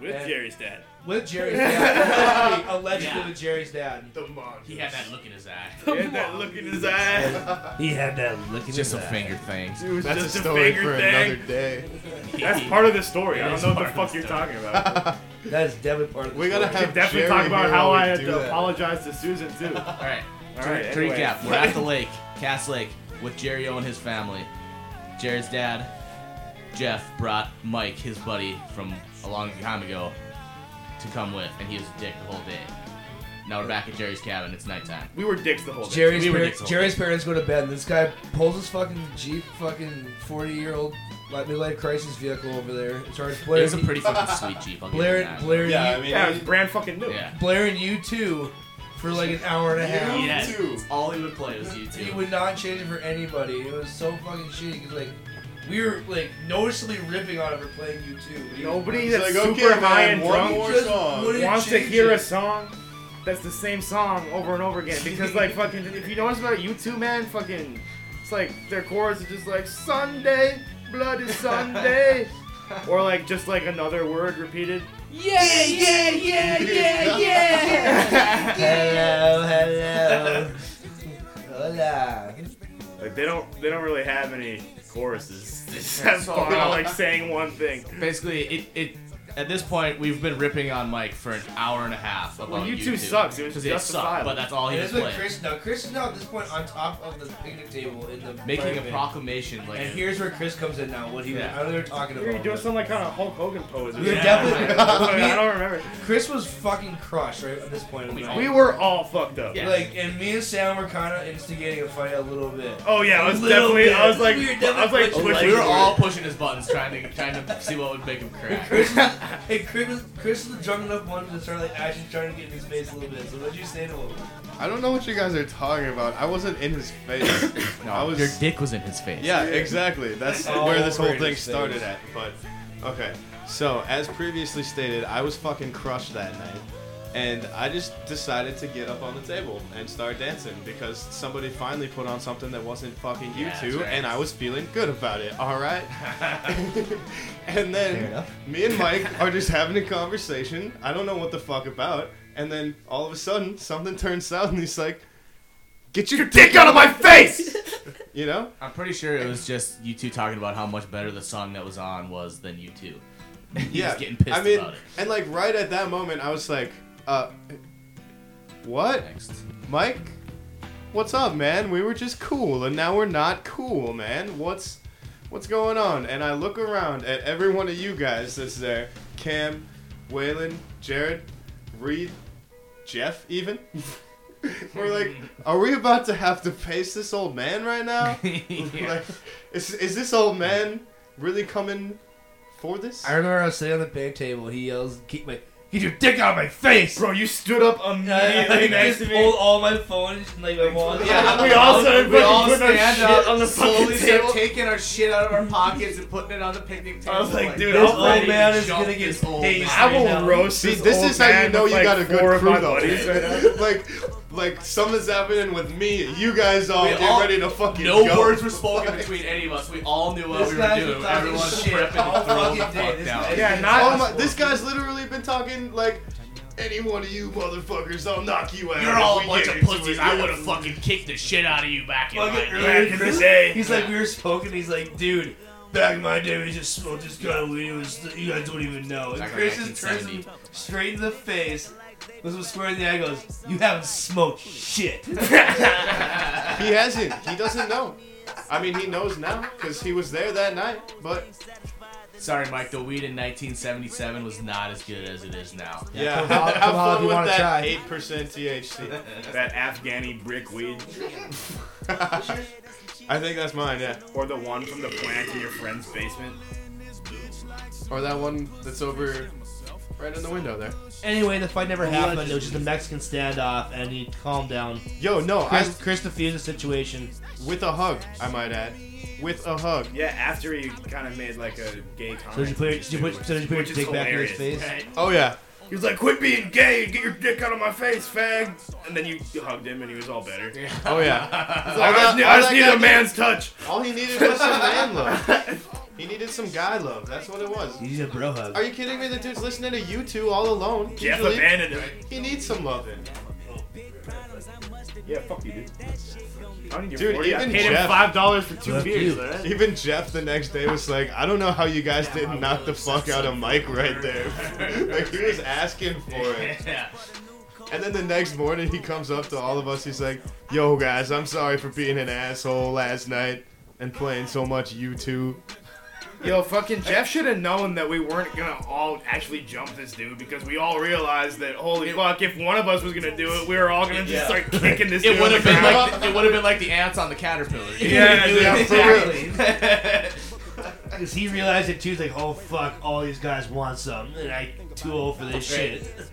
With
And-
Jerry's dad.
With Jerry's dad. allegedly, allegedly with Jerry's dad.
The monster.
He had that look in his eye.
He had that look in his eye.
He had that look in
Just
his
a
eye.
finger thing.
It was That's just a a story finger for thing. another day. That's part of the story. I
It
don't
is
know what the
part of
fuck you're talking about.
that is definitely part of the
We're gonna
story.
have definitely talk about how I had to apologize to Susan too. All
right,
all
to,
right.
to
anyway.
recap, we're at the lake, Cass Lake, with Jerry O and his family. Jerry's dad, Jeff, brought Mike, his buddy from a long time ago, to come with, and he was a dick the whole day. Now we're back at Jerry's cabin. It's nighttime.
We were dicks the whole
Jerry's,
We were
parents,
dicks the whole
Jerry's parents go to bed. And this guy pulls his fucking Jeep, fucking 40 year old like midlife crisis vehicle over there. and starts blaring.
was a pretty fucking sweet Jeep, I'll give
Blaring,
him that.
blaring,
Yeah,
you,
I mean, Yeah, it was
brand fucking new. Yeah.
Blaring you two for like an hour and a half.
Yes, all he would play was YouTube.
He would not change it for anybody. It was so fucking shitty. 'cause, like we were like noticeably ripping on him for playing you two.
Nobody that's super high and drunk wants to hear a
us.
song that's the same song over and over again. Because like fucking, if you notice about you two, man, fucking, it's like their chorus is just like Sunday, bloody Sunday, or like just like another word repeated.
Yeah, yeah, yeah, yeah, yeah.
hello,
hello. Hola.
Like they don't, they don't really have any choruses. They just have
So-
fun, like saying one thing.
Basically, it, it at this point we've been ripping on Mike for an hour and a half about
Well, you two
YouTube.
sucks. It was
'Cause
justifiable.
sucked, but that's all he
And
was
that's what
playing.
Chris now. Chris is now at this point on top of the picnic table in the
Making a
apartment.
proclamation like
And here's where Chris comes in now. What he
Yeah.
I know they're talking
We
about.
were doing some like kind of Hulk Hogan pose.
We were
Yeah.
definitely.
I don't remember.
Chris was fucking crushed right at this point.
We were all fucked up.
Like, and me and Sam were kind of instigating a fight a little bit.
Oh, yeah, I
A
was
little
definitely-
bit.
I was like-
We were
I was, like,
definitely
pushing
we were all pushing his buttons, trying to trying to see what would make him crack.
Hey, Chris, was- Chris was drunk enough one to start like actually trying to get in his face a little bit. So what'd you say to him?
I don't know what you guys are talking about. I wasn't in his face.
No,
I was.
your dick was in his face.
Yeah, exactly. That's
All
where this
over
whole
his
thing
face.
started at. But okay, so as previously stated, I was fucking crushed that night, and I just decided to get up on the table and start dancing because somebody finally put on something that wasn't fucking you
Yeah, that's
two,
right.
and I was feeling good about it. All right. and
Fair
then
enough.
me and Mike are just having a conversation. I don't know what the fuck about. And then all of a sudden, something turns south, and he's like, "Get your dick out of my face!" you know.
I'm pretty sure it was just you two talking about how much better the song that was on was than you two. He was getting pissed
I mean,
about it.
and like right at that moment, I was like, uh, what? Mike, what's up, man? We were just cool, and now we're not cool, man. What's what's going on? And I look around at every one of you guys that's there: Cam, Waylon, Jared, Reed, Jeff, even. We're like, are we about to have to face this old man right now? like, is, is this old man really coming for this?
I remember I was sitting on the big table. He yells, "Keep my." Get your dick out of my face, bro!
You stood up
immediately. I just pulled all my phones and like my wallet.
Yeah, we all started fucking putting our shit on the fucking table. taking our shit out of our pockets and putting it on the picnic table. I was like,
dude,
this
I'm ready
old man
to
is
jump
gonna get
this old
tasty.
man. I will
now.
roast
See, this is how you know you got a good crew, though.
buddies
like, like something's happening with me. You guys all
We
get
all-
ready to fucking
No
go.
words were spoken between any of us. We all knew what
This
we were
guy's
doing.
been talking
Everyone was
shit
prepping
all
to throw the
fucking day.
fuck
This
down.
guy's been Oh my- this guy's literally been talking like. Any one of you motherfuckers, I'll knock you out.
You're
if
all
we
a bunch of
get into it."
pussies. I would have fucking kicked the shit out of you back in my
Fucking
day.
early- He's like, we were smoking. He's like, dude, back in my day, we just smoked this kind of weed. It was, you guys don't even know. And
Back in
Chris just turns him straight in the face, looks him square in the eye, goes, "You haven't smoked shit."
He hasn't. He doesn't know. I mean, he knows now because he was there that night. But
Sorry, Mike. The weed in 1977 was not as good as it is now.
yeah, have fun with that eight percent THC.
that Afghani brick weed.
I think that's mine, yeah.
Or the one from the plant in your friend's basement.
Or that one that's over right in the window there.
Anyway, the fight never
Well,
happened.
just-
It was just a Mexican standoff, and he calmed down.
Yo, no,
Chris, Chris defused the situation
with a hug. I might add, with a hug.
Yeah, after he kind of made like a gay comment.
So did you put your- did you put- so did you put your
which is
dick back in his
hilarious.
face?
Oh yeah.
He was like, "Quit being gay and get your dick out of my face, fag." And then you hugged him, and he was all better.
Oh, yeah.
He's like, I, just, need- I just needed a man's touch.
All he needed was some man love. He needed some guy love. That's what it was.
He's a bro hug.
Are you kidding me? The dude's listening to you two all alone.
Jeff
usually.
abandoned him.
He needs some loving.
Yeah, fuck you, dude. I don't need your
Dude,
40. I
even
paid
Jeff,
him five dollars for two beers. all right?
Even Jeff the next day was like, I don't know how you guys didn't knock the fuck out of Mike right there. like he was asking for it.
Yeah.
And then the next morning he comes up to all of us, he's like, Yo guys, I'm sorry for being an asshole last night and playing so much U2.
Yo, fucking Jeff should have known that we weren't gonna all actually jump this dude because we all realized that holy fuck, if one of us was gonna do it, we were all gonna just
Yeah.
start kicking this.
It would have been like it would have been like
like.
the ants on the caterpillar. dude.
Yeah,
You knew
yeah,
Because he realized it too. He's like, oh fuck, all these guys want something, and I too old for this
Right.
shit.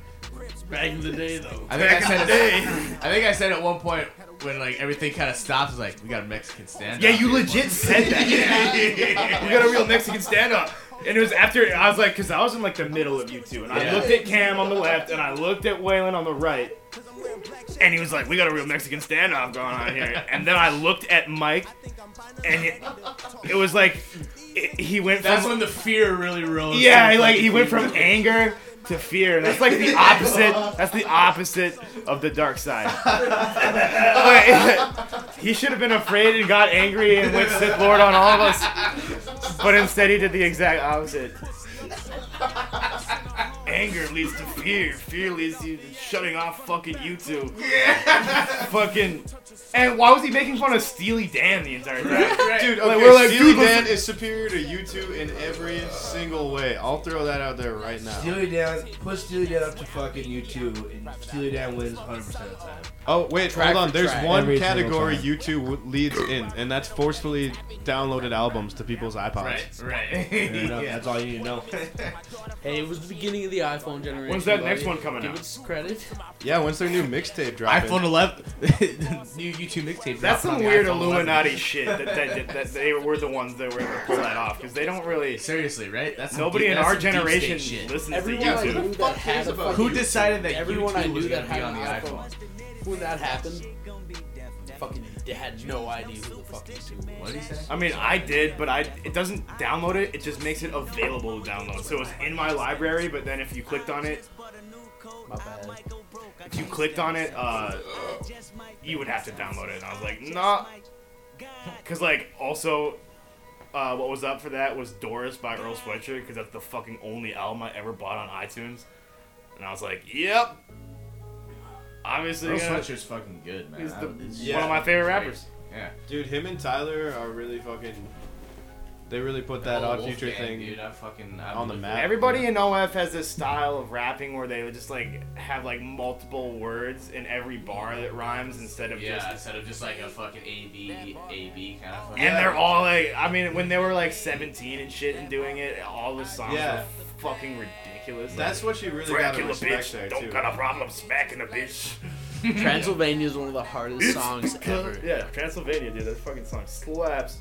Back in the day, though.
I think I said it, I think I said at one point when like everything kind of stops, was like we got a Mexican stand.
Yeah, you legit said that. we got a real Mexican stand up. And it was after I was like, because I was in like the middle of you two, and I
Yeah.
looked at Cam on the left, and I looked at Waylon on the right, and he was like, "We got a real Mexican standoff going on here." And then I looked at Mike, and it, it was like it, he went.
That's
from,
when the fear really rose.
yeah, he, like he went from anger to fear. and That's like the opposite. That's the opposite of the dark side. Like, he should have been afraid and got angry and went Sith Lord on all of us, but instead he did the exact opposite. Anger leads to fear. Fear leads to you shutting off fucking YouTube. Yeah. fucking. And why was he making fun of Steely Dan the entire time?
Dude, okay,
Like,
Steely
dude,
Dan
listen-
is superior to U2 in every single way. I'll throw that out there right now.
Steely Dan, put Steely Dan up to fucking you two, and Steely Dan wins 100% of the time.
Oh wait,
Track
hold
for
on. There's
track.
one
Every single
category
time.
U2 w- leads in, and that's forcefully downloaded albums to people's iPods.
Right, right.
That's all you need to know.
Hey, it was the beginning of the iPhone generation.
When's that next
buddy.
one coming
Give
out?
Give it credit.
Yeah, when's their new mixtape dropping?
iPhone 11, new YouTube mixtape.
That's
dropping on the
some weird
iPhone 11.
Illuminati shit that, that, that, that they were the ones that were able to pull that off because they don't really
seriously right. That's some
nobody
deep-
in
that's
our
some deep state
generation
shit.
listens
Everyone
to
I
YouTube.
knew that had a fucking
Who decided that
everyone I
YouTube was
knew that
gonna be
had
on
an
the
iPhone. When that happened, fucking they had no idea who the fuck YouTube was.
I mean, I did, but I it doesn't download it. It just makes it available to download. So it was in my library, but then if you clicked on it,
My bad.
if you clicked on it, uh, you would have to download it. And I was like, nah, because like also. Uh, what was up for that was Doris by Earl Sweatshirt because that's the fucking only album I ever bought on iTunes, and I was like, "Yep, obviously."
Earl
gonna-
Sweatshirt's fucking good, man.
He's
I
the-
would- it's-
one
Yeah.
of my favorite
Great.
rappers.
Yeah.
Dude, him and Tyler are really fucking. They really put that
whole
odd
Wolfgang,
future thing
dude, I fucking- I
on the
believe
map.
Everybody in OF has this style of rapping where they would just like have like multiple words in every bar that rhymes instead of
Yeah,
just.
instead of just like a fucking A B A B kind of. fucking-
And they're all like, I mean, when they were like 17 and shit and doing it, all the songs
Yeah.
were fucking ridiculous.
That's what you really gotta
Dracula
respect
bitch,
there,
don't
too.
got a problem smacking a bitch.
Transylvania is one of the hardest songs ever.
Yeah, Transylvania, dude. That fucking song slaps.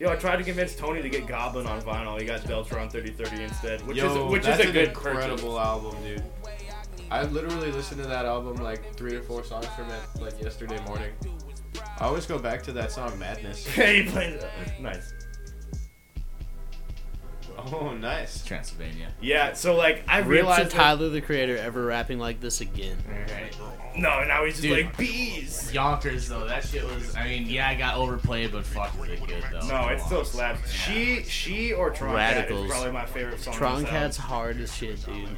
Yo, I tried to convince Tony to get Goblin on vinyl. He got Beltron 3030 instead, which
Yo,
is which
that's
is a
an
good purchase.
incredible album, dude. I literally listened to that album like three or four songs from it like yesterday morning. I always go back to that song Madness.
He plays- nice.
Oh, nice.
Transylvania.
Yeah, so like I
Rips
realized
and
that-
Tyler the Creator ever rapping like this again.
No, now he's just
Dude.
like bees.
Yonkers though, that shit was. I mean, yeah, I got overplayed, but fuck, was it good though?
No, it Oh, still slaps. She, she or Tron Cat
Radicals.
is probably my favorite song.
Tron
on this album.
Cat's hard as shit, dude.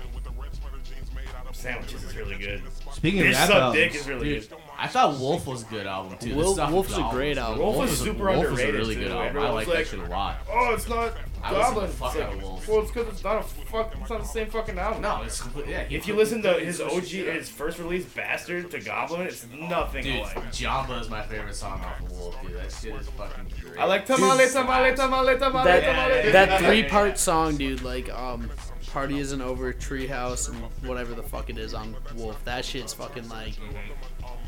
Sandwiches is really good.
Speaking
Bitch
of rap
Suck
albums,
Dick is really
Dude,
good.
I thought Wolf was a good album too. The
Wolf-
stuff
Wolf's
with
a
the
great
albums.
album. Wolf
is
a-
super
Wolf
underrated,
was a really
too.
good album. I
Everyone's
like
like,
that shit a lot.
Oh, it's not
I listen to
Goblin. It's
fuck
like,
out of Wolf.
well, it's because it's not a fuck. It's not the same fucking album.
No, it's complete- yeah, he
If you
put-
listen to
he
his
put
OG,
shit out.
his first release, Bastard to Goblin, it's nothing
Dude,
alike.
Jamba is my favorite song off of Wolf, dude. That shit is fucking great.
I like tamale,
Dude,
tamale, tamale, tamale,
That,
tamale.
that three part song, dude, like, um, Party Isn't Over, Treehouse, and whatever the fuck it is on Wolf. That shit's fucking like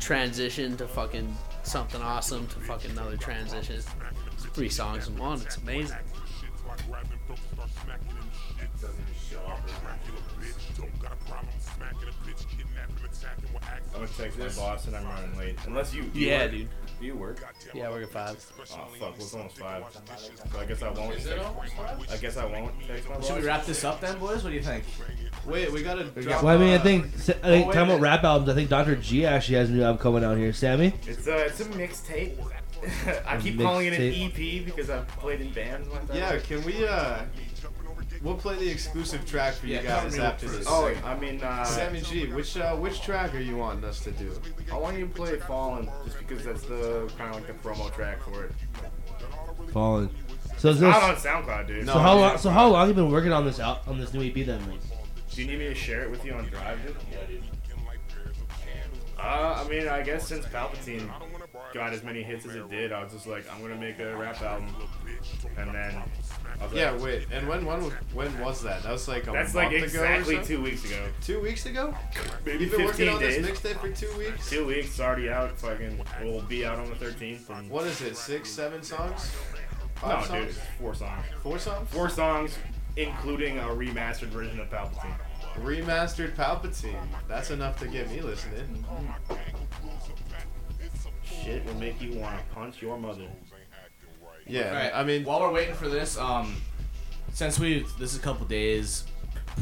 transition to fucking something awesome to fucking another transition. It's Three songs in one, it's amazing.
it doesn't show up. bitch, don't got a problem smacking a bitch, kidnapping, attacking, or acting.
I'm gonna text my boss and I'm running late. Unless you. you
Yeah,
work.
dude.
Do you work?
Yeah, I work at five.
Oh fuck, it's almost five. So I guess I won't.
Is it
text- I guess I won't text my boss.
Should we wrap this up then, boys? What do you think?
Wait, we gotta.
Well, I mean, I think I think talking about rap albums. I think Dr. G actually has a new album coming out here. Sammy,
It's
uh,
a, it's a mixtape. I
A
keep calling it an E
mixtape.
EP because I've played in bands one time.
Yeah, can we? uh... We'll play the exclusive track for you
Yeah,
guys
I mean,
after this.
oh,
segment.
I mean, uh,
Sammy G, which uh, which track are you wanting us to do?
I want you to play Fallen just because that's the kind of like the promo track for it.
Fallen. So is
It's
this
out on SoundCloud, dude.
So
No,
how
dude.
long? So how long you been working on this out on this new EP then? Like,
Do you need me to share it with you on Drive, dude? Yeah, dude. Uh, I mean, I guess since Palpatine got as many hits as it did, I was just like, I'm gonna make a rap album, and then. I was
Yeah,
like,
wait. And when when when was that? That was like a
That's
month
like
ago or
exactly
something?
two weeks ago.
Two weeks ago?
Maybe
You've been working
15
on this
days.
mixtape for two weeks.
Two weeks, it's already out. Fucking, we'll be out on the 13th. And
What is it? Six, seven songs?
No,
Five
dude,
songs?
it's four songs.
Four songs?
Four songs, including a remastered version of Palpatine.
Remastered Palpatine. That's enough to get me listening.
Shit will make you want to punch your mother.
Yeah,
Alright,
I mean,
while we're waiting for this, um, since we this is a couple days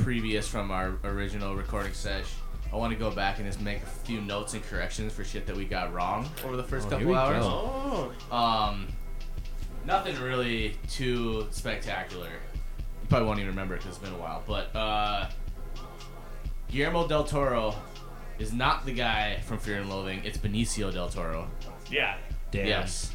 previous from our original recording sesh, I want to go back and just make a few notes and corrections for shit that we got wrong over the first
Oh, here
couple
we
hours.
oh.
go.
Um, nothing really too spectacular. You probably won't even remember because it's been a while. But uh, Guillermo del Toro is not the guy from Fear and Loathing. It's Benicio del Toro.
Yeah.
Damn.
Yes.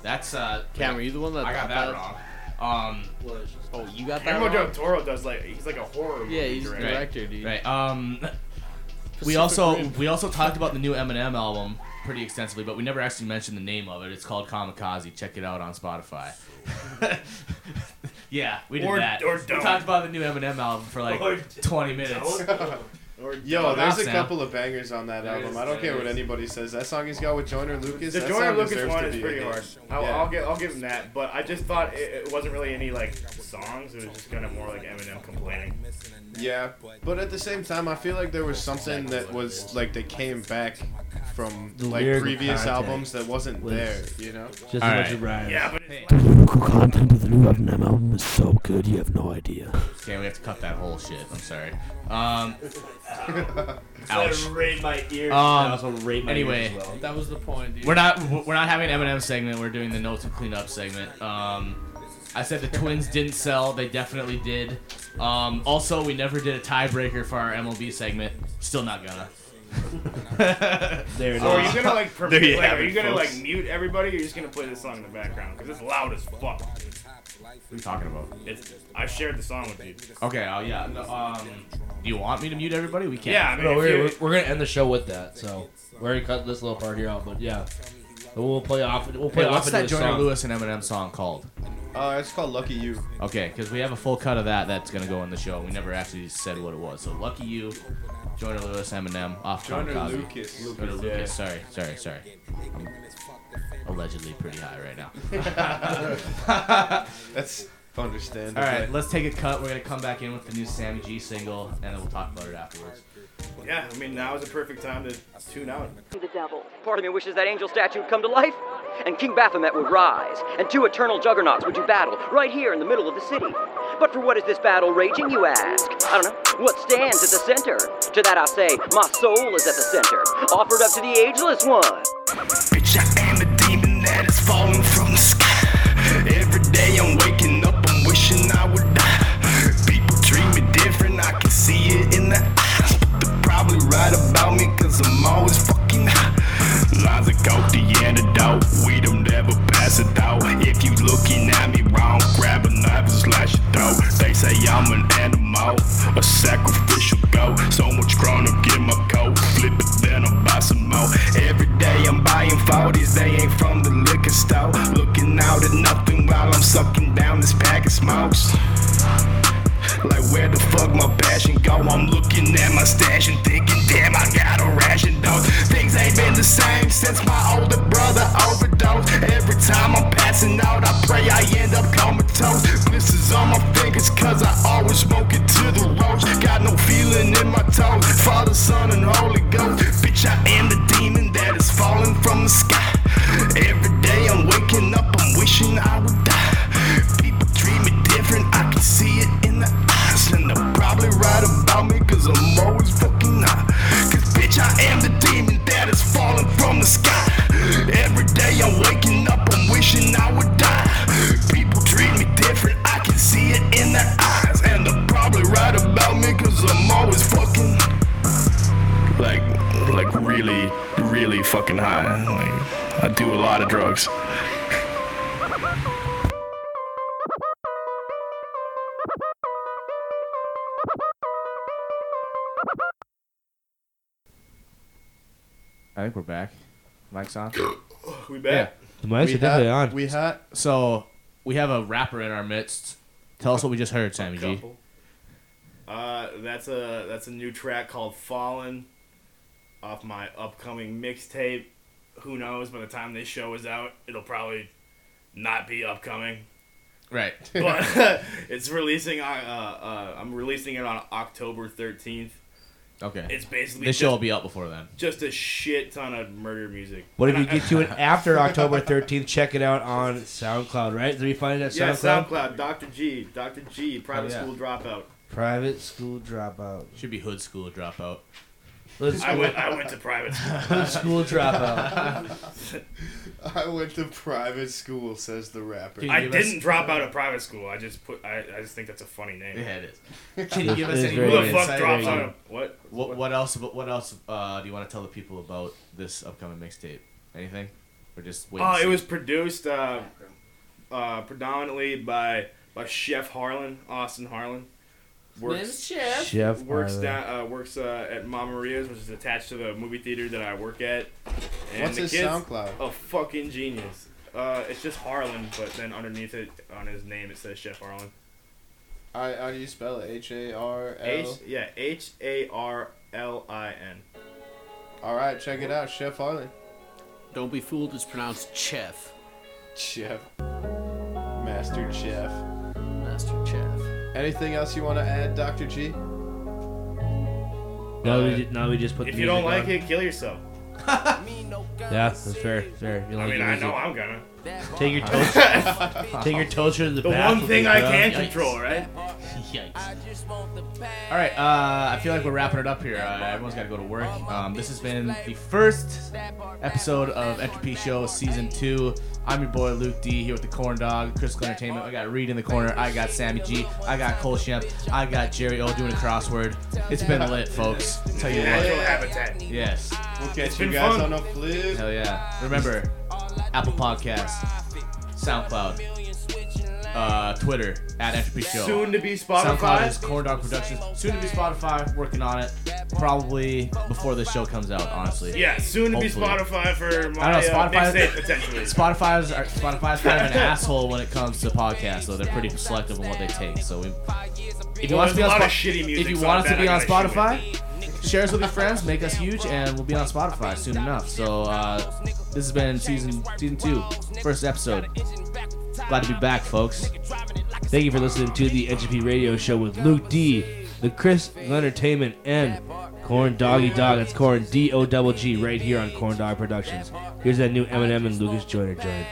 That's uh.
Cam, are you the one that
I got
thought
that,
that?
wrong? Um.
Oh, you got that
Guillermo del
wrong?
Toro does like he's like a horror.
Yeah,
movie
he's the
director.
director, dude.
Right. Um. we
Pacific
also
Rim.
we also talked about the new Eminem album pretty extensively, but we never actually mentioned the name of it. It's called Kamikaze. Check it out on Spotify. yeah, we did
Or-
that.
or
We
don't.
talked about the new Eminem album for like
Or
20 minutes.
Yo, there's a
Sam.
couple of bangers on that
There
album.
is,
I don't
there
care what
is.
anybody says. That song he's got with Joyner Lucas.
The
that
Joyner
song
Lucas
deserves
one
to
is
be a
pretty
hit.
hard. I'll,
Yeah.
I'll give I'll give him that, but I just thought it, it wasn't really any like songs. It was just kind of more like Eminem complaining.
Yeah, but at the same time, I feel like there was something that was like they came back from
The
like
lyrical
previous
content
albums that wasn't
was
there, you know?
just a bunch of rhymes.
Yeah, but it's
The lyrical content of the new Eminem album is so good, you have no idea.
Okay, we have to cut that whole shit. I'm sorry. Um, ouch. Um,
Instead of raid my ears, I also raid my ears
anyway,
as well.
That was the point, dude.
We're not we're not having an Eminem segment. We're doing the notes and cleanup segment. Um, I said the Twins didn't sell. They definitely did. Um, also, we never did a tiebreaker for our MLB segment. Still not gonna.
there
So are you gonna like, per-
There you
like,
have
are
it,
you gonna
folks.
like mute everybody? Or you're just gonna play this song in the background because it's loud as fuck. What are
you talking about?
It's, I shared the song with you.
Okay. Oh yeah. No, um, do you want me to mute everybody? We can't.
Yeah, I mean,
no, we're, we're, we're gonna end the show with that. So we're gonna cut this little part here out, but yeah, But we'll play off. We'll play
Hey,
off
what's
into
that
a
Joyner
song.
Lewis and Eminem song called?
Uh, it's called Lucky You.
Okay, because we have a full cut of that. That's gonna go in the show. We never actually said what it was. So lucky you, Joyner Lewis, Eminem, off
Joyner
Kamikaze.
Lucas.
Joyner
Lucas,
Lucas,
yeah.
Sorry, sorry, sorry. I'm allegedly pretty high right now.
That's understandable.
All right, let's take a cut. We're gonna come back in with the new Sammy G single, and then we'll talk about it afterwards.
Yeah, I mean now is the perfect time to tune out.
The devil. Part of me wishes that angel statue would come to life, and King Baphomet would rise, and two eternal juggernauts would you battle right here in the middle of the city. But for what is this battle raging, you ask? I don't know. What stands at the center? To that I say, my soul is at the center, offered up to the ageless one.
Bitch, I am a demon that is falling from the sky. Every day I'm waking up, I'm wishing I would die. People treat me different, I can see it in the eyes. But they're probably right about me, cause I'm always fucking high. Lines of coke, the antidote. We don't ever pass it out. If you looking at me wrong, grab a knife and slash your throat. They say I'm an animal, a sacrificial goat. So much grown up, get my coat. Flip it, then I'll buy some more. Every day I'm buying 40s, they ain't from the liquor store. Looking out at nothing while I'm sucking down this pack of smokes. Like where the fuck my passion go? I'm looking at my stash and thinking, damn, I got a ration dose. Things ain't been the same since my older brother overdosed. Every time I'm passing out, I pray I end up comatose. Blisters on my fingers, cause I always smoke fucking high. Like, I do a lot of drugs.
I think we're back. Mic's on.
We back.
The mics
We
are definitely
had-
on.
We had so we have a rapper in our midst. Tell us what we just heard, Sammy G.
Uh, that's a that's a new track called Fallen, off my upcoming mixtape. Who knows? By the time this show is out, it'll probably not be upcoming.
Right.
but it's releasing. on, Uh, uh, I'm releasing it on October 13th.
Okay.
It's basically
This
just-
show will be up before then.
Just a shit ton of murder music.
What if
And
you
I-
get to it after October 13th? Check it out on SoundCloud, right? Do you find it at
Yeah,
SoundCloud?
SoundCloud. Dr. G. Dr. G. Private
Oh, yeah.
school dropout.
Private school dropout.
Should be hood school dropout.
Hood
I went. I went to private school.
Hood school dropout.
I went to private school, says the rapper.
I didn't drop out of private school. I just put. I, I just think that's a funny name.
Yeah, it is. Can you give us any
Who
more
the fuck
insight?
drops out of what?
What what else? But what else uh, do you want to tell the people about this upcoming mixtape? Anything? Or just wait? and
Oh, it
see?
was produced uh, uh, predominantly by by Chef Harlan, Austin Harlan.
Name's Chef.
Chef
works
Harlan.
down, uh, works uh, at Mama Maria's, which is attached to the movie theater that I work at.
What's his SoundCloud?
A fucking genius. Uh, it's just Harlan, but then underneath it, on his name, it says Chef Harlan.
I, how do you spell it? H A R
H
L.
yeah H A R L I N.
All right, check it out, Chef Harlan.
Don't be fooled. It's pronounced chef.
Chef. Master Chef.
Master Chef.
Anything else you want to add, Doctor G?
Now we, ju- now we just put
If
the
you don't
music
like
on.
it, kill yourself.
Yeah, that's fair. Fair. You
I
like
mean,
the
I
music.
know I'm gonna.
Take your toaster. take your toaster to the
The
bathroom.
one thing I
bro.
can control, right?
All right, uh, I feel like we're wrapping it up here. Uh, everyone's got to go to work. Um, this has been the first episode of Entropy Show Season 2. I'm your boy Luke D here with the Corn Dog, Crystal Entertainment. I got Reed in the corner. I got Sammy G. I got Cole Shemp. I got Jerry O doing a crossword. It's been lit, folks. Tell you
Natural
what.
habitat.
Yes.
We'll
It's you been guys fun. on
the flip.
Hell yeah. Remember, Apple Podcasts, SoundCloud, uh, Twitter, at Entropy Show.
Soon to be Spotify.
SoundCloud is Corn Dog Productions. Soon to be Spotify. Working on it. Probably before the show comes out, honestly.
Yeah, soon to be
Hopefully.
Spotify for my
I don't know.
uh,
Spotify.
mixtape potentially.
Spotify's are, Spotify's kind of an asshole when it comes to podcasts, though. They're pretty selective on what they take. So we, if you
Well,
want us to be
there's a
on
lot of
Spo-
shitty music,
if you
so
want
I
us to
bet
be
I
on
gotta
Spotify, share us with your friends, make us huge, and we'll be on Spotify soon enough. So uh, this has been season season two, first episode. Glad to be back, folks.
Thank you for listening to the NGP Radio Show with Luke D, the Chris Entertainment, and Corn Doggy Dog. That's Corn D O Double G right here on Corn Dog Productions. Here's that new Eminem and Lucas Joyner joint.